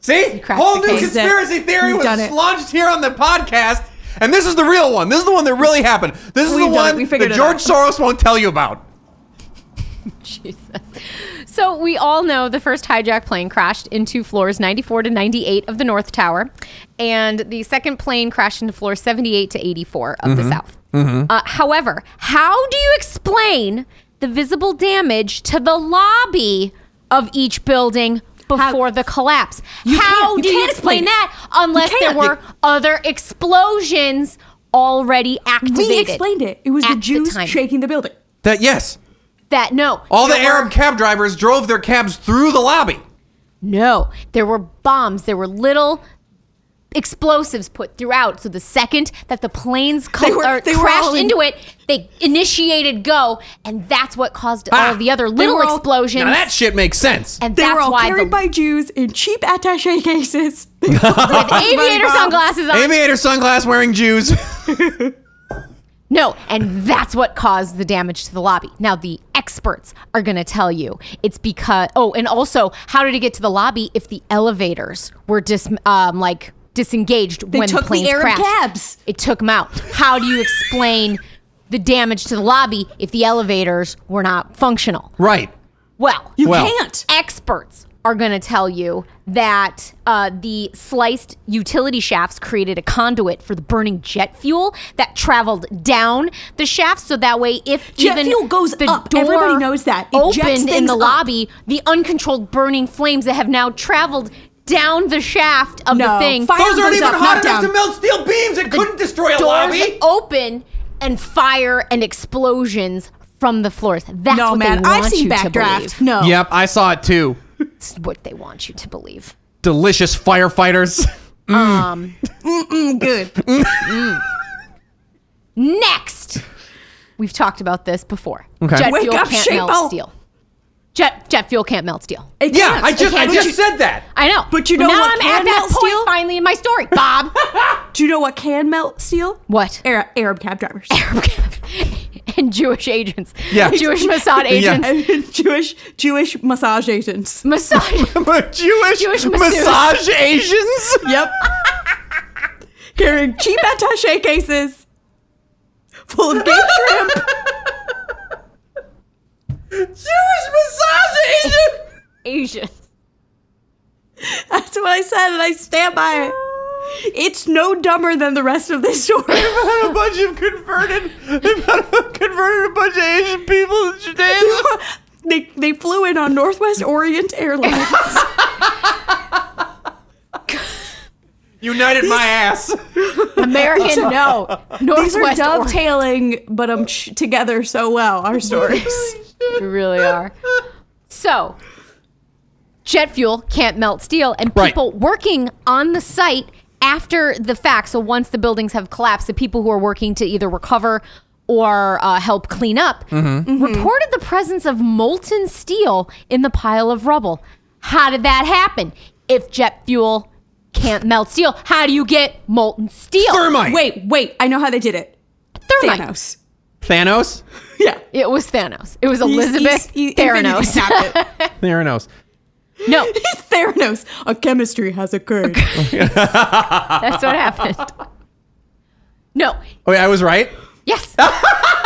[SPEAKER 3] See?
[SPEAKER 2] cracked
[SPEAKER 3] Whole
[SPEAKER 2] the
[SPEAKER 3] new
[SPEAKER 2] case.
[SPEAKER 3] conspiracy theory
[SPEAKER 1] We've
[SPEAKER 3] was
[SPEAKER 1] done it.
[SPEAKER 3] launched here on the podcast. And this is the real one. This is the one that really happened. This is
[SPEAKER 1] We've done it.
[SPEAKER 3] the one
[SPEAKER 1] We
[SPEAKER 3] that
[SPEAKER 1] figured
[SPEAKER 3] George
[SPEAKER 1] it
[SPEAKER 3] Soros won't tell you about.
[SPEAKER 2] Jesus. So we all know the first hijacked plane crashed into floors 94 to 98 of the North Tower, and the second plane crashed into floors 78 to 84 of
[SPEAKER 3] Mm-hmm.
[SPEAKER 2] the South. Uh, however, how do you explain the visible damage to the lobby of each building? Before the collapse, how
[SPEAKER 1] can't- you
[SPEAKER 2] do you
[SPEAKER 1] can't
[SPEAKER 2] explain
[SPEAKER 1] explain it.
[SPEAKER 2] that? Unless there
[SPEAKER 1] can't.
[SPEAKER 2] were other explosions already activated.
[SPEAKER 1] We explained it. It was
[SPEAKER 2] at
[SPEAKER 1] the Jews
[SPEAKER 2] time.
[SPEAKER 1] shaking the building.
[SPEAKER 3] That, yes,
[SPEAKER 2] that. No,
[SPEAKER 3] all the
[SPEAKER 2] there were-
[SPEAKER 3] Arab cab drivers drove their cabs through the lobby.
[SPEAKER 2] No, there were bombs. There were little explosives put throughout. So the second that the planes co-
[SPEAKER 1] They were-
[SPEAKER 2] or
[SPEAKER 1] they were
[SPEAKER 2] crashed
[SPEAKER 1] all in-
[SPEAKER 2] into it, they initiated go, and that's what caused all
[SPEAKER 3] Ah,
[SPEAKER 2] of the other
[SPEAKER 1] they
[SPEAKER 2] little
[SPEAKER 1] were all-
[SPEAKER 2] explosions.
[SPEAKER 3] Now that shit makes sense.
[SPEAKER 2] and
[SPEAKER 1] They
[SPEAKER 2] that's
[SPEAKER 1] were all
[SPEAKER 2] why
[SPEAKER 1] carried
[SPEAKER 2] the
[SPEAKER 1] by Jews in cheap attache cases.
[SPEAKER 2] with aviator
[SPEAKER 1] bombs.
[SPEAKER 2] sunglasses on.
[SPEAKER 3] Aviator sunglass wearing Jews.
[SPEAKER 2] No, and that's what caused the damage to the lobby. Now the experts are going to tell you it's because oh, and also how did it get to the lobby if the elevators were dis um like disengaged when
[SPEAKER 1] took
[SPEAKER 2] the
[SPEAKER 1] the
[SPEAKER 2] planes
[SPEAKER 1] Arab
[SPEAKER 2] crashed?
[SPEAKER 1] cabs.
[SPEAKER 2] It took them out. How do you explain the damage to the lobby if the elevators were not functional?
[SPEAKER 3] right.
[SPEAKER 2] Well,
[SPEAKER 1] You
[SPEAKER 3] Well-
[SPEAKER 1] can't.
[SPEAKER 2] experts are going to tell you that uh, the sliced utility shafts created a conduit for the burning jet fuel that traveled down the shafts. So that way, if
[SPEAKER 1] Jet
[SPEAKER 2] even
[SPEAKER 1] fuel goes
[SPEAKER 2] the
[SPEAKER 1] up.
[SPEAKER 2] door
[SPEAKER 1] Everybody knows that. It jets
[SPEAKER 2] opened in
[SPEAKER 1] things
[SPEAKER 2] the
[SPEAKER 1] up.
[SPEAKER 2] lobby, the uncontrolled burning flames that have now traveled down the shaft of the
[SPEAKER 1] No.
[SPEAKER 2] thing.
[SPEAKER 1] Fire
[SPEAKER 3] Those aren't
[SPEAKER 1] goes
[SPEAKER 3] even
[SPEAKER 1] up, not
[SPEAKER 3] hot enough
[SPEAKER 1] down.
[SPEAKER 3] to melt steel beams. It couldn't destroy a
[SPEAKER 2] doors
[SPEAKER 3] lobby.
[SPEAKER 2] open and fire and explosions from the floors. That's
[SPEAKER 1] No,
[SPEAKER 2] what
[SPEAKER 1] man.
[SPEAKER 2] they want
[SPEAKER 1] I've seen
[SPEAKER 2] you to believe.
[SPEAKER 1] backdraft. No.
[SPEAKER 3] Yep, I saw it too.
[SPEAKER 2] It's what they want you to believe.
[SPEAKER 3] Delicious firefighters.
[SPEAKER 2] Um.
[SPEAKER 1] Good.
[SPEAKER 2] Next, we've talked about this before.
[SPEAKER 3] Okay.
[SPEAKER 2] Jet
[SPEAKER 1] Wake
[SPEAKER 2] fuel
[SPEAKER 1] up,
[SPEAKER 2] can't melt
[SPEAKER 1] Shapo.
[SPEAKER 2] steel. Jet jet fuel can't melt steel.
[SPEAKER 1] It
[SPEAKER 3] yeah,
[SPEAKER 1] can't.
[SPEAKER 3] I
[SPEAKER 1] It
[SPEAKER 3] just I
[SPEAKER 1] can't.
[SPEAKER 3] just
[SPEAKER 1] But you-
[SPEAKER 3] said that.
[SPEAKER 2] I know,
[SPEAKER 1] But you know
[SPEAKER 2] now
[SPEAKER 1] what
[SPEAKER 2] I'm
[SPEAKER 1] can
[SPEAKER 2] at that
[SPEAKER 1] melt
[SPEAKER 2] point
[SPEAKER 1] steel?
[SPEAKER 2] finally in my story, Bob.
[SPEAKER 1] Do you know what can melt steel?
[SPEAKER 2] what?
[SPEAKER 1] Arab, Arab cab drivers.
[SPEAKER 2] Arab cab. and Jewish agents.
[SPEAKER 3] Yeah.
[SPEAKER 2] Jewish Mossad
[SPEAKER 3] Yeah.
[SPEAKER 2] agents.
[SPEAKER 1] And Jewish Jewish massage agents.
[SPEAKER 2] Massage.
[SPEAKER 3] Jewish,
[SPEAKER 2] Jewish
[SPEAKER 3] massage Asians.
[SPEAKER 1] Yep. Carrying cheap attaché cases full of gay shrimp.
[SPEAKER 3] Jewish massage Asian.
[SPEAKER 2] Asians.
[SPEAKER 1] That's what I said, and I stand by it. It's no dumber than the rest of this story.
[SPEAKER 3] a bunch of converted, converted a bunch of Asian people to Judaism.
[SPEAKER 1] they they flew in on Northwest Orient Airlines.
[SPEAKER 3] United my ass.
[SPEAKER 2] American, no.
[SPEAKER 1] These are
[SPEAKER 2] Northwest Orange.
[SPEAKER 1] dovetailing, but um, ch- together so well. Our stories.
[SPEAKER 2] We really are. So, jet fuel can't melt steel, and
[SPEAKER 3] Right.
[SPEAKER 2] people working on the site after the fact. So, once the buildings have collapsed, the people who are working to either recover or uh, help clean up
[SPEAKER 1] Mm-hmm.
[SPEAKER 2] reported the presence of molten steel in the pile of rubble. How did that happen? If jet fuel can't melt steel, how do you get molten steel?
[SPEAKER 3] Thermite.
[SPEAKER 1] Wait, wait. I know how they did it.
[SPEAKER 2] Thermite.
[SPEAKER 1] Thanos.
[SPEAKER 3] Thanos.
[SPEAKER 1] Yeah.
[SPEAKER 2] It was Thanos. It was
[SPEAKER 1] He's- he's-
[SPEAKER 2] Elizabeth
[SPEAKER 1] he- Infinity
[SPEAKER 2] Theranos.
[SPEAKER 1] Gauntlet.
[SPEAKER 3] Theranos.
[SPEAKER 2] No,
[SPEAKER 1] It's Theranos. A chemistry has occurred.
[SPEAKER 2] That's what happened. No.
[SPEAKER 3] Wait, I was right.
[SPEAKER 2] Yes.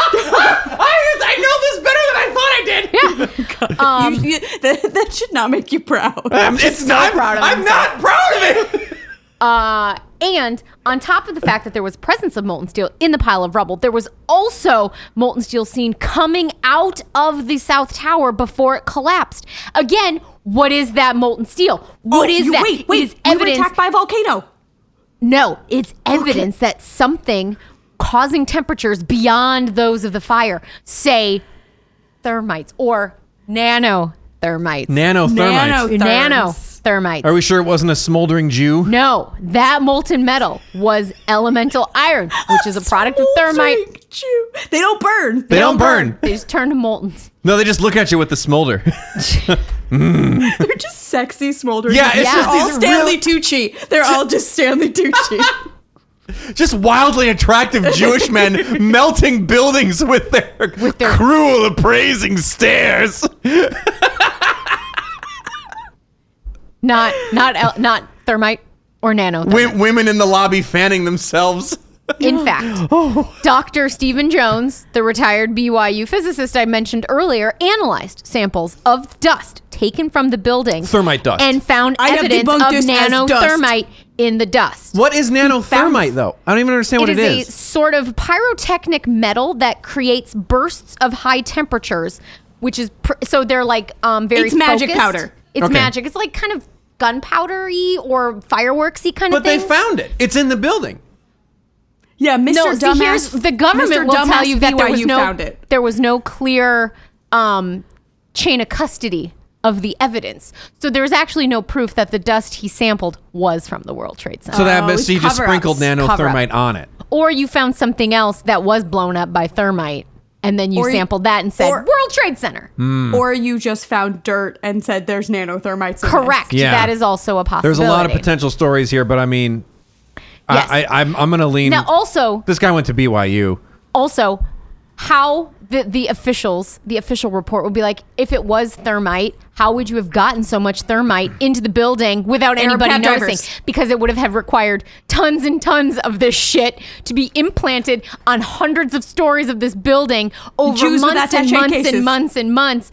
[SPEAKER 3] I, I know this better than I thought I did.
[SPEAKER 2] Um,
[SPEAKER 1] You- you- that, that should not make you proud.
[SPEAKER 3] I'm, it's not.
[SPEAKER 2] proud of
[SPEAKER 3] I'm not proud of it.
[SPEAKER 2] Uh, and on top of the fact that there was presence of molten steel in the pile of rubble, there was also molten steel seen coming out of the South Tower before it collapsed. Again, what is that molten steel? What is
[SPEAKER 1] Oh, you-
[SPEAKER 2] that?
[SPEAKER 1] Wait,
[SPEAKER 2] it
[SPEAKER 1] wait.
[SPEAKER 2] is
[SPEAKER 1] We were
[SPEAKER 2] evidence.
[SPEAKER 1] attacked by a volcano.
[SPEAKER 2] no, it's evidence that something causing temperatures beyond those of the fire, say thermites or nanothermites.
[SPEAKER 3] Nano
[SPEAKER 1] Nanotherms.
[SPEAKER 2] Nano thermites.
[SPEAKER 3] Are we sure it wasn't a smoldering Jew?
[SPEAKER 2] no, that molten metal was elemental iron, which is a product of thermite.
[SPEAKER 1] Smoldering Jew. They don't burn.
[SPEAKER 3] They don't burn.
[SPEAKER 2] They just turn to molten.
[SPEAKER 3] No, they just look at you with the smolder.
[SPEAKER 1] They're just sexy smoldering.
[SPEAKER 3] Yeah, it's
[SPEAKER 1] Jews.
[SPEAKER 2] just
[SPEAKER 1] They're all
[SPEAKER 3] these
[SPEAKER 1] Stanley Tucci. They're all just Stanley Tucci.
[SPEAKER 3] just wildly attractive Jewish men melting buildings with their, with
[SPEAKER 2] their-
[SPEAKER 3] cruel, appraising stares.
[SPEAKER 2] Not not el- not thermite or nano.
[SPEAKER 3] Wi- women in the lobby fanning themselves.
[SPEAKER 2] In fact,
[SPEAKER 3] Oh.
[SPEAKER 2] Dr. Stephen Jones, the retired BYU physicist I mentioned earlier, analyzed samples of dust taken from the building,
[SPEAKER 3] Thermite dust.
[SPEAKER 2] and found
[SPEAKER 1] I have
[SPEAKER 2] evidence of
[SPEAKER 1] debunked this as dust.
[SPEAKER 2] nanothermite in the dust.
[SPEAKER 3] What is nanothermite
[SPEAKER 2] found-
[SPEAKER 3] though? I don't even understand what
[SPEAKER 2] it
[SPEAKER 3] it
[SPEAKER 2] is, a sort of pyrotechnic metal that creates bursts of high temperatures, which is pr- so they're like um very.
[SPEAKER 1] It's magic
[SPEAKER 2] focused.
[SPEAKER 1] powder.
[SPEAKER 2] It's
[SPEAKER 3] Okay.
[SPEAKER 2] magic. It's like kind of gunpowdery or fireworksy kind
[SPEAKER 3] But
[SPEAKER 2] of thing.
[SPEAKER 3] they found it. It's in the building.
[SPEAKER 1] Yeah, Mr.
[SPEAKER 2] No, see,
[SPEAKER 1] Dumbass.
[SPEAKER 2] here's the government
[SPEAKER 1] Mr.
[SPEAKER 2] will
[SPEAKER 1] Dumbass
[SPEAKER 2] tell you that there
[SPEAKER 1] BYU
[SPEAKER 2] was no
[SPEAKER 1] found it.
[SPEAKER 2] there was no clear um, chain of custody of the evidence. So there was actually no proof that the dust he sampled was from the World Trade Center.
[SPEAKER 3] So that
[SPEAKER 1] Oh,
[SPEAKER 3] but
[SPEAKER 1] it's
[SPEAKER 3] so you just
[SPEAKER 1] cover-ups.
[SPEAKER 3] sprinkled nanothermite on it.
[SPEAKER 2] or you found something else that was blown up by thermite and then you
[SPEAKER 1] Or you-
[SPEAKER 2] sampled that and said
[SPEAKER 1] or- Mm.
[SPEAKER 2] World Trade Center.
[SPEAKER 3] Hmm.
[SPEAKER 1] Or you just found dirt and said there's nanothermites. in
[SPEAKER 2] Correct.
[SPEAKER 3] Yeah.
[SPEAKER 2] That is also a
[SPEAKER 3] There's
[SPEAKER 2] possibility.
[SPEAKER 3] a lot of potential stories here, but I mean,
[SPEAKER 2] Yes.
[SPEAKER 3] I, I, I'm I'm gonna lean.
[SPEAKER 2] Now also
[SPEAKER 3] this guy went to BYU.
[SPEAKER 2] also how the, the officials the official report would be like if it was thermite how would you have gotten so much thermite into the building without
[SPEAKER 1] Arab
[SPEAKER 2] anybody
[SPEAKER 1] cab
[SPEAKER 2] noticing
[SPEAKER 1] drivers.
[SPEAKER 2] because it would have had required tons and tons of this shit to be implanted on hundreds of stories of this building over
[SPEAKER 1] Jews with
[SPEAKER 2] months and
[SPEAKER 1] attaché
[SPEAKER 2] months
[SPEAKER 1] cases.
[SPEAKER 2] and months and months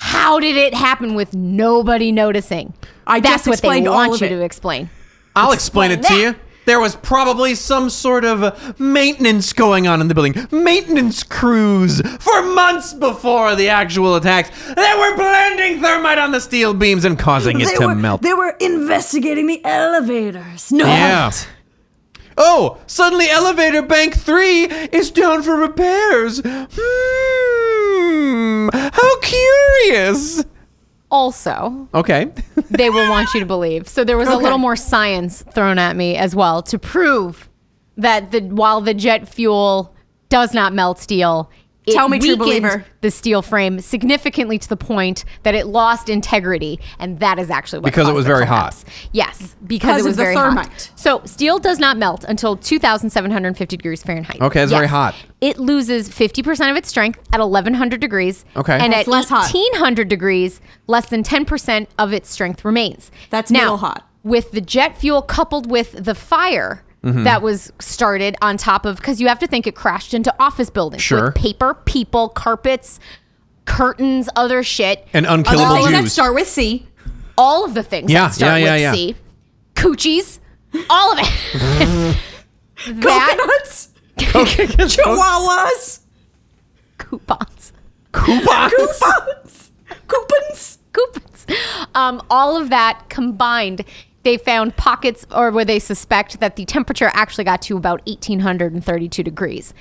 [SPEAKER 2] how did it happen with nobody noticing
[SPEAKER 1] I
[SPEAKER 2] that's
[SPEAKER 1] just
[SPEAKER 2] what they
[SPEAKER 1] explained all
[SPEAKER 2] want
[SPEAKER 1] of
[SPEAKER 2] you
[SPEAKER 1] it.
[SPEAKER 2] to explain
[SPEAKER 3] I'll explain, it to
[SPEAKER 2] Explain
[SPEAKER 3] you. There was probably some sort of uh, maintenance going on in the building. Maintenance crews for months before the actual attacks. They were blending thermite on the steel beams and causing it
[SPEAKER 1] They
[SPEAKER 3] to
[SPEAKER 1] were,
[SPEAKER 3] melt.
[SPEAKER 1] they were investigating the elevators. No.
[SPEAKER 3] Yeah. Oh, suddenly elevator bank three is down for repairs. Hmm. How curious.
[SPEAKER 2] also
[SPEAKER 3] Okay.
[SPEAKER 2] they will want you to believe. So there was a
[SPEAKER 1] Okay.
[SPEAKER 2] little more science thrown at me as well to prove that the while the jet fuel does not melt steel, it
[SPEAKER 1] Tell me, true
[SPEAKER 2] weakened
[SPEAKER 1] believer.
[SPEAKER 2] the steel frame significantly to the point that it lost integrity, and that is actually what
[SPEAKER 3] Because it
[SPEAKER 2] caused
[SPEAKER 3] was
[SPEAKER 2] the
[SPEAKER 3] very
[SPEAKER 2] collapse.
[SPEAKER 3] hot.
[SPEAKER 2] Yes, because
[SPEAKER 1] Because
[SPEAKER 2] it
[SPEAKER 1] of
[SPEAKER 2] was
[SPEAKER 1] the
[SPEAKER 2] very
[SPEAKER 1] thermite.
[SPEAKER 2] hot. So steel does not melt until 2,750 degrees Fahrenheit.
[SPEAKER 3] Okay, that's very hot.
[SPEAKER 2] It loses 50 percent of its strength at 1,100 degrees.
[SPEAKER 3] Okay.
[SPEAKER 2] and
[SPEAKER 1] That's
[SPEAKER 2] at
[SPEAKER 1] less hot.
[SPEAKER 2] 1,800 degrees, less than 10 percent of its strength remains.
[SPEAKER 1] That's
[SPEAKER 2] now
[SPEAKER 1] middle hot.
[SPEAKER 2] with the jet fuel coupled with the fire.
[SPEAKER 3] Mm-hmm.
[SPEAKER 2] That was started on top of because you have to think it crashed into office buildings
[SPEAKER 3] Sure.
[SPEAKER 2] with paper, people, carpets, curtains, other shit,
[SPEAKER 3] And
[SPEAKER 2] Other
[SPEAKER 3] unkillable
[SPEAKER 1] All
[SPEAKER 2] things
[SPEAKER 1] things
[SPEAKER 2] that-
[SPEAKER 1] that
[SPEAKER 3] Jews.
[SPEAKER 1] start with C.
[SPEAKER 2] all of the things
[SPEAKER 3] Yeah,
[SPEAKER 2] that start
[SPEAKER 3] yeah, yeah,
[SPEAKER 2] with
[SPEAKER 3] yeah.
[SPEAKER 2] C, coochies, all of it. that
[SPEAKER 1] Coconuts. Chihuahuas.
[SPEAKER 2] coupons,
[SPEAKER 3] Coupons.
[SPEAKER 1] Coupons. Coupons.
[SPEAKER 2] coupons, um, all of that combined. They found pockets, or where they suspect that the temperature actually got to about 1,832 degrees,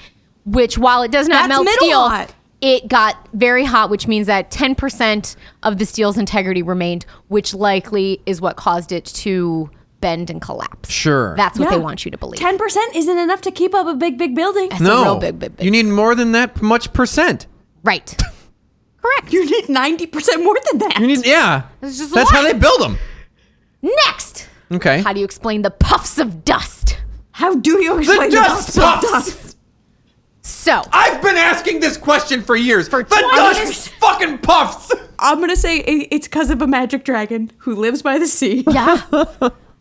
[SPEAKER 2] which, while it does not
[SPEAKER 1] That's
[SPEAKER 2] melt
[SPEAKER 1] middle
[SPEAKER 2] steel,
[SPEAKER 1] hot.
[SPEAKER 2] it got very hot, which means that 10% of the steel's integrity remained, which likely is what caused it to bend and collapse.
[SPEAKER 3] Sure.
[SPEAKER 2] That's what they
[SPEAKER 1] Yeah.
[SPEAKER 2] want you to believe.
[SPEAKER 1] Ten percent isn't enough to keep up a big, big building.
[SPEAKER 2] a
[SPEAKER 3] no.
[SPEAKER 2] real big, big, big-
[SPEAKER 3] You need more than that much percent.
[SPEAKER 2] Right. Correct.
[SPEAKER 1] You need ninety percent more than that.
[SPEAKER 3] You need, yeah.
[SPEAKER 2] It's just a
[SPEAKER 3] That's how
[SPEAKER 2] lot.
[SPEAKER 3] they build them.
[SPEAKER 2] Next,
[SPEAKER 3] Okay.
[SPEAKER 2] how do you explain the puffs of dust?
[SPEAKER 1] How do you explain
[SPEAKER 3] dust
[SPEAKER 1] the
[SPEAKER 3] puffs!
[SPEAKER 1] dust?
[SPEAKER 2] So,
[SPEAKER 3] I've been asking this question for years. For the
[SPEAKER 2] 20
[SPEAKER 3] dust
[SPEAKER 2] years.
[SPEAKER 3] fucking puffs.
[SPEAKER 1] I'm gonna say i- it's because of a magic dragon who lives by the sea.
[SPEAKER 2] yeah.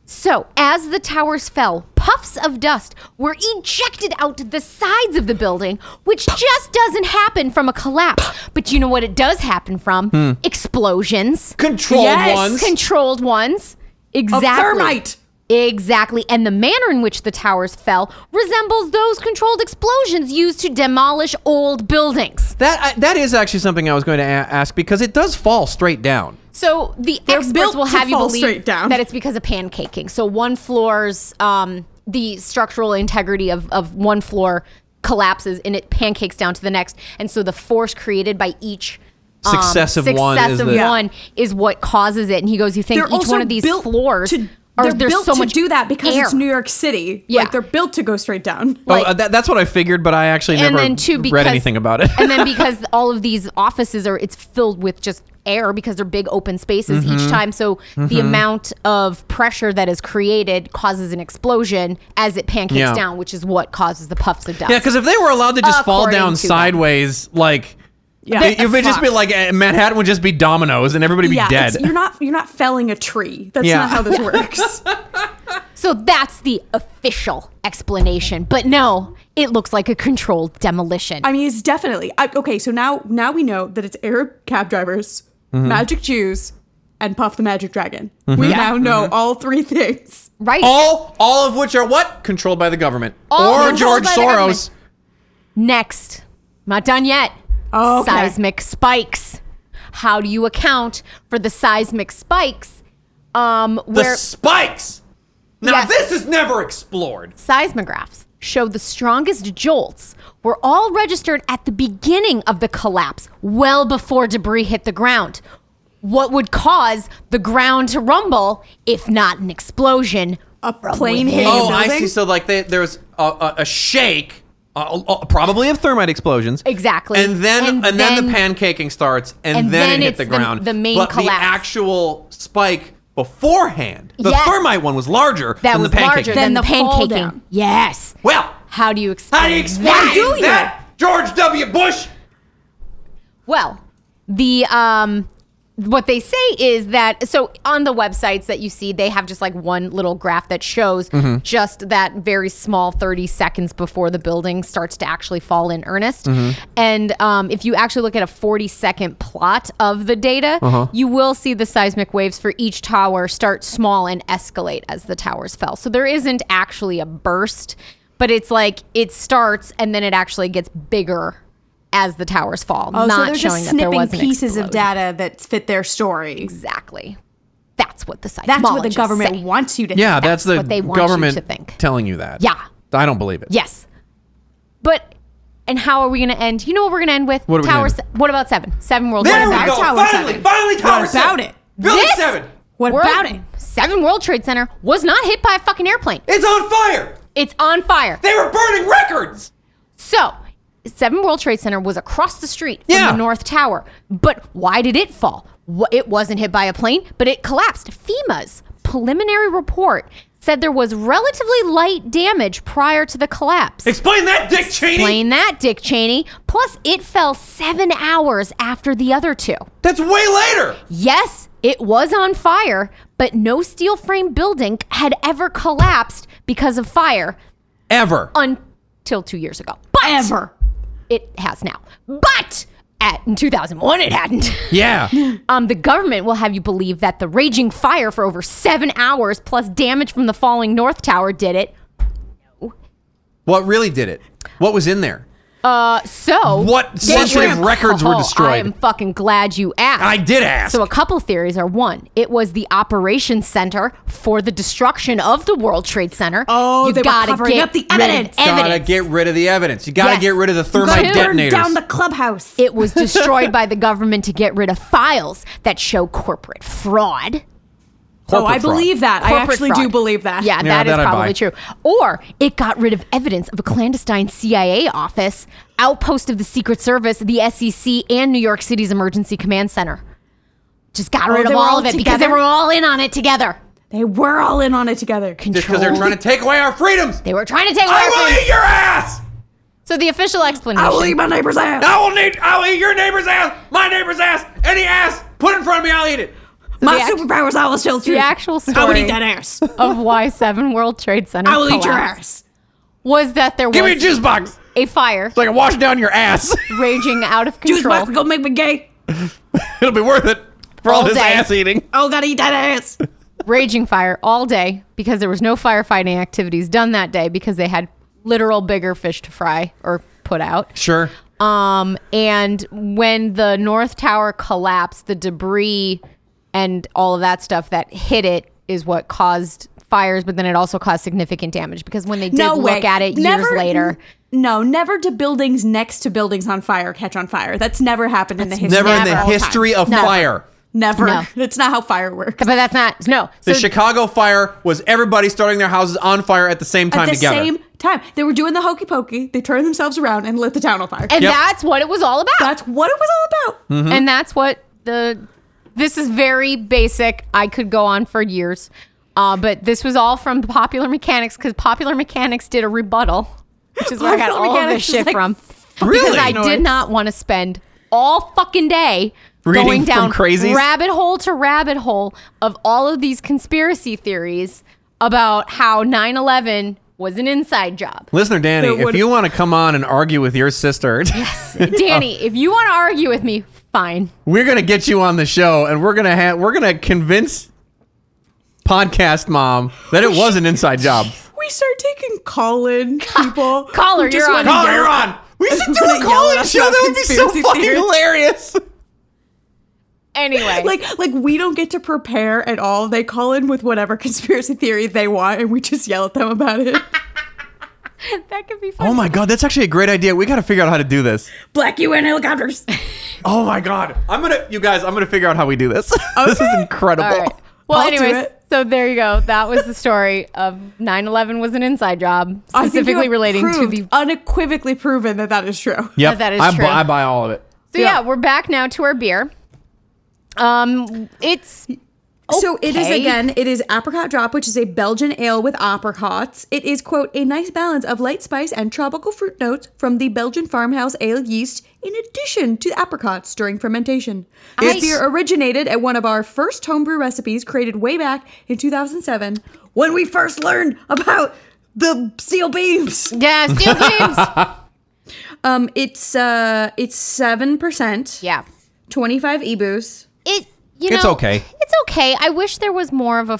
[SPEAKER 2] So, as the towers fell, puffs of dust were ejected out the sides of the building, which just doesn't happen from a collapse. But you know what it does happen from? Explosions.
[SPEAKER 3] Hmm. Controlled
[SPEAKER 1] Yes.
[SPEAKER 3] ones.
[SPEAKER 2] Controlled ones. Exactly.
[SPEAKER 1] thermite.
[SPEAKER 2] Exactly. And the manner in which the towers fell resembles those controlled explosions used to demolish old buildings.
[SPEAKER 3] that I, that is actually something I was going to a- ask because it does fall straight down.
[SPEAKER 2] So the experts
[SPEAKER 1] built
[SPEAKER 2] will
[SPEAKER 1] to
[SPEAKER 2] have you
[SPEAKER 1] fall
[SPEAKER 2] believe
[SPEAKER 1] straight down.
[SPEAKER 2] that it's because of pancaking. So one floor's um, the structural integrity of, of one floor collapses and it pancakes down to the next, and so the force created by each um,
[SPEAKER 3] Successive one is
[SPEAKER 2] successive
[SPEAKER 3] the- Yeah.
[SPEAKER 2] one is what causes it. And he goes, "You think
[SPEAKER 1] They're
[SPEAKER 2] each
[SPEAKER 1] also
[SPEAKER 2] one of these
[SPEAKER 1] built
[SPEAKER 2] floors
[SPEAKER 1] to,
[SPEAKER 2] are
[SPEAKER 1] they're
[SPEAKER 2] there's
[SPEAKER 1] built
[SPEAKER 2] so
[SPEAKER 1] to
[SPEAKER 2] much
[SPEAKER 1] do that because
[SPEAKER 2] air.
[SPEAKER 1] it's New York City.
[SPEAKER 2] Yeah.
[SPEAKER 1] like they're built to go straight down.
[SPEAKER 2] Like-
[SPEAKER 3] oh, uh, that, that's what I figured, but I actually
[SPEAKER 2] and
[SPEAKER 3] never
[SPEAKER 2] then two because
[SPEAKER 3] read anything about it.
[SPEAKER 2] and then because all of these offices are it's filled with just air because they're big open spaces
[SPEAKER 3] Mm-hmm.
[SPEAKER 2] each time so the amount of pressure that is created causes an explosion as it pancakes
[SPEAKER 3] Yeah.
[SPEAKER 2] down which is what causes the puffs of dust
[SPEAKER 3] yeah, because if they were allowed to just fall
[SPEAKER 2] According
[SPEAKER 3] down
[SPEAKER 2] to them.
[SPEAKER 3] sideways, like
[SPEAKER 1] Yeah.
[SPEAKER 3] it, it would just be
[SPEAKER 1] Fuck.
[SPEAKER 3] like uh, Manhattan would just be dominoes and everybody would be
[SPEAKER 1] yeah,
[SPEAKER 3] dead.
[SPEAKER 1] it's- you're not you're not felling a tree. That's
[SPEAKER 3] Yeah.
[SPEAKER 1] not how this works.
[SPEAKER 2] so that's the official explanation but no it looks like a controlled demolition
[SPEAKER 1] I mean, it's definitely I, okay. So now now we know that it's Arab cab drivers,
[SPEAKER 3] Mm-hmm.
[SPEAKER 1] magic Jews, and Puff the Magic Dragon. We now know
[SPEAKER 3] Mm-hmm.
[SPEAKER 1] all three things.
[SPEAKER 2] right
[SPEAKER 3] all all of which are what controlled by the government
[SPEAKER 2] All
[SPEAKER 3] or
[SPEAKER 2] controlled
[SPEAKER 3] George
[SPEAKER 2] by the
[SPEAKER 3] Soros.
[SPEAKER 2] government. Next, not done yet.
[SPEAKER 1] Oh, okay.
[SPEAKER 2] Seismic spikes. How do you account for the seismic spikes? Um,
[SPEAKER 3] The
[SPEAKER 2] where
[SPEAKER 3] spikes. Now
[SPEAKER 2] Yes.
[SPEAKER 3] this is never explored.
[SPEAKER 2] seismographs show the strongest jolts were all registered at the beginning of the collapse, well before debris hit the ground. What would cause the ground to rumble if not an explosion?
[SPEAKER 1] A plane hitting a
[SPEAKER 3] Oh,
[SPEAKER 1] building.
[SPEAKER 3] I see. So like they, there's a, a, a shake, uh, uh, probably of thermite explosions.
[SPEAKER 2] Exactly.
[SPEAKER 3] And then and,
[SPEAKER 2] And
[SPEAKER 3] then, the
[SPEAKER 2] then-
[SPEAKER 3] pancaking starts, and,
[SPEAKER 2] and
[SPEAKER 3] then,
[SPEAKER 2] then
[SPEAKER 3] it hit
[SPEAKER 2] it's
[SPEAKER 3] the
[SPEAKER 2] the-
[SPEAKER 3] ground.
[SPEAKER 2] the main
[SPEAKER 3] but
[SPEAKER 2] collapse.
[SPEAKER 3] the actual spike beforehand, the
[SPEAKER 2] Yes.
[SPEAKER 3] thermite one was larger
[SPEAKER 2] That
[SPEAKER 3] than
[SPEAKER 2] was
[SPEAKER 3] the pancaking.
[SPEAKER 2] larger
[SPEAKER 1] Then
[SPEAKER 2] than the
[SPEAKER 1] the fall
[SPEAKER 2] pancaking.
[SPEAKER 1] down.
[SPEAKER 2] Yes.
[SPEAKER 3] well,
[SPEAKER 2] How do you explain?
[SPEAKER 3] how do you explain
[SPEAKER 2] that?
[SPEAKER 3] that, George W. Bush?
[SPEAKER 2] Well, the um what they say is that so on the websites that you see they have just like one little graph that shows just that very small 30 seconds before the building starts to actually fall in earnest and um, if you actually look at a 40 second plot of the data you will see the seismic waves for each tower start small and escalate as the towers fell so there isn't actually a burst but it's like it starts and then it actually gets bigger as the towers fall
[SPEAKER 1] Oh, so
[SPEAKER 2] not
[SPEAKER 1] they're
[SPEAKER 2] showing
[SPEAKER 1] just
[SPEAKER 2] that there
[SPEAKER 1] snipping
[SPEAKER 2] was an
[SPEAKER 1] pieces of
[SPEAKER 2] explosion.
[SPEAKER 1] data that fit their story.
[SPEAKER 2] Exactly. That's what the seismologists
[SPEAKER 1] That's what the government
[SPEAKER 2] say.
[SPEAKER 1] wants you to.
[SPEAKER 3] Yeah,
[SPEAKER 1] think.
[SPEAKER 2] That's
[SPEAKER 3] that's, the
[SPEAKER 2] what they want you
[SPEAKER 3] government
[SPEAKER 2] to think.
[SPEAKER 3] telling you that.
[SPEAKER 2] Yeah.
[SPEAKER 3] I don't believe it.
[SPEAKER 2] Yes. But and how are we going to end? You know what we're going to end with?
[SPEAKER 3] What are we gonna
[SPEAKER 2] Towers.
[SPEAKER 3] end
[SPEAKER 2] What about seven? Seven world
[SPEAKER 3] There
[SPEAKER 2] trade
[SPEAKER 3] we
[SPEAKER 1] our
[SPEAKER 2] centers.
[SPEAKER 3] go.
[SPEAKER 1] Tower
[SPEAKER 3] finally,
[SPEAKER 1] Seven?
[SPEAKER 3] finally, Tower
[SPEAKER 1] What
[SPEAKER 3] Seven.
[SPEAKER 1] about it?
[SPEAKER 3] Building
[SPEAKER 2] This-
[SPEAKER 3] Seven.
[SPEAKER 1] What
[SPEAKER 2] World-
[SPEAKER 1] about it?
[SPEAKER 2] Seven World Trade Center was not hit by a fucking airplane.
[SPEAKER 3] It's on fire.
[SPEAKER 2] It's on fire.
[SPEAKER 3] They were burning records.
[SPEAKER 2] So Seven World Trade Center was across the street from
[SPEAKER 3] Yeah.
[SPEAKER 2] the North Tower. But why did it fall? Wh- It wasn't hit by a plane, but it collapsed. FEMA's preliminary report said there was relatively light damage prior to the collapse.
[SPEAKER 3] Explain that, Dick Cheney.
[SPEAKER 2] Explain that, Dick Cheney. Plus, it fell seven hours after the other two.
[SPEAKER 3] That's way later.
[SPEAKER 2] Yes, it was on fire, but no steel frame building had ever collapsed because of fire
[SPEAKER 3] Ever.
[SPEAKER 2] until two years ago. But
[SPEAKER 1] Ever.
[SPEAKER 2] it has now. But at, in 2001, it hadn't.
[SPEAKER 3] yeah.
[SPEAKER 2] Um, the government will have you believe that the raging fire for over seven hours plus damage from the falling North Tower did it.
[SPEAKER 3] What really did it? What was in there?
[SPEAKER 2] Uh, so
[SPEAKER 3] What
[SPEAKER 2] Damn
[SPEAKER 3] century of
[SPEAKER 2] shrimp.
[SPEAKER 3] records were
[SPEAKER 2] Oh, I
[SPEAKER 3] destroyed?
[SPEAKER 2] am fucking glad you asked.
[SPEAKER 3] I did ask.
[SPEAKER 1] uh,
[SPEAKER 2] So a couple theories are one, it was the operations center for the destruction of the World Trade Center.
[SPEAKER 1] Oh,
[SPEAKER 2] you
[SPEAKER 1] they were
[SPEAKER 2] gotta
[SPEAKER 1] covering
[SPEAKER 2] get
[SPEAKER 1] up the
[SPEAKER 2] rid of
[SPEAKER 1] evidence.
[SPEAKER 3] Gotta get rid of the evidence. You gotta
[SPEAKER 2] Yes.
[SPEAKER 3] get rid of the
[SPEAKER 1] Gotta
[SPEAKER 2] Burn
[SPEAKER 3] thermite
[SPEAKER 1] burn
[SPEAKER 3] detonators.
[SPEAKER 1] down the clubhouse.
[SPEAKER 2] it was destroyed by the government to get rid of files that show corporate fraud.
[SPEAKER 1] oh,
[SPEAKER 3] Corporate
[SPEAKER 1] I
[SPEAKER 3] fraud.
[SPEAKER 1] believe that. I
[SPEAKER 2] Corporate
[SPEAKER 1] actually
[SPEAKER 2] fraud.
[SPEAKER 1] do believe Ah, that.
[SPEAKER 2] Yeah, that is
[SPEAKER 3] that I buy.
[SPEAKER 2] probably true. Or it got rid of evidence of a clandestine CIA office, outpost of the Secret Service, the SEC, and New York City's Emergency Command Center. Just got
[SPEAKER 1] Oh,
[SPEAKER 2] rid
[SPEAKER 1] they
[SPEAKER 2] of
[SPEAKER 1] were
[SPEAKER 2] all,
[SPEAKER 1] all
[SPEAKER 2] of it because they
[SPEAKER 1] together?
[SPEAKER 2] were all in on it together.
[SPEAKER 1] They were all in on it together.
[SPEAKER 3] Just because they're trying to take away our freedoms.
[SPEAKER 2] They were trying to take
[SPEAKER 3] I
[SPEAKER 2] away our
[SPEAKER 3] will
[SPEAKER 2] freedoms.
[SPEAKER 3] eat your ass.
[SPEAKER 2] So the official
[SPEAKER 1] I will eat
[SPEAKER 2] explanation.
[SPEAKER 1] my neighbor's ass.
[SPEAKER 3] I will need. I will eat your neighbor's ass. My neighbor's ass. Any ass. Put in front of me. I'll eat it.
[SPEAKER 1] my
[SPEAKER 2] the act-
[SPEAKER 1] superpowers, I will tell the
[SPEAKER 2] The
[SPEAKER 1] truth. I
[SPEAKER 2] actual
[SPEAKER 1] would
[SPEAKER 2] story
[SPEAKER 1] eat that ass.
[SPEAKER 2] of why Seven World Trade Center
[SPEAKER 1] I will eat your ass.
[SPEAKER 2] collapsed was that there
[SPEAKER 3] Give me a
[SPEAKER 2] was
[SPEAKER 3] juice box. So
[SPEAKER 2] a fire
[SPEAKER 3] I can wash down your ass.
[SPEAKER 2] raging out of
[SPEAKER 1] Juice
[SPEAKER 2] control.
[SPEAKER 1] box is gonna make me gay.
[SPEAKER 3] It'll be worth it for all,
[SPEAKER 2] All
[SPEAKER 3] this
[SPEAKER 2] day.
[SPEAKER 3] ass eating.
[SPEAKER 1] Oh, gotta eat that ass.
[SPEAKER 2] raging fire all day because there was no firefighting activities done that day because they had literal bigger fish to fry or put out.
[SPEAKER 3] Sure.
[SPEAKER 2] Um, and when the North Tower collapsed, the debris and all of that stuff that hit it is what caused fires, but then it also caused significant damage because when they did
[SPEAKER 1] no
[SPEAKER 2] look
[SPEAKER 1] way.
[SPEAKER 2] at it years later,
[SPEAKER 1] No, never do buildings next to buildings on fire catch on fire. That's never happened in the history.
[SPEAKER 3] Never in
[SPEAKER 1] of
[SPEAKER 3] the
[SPEAKER 1] all time.
[SPEAKER 3] history of
[SPEAKER 2] Never.
[SPEAKER 3] fire.
[SPEAKER 1] Never.
[SPEAKER 2] No.
[SPEAKER 1] That's not how fire works.
[SPEAKER 2] but that's not no.
[SPEAKER 3] The
[SPEAKER 2] So
[SPEAKER 3] Chicago fire was everybody starting their houses on fire at the same time
[SPEAKER 1] At the
[SPEAKER 3] together.
[SPEAKER 1] same time, they were doing the hokey pokey. They turned themselves around and lit the town on fire.
[SPEAKER 2] and Hmm?
[SPEAKER 3] Yep.
[SPEAKER 2] that's what it was all about.
[SPEAKER 1] that's what it was all about.
[SPEAKER 2] and that's what the this is very basic i could go on for years uh, but this was all from popular mechanics because popular mechanics did a rebuttal which is where i got
[SPEAKER 1] Popular
[SPEAKER 2] all of
[SPEAKER 1] Mechanics
[SPEAKER 2] this
[SPEAKER 1] is
[SPEAKER 2] shit
[SPEAKER 1] like,
[SPEAKER 2] from
[SPEAKER 3] Really?
[SPEAKER 2] because i did not want to spend all fucking day
[SPEAKER 3] Reading
[SPEAKER 2] going down
[SPEAKER 3] from crazies?
[SPEAKER 2] rabbit hole to rabbit hole of all of these conspiracy theories about how 9-11 was an inside job
[SPEAKER 3] Listener Danny,
[SPEAKER 1] It
[SPEAKER 3] if
[SPEAKER 1] would-
[SPEAKER 3] you want to come on and argue with your sister,
[SPEAKER 2] danny if you want to argue with me fine
[SPEAKER 3] we're gonna get you on the show, and we're gonna ha- we're gonna convince podcast mom that it was an inside job.
[SPEAKER 1] We start taking call-in people.
[SPEAKER 2] Caller,
[SPEAKER 1] who just
[SPEAKER 2] you're on.
[SPEAKER 1] wanna
[SPEAKER 2] Caller,
[SPEAKER 1] yell-
[SPEAKER 3] on. We should do
[SPEAKER 1] Wanna
[SPEAKER 3] a
[SPEAKER 1] yell
[SPEAKER 3] call-in
[SPEAKER 1] at us
[SPEAKER 3] show.
[SPEAKER 1] about
[SPEAKER 3] That would be so
[SPEAKER 1] conspiracy
[SPEAKER 3] fucking
[SPEAKER 1] theories?
[SPEAKER 3] hilarious.
[SPEAKER 2] anyway
[SPEAKER 1] Like, like we don't get to prepare at all. They call in with whatever conspiracy theory they want, and we just yell at them about it.
[SPEAKER 2] that could be fun
[SPEAKER 3] Oh my god, that's actually a great idea. We got to figure out how to do this.
[SPEAKER 1] Black UN helicopters.
[SPEAKER 3] Oh my god, I'm gonna you guys, I'm gonna figure out how we do this. this is
[SPEAKER 1] Okay.
[SPEAKER 3] incredible.
[SPEAKER 2] All right. Well,
[SPEAKER 1] I'll do
[SPEAKER 2] anyways,
[SPEAKER 1] it.
[SPEAKER 2] so there you go. That was the story of 9/11 was an inside job,
[SPEAKER 1] I think you
[SPEAKER 2] specifically
[SPEAKER 1] have
[SPEAKER 2] relating to
[SPEAKER 1] proved,
[SPEAKER 2] the.
[SPEAKER 1] unequivocally proven that that is true.
[SPEAKER 3] Yep,
[SPEAKER 2] that is
[SPEAKER 3] I,
[SPEAKER 2] true.
[SPEAKER 3] Bu- I buy all of it.
[SPEAKER 2] So yeah.
[SPEAKER 1] yeah.
[SPEAKER 2] we're back now to our beer. Um, it's
[SPEAKER 1] So it is
[SPEAKER 2] Okay.
[SPEAKER 1] again, it is apricot drop, which is a Belgian ale with apricots. It is, quote, a nice balance of light spice and tropical fruit notes from the Belgian farmhouse ale yeast in addition to apricots during fermentation. This
[SPEAKER 2] Nice.
[SPEAKER 1] beer originated at one of our first homebrew recipes created way back in 2007 when we first learned about the steel beams.
[SPEAKER 2] yeah, steel beams.
[SPEAKER 1] Um, it's uh, it's seven percent,
[SPEAKER 2] yeah,
[SPEAKER 1] twenty-five ebus.
[SPEAKER 2] it. You know,
[SPEAKER 3] It's okay.
[SPEAKER 2] It's okay. I wish there was more of a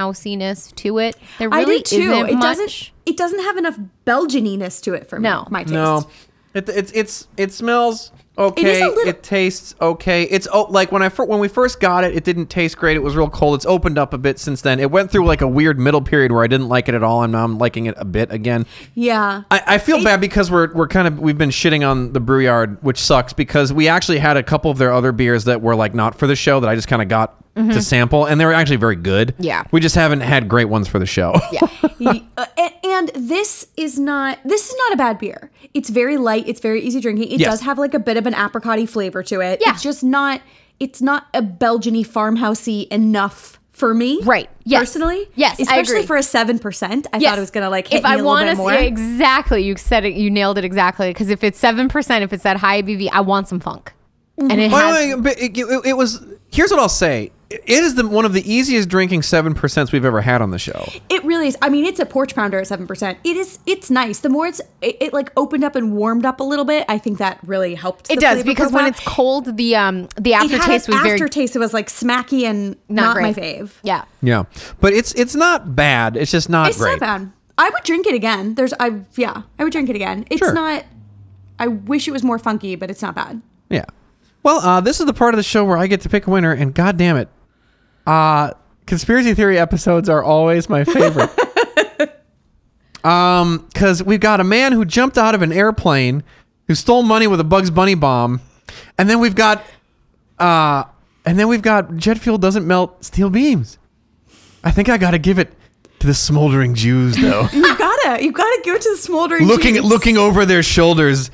[SPEAKER 2] farmhousiness to it. There really
[SPEAKER 1] I do too.
[SPEAKER 2] isn't
[SPEAKER 1] it
[SPEAKER 2] much.
[SPEAKER 1] doesn't. It doesn't have enough Belgianiness to it for
[SPEAKER 2] No.
[SPEAKER 1] me, my taste.
[SPEAKER 3] No, it, it's it's it smells okay. It,
[SPEAKER 1] little-
[SPEAKER 3] tastes okay. It's oh, like when I fir- when we first got it, it didn't taste great. It was real cold. It's opened up a bit since then. It went through like a weird middle period where I didn't like it at all, and now I'm liking it a bit again.
[SPEAKER 1] Yeah.
[SPEAKER 3] I, I feel bad because we're we're kind of we've been shitting on the brew yard, which sucks because we actually had a couple of their other beers that were like not for the show that I just kind of got to sample, and they were actually very good.
[SPEAKER 2] Mm-hmm. Yeah.
[SPEAKER 3] we just haven't had great ones for the show.
[SPEAKER 2] Yeah.
[SPEAKER 1] Y- uh, a- and this is not this is not a bad beer. It's very light. It's very easy drinking. It
[SPEAKER 3] Yes.
[SPEAKER 1] does have like a bit of an apricot flavor to it.
[SPEAKER 2] Yeah.
[SPEAKER 1] It's just not. It's not a Belgiany farmhousey enough for me.
[SPEAKER 2] Right. Yes.
[SPEAKER 1] Personally.
[SPEAKER 2] Yes, I
[SPEAKER 1] Especially
[SPEAKER 2] agree.
[SPEAKER 1] for a seven percent. I
[SPEAKER 2] Yes.
[SPEAKER 1] thought it was gonna like hit
[SPEAKER 2] if
[SPEAKER 1] me
[SPEAKER 2] I
[SPEAKER 1] a little
[SPEAKER 2] want
[SPEAKER 1] bit
[SPEAKER 2] to
[SPEAKER 1] more.
[SPEAKER 2] see exactly, you said it, you nailed it exactly. Because if it's seven percent, if it's that high ABV, I want some funk, and it
[SPEAKER 3] Well,
[SPEAKER 2] has
[SPEAKER 3] I mean, but it, it- it was. Here's what I'll say: it is the, one of the easiest drinking seven percents we've ever had on the show.
[SPEAKER 1] It really is. I mean, it's a porch pounder at seven percent. It is. It's nice. The more it's, it, it like opened up and warmed up a little bit. I think that really helped.
[SPEAKER 2] It
[SPEAKER 1] the
[SPEAKER 2] does
[SPEAKER 1] flavor
[SPEAKER 2] because when
[SPEAKER 1] profile.
[SPEAKER 2] it's cold, the um the
[SPEAKER 1] it had
[SPEAKER 2] aftertaste
[SPEAKER 1] an
[SPEAKER 2] was very
[SPEAKER 1] aftertaste. It was like smacky and not, my
[SPEAKER 2] great.
[SPEAKER 1] fave.
[SPEAKER 2] Yeah,
[SPEAKER 3] Yeah, but it's it's not bad. It's just not
[SPEAKER 1] It's
[SPEAKER 3] great.
[SPEAKER 1] not bad. I would drink it again. There's I yeah, I would drink it again. It's
[SPEAKER 3] Sure.
[SPEAKER 1] not I wish it was more funky, but it's not bad.
[SPEAKER 3] Yeah. Well, uh, this is the part of the show where I get to pick a winner, and god damn it, uh, conspiracy theory episodes are always my favorite. um, because we've got a man who jumped out of an airplane, who stole money with a Bugs Bunny bomb, and then we've got, uh, and then we've got jet fuel doesn't melt steel beams. I think I got to give it to the smoldering Jews, though.
[SPEAKER 1] You gotta you gotta go to the smoldering
[SPEAKER 3] looking
[SPEAKER 1] Jews.
[SPEAKER 3] looking over their shoulders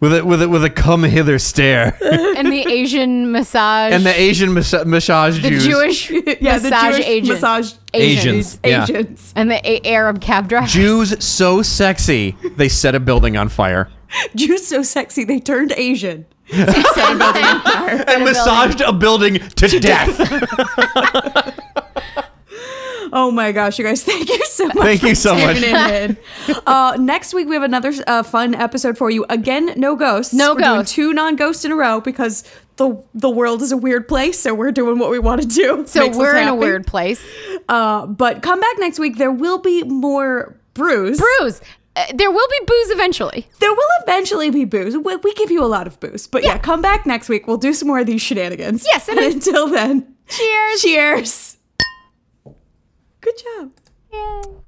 [SPEAKER 3] with a with a, with a come hither stare,
[SPEAKER 2] and the Asian massage
[SPEAKER 3] and the Asian mas- massage
[SPEAKER 2] the
[SPEAKER 3] Jews.
[SPEAKER 2] Jewish
[SPEAKER 1] yeah, the
[SPEAKER 2] massage
[SPEAKER 1] Jewish
[SPEAKER 2] agent
[SPEAKER 1] massage
[SPEAKER 3] Asians, yeah.
[SPEAKER 1] agents.
[SPEAKER 2] and the a- Arab cab driver.
[SPEAKER 3] Jews so sexy they set a building on fire
[SPEAKER 1] Jews so sexy they turned Asian.
[SPEAKER 3] and massaged a building to death.
[SPEAKER 1] Oh my gosh, you guys, thank you so much.
[SPEAKER 3] Thank you
[SPEAKER 1] for
[SPEAKER 3] so much.
[SPEAKER 1] tuning in. uh, next week we have another uh, fun episode for you. Again, no ghosts.
[SPEAKER 2] No
[SPEAKER 1] We're doing
[SPEAKER 2] ghosts.
[SPEAKER 1] two non-ghosts in a row because the the world is a weird place, so we're doing what we want to do.
[SPEAKER 2] so
[SPEAKER 1] Makes us
[SPEAKER 2] we're in a
[SPEAKER 1] happy.
[SPEAKER 2] weird place.
[SPEAKER 1] Uh, but come back next week. There will be more brews.
[SPEAKER 2] Bruise. Uh, there will be booze eventually.
[SPEAKER 1] There will eventually be booze. We, we give you a lot of booze. But yeah. come back next week. We'll do some more of these shenanigans.
[SPEAKER 2] Yes, and
[SPEAKER 1] And until then,
[SPEAKER 2] Cheers.
[SPEAKER 1] cheers. Good job.
[SPEAKER 2] Yay.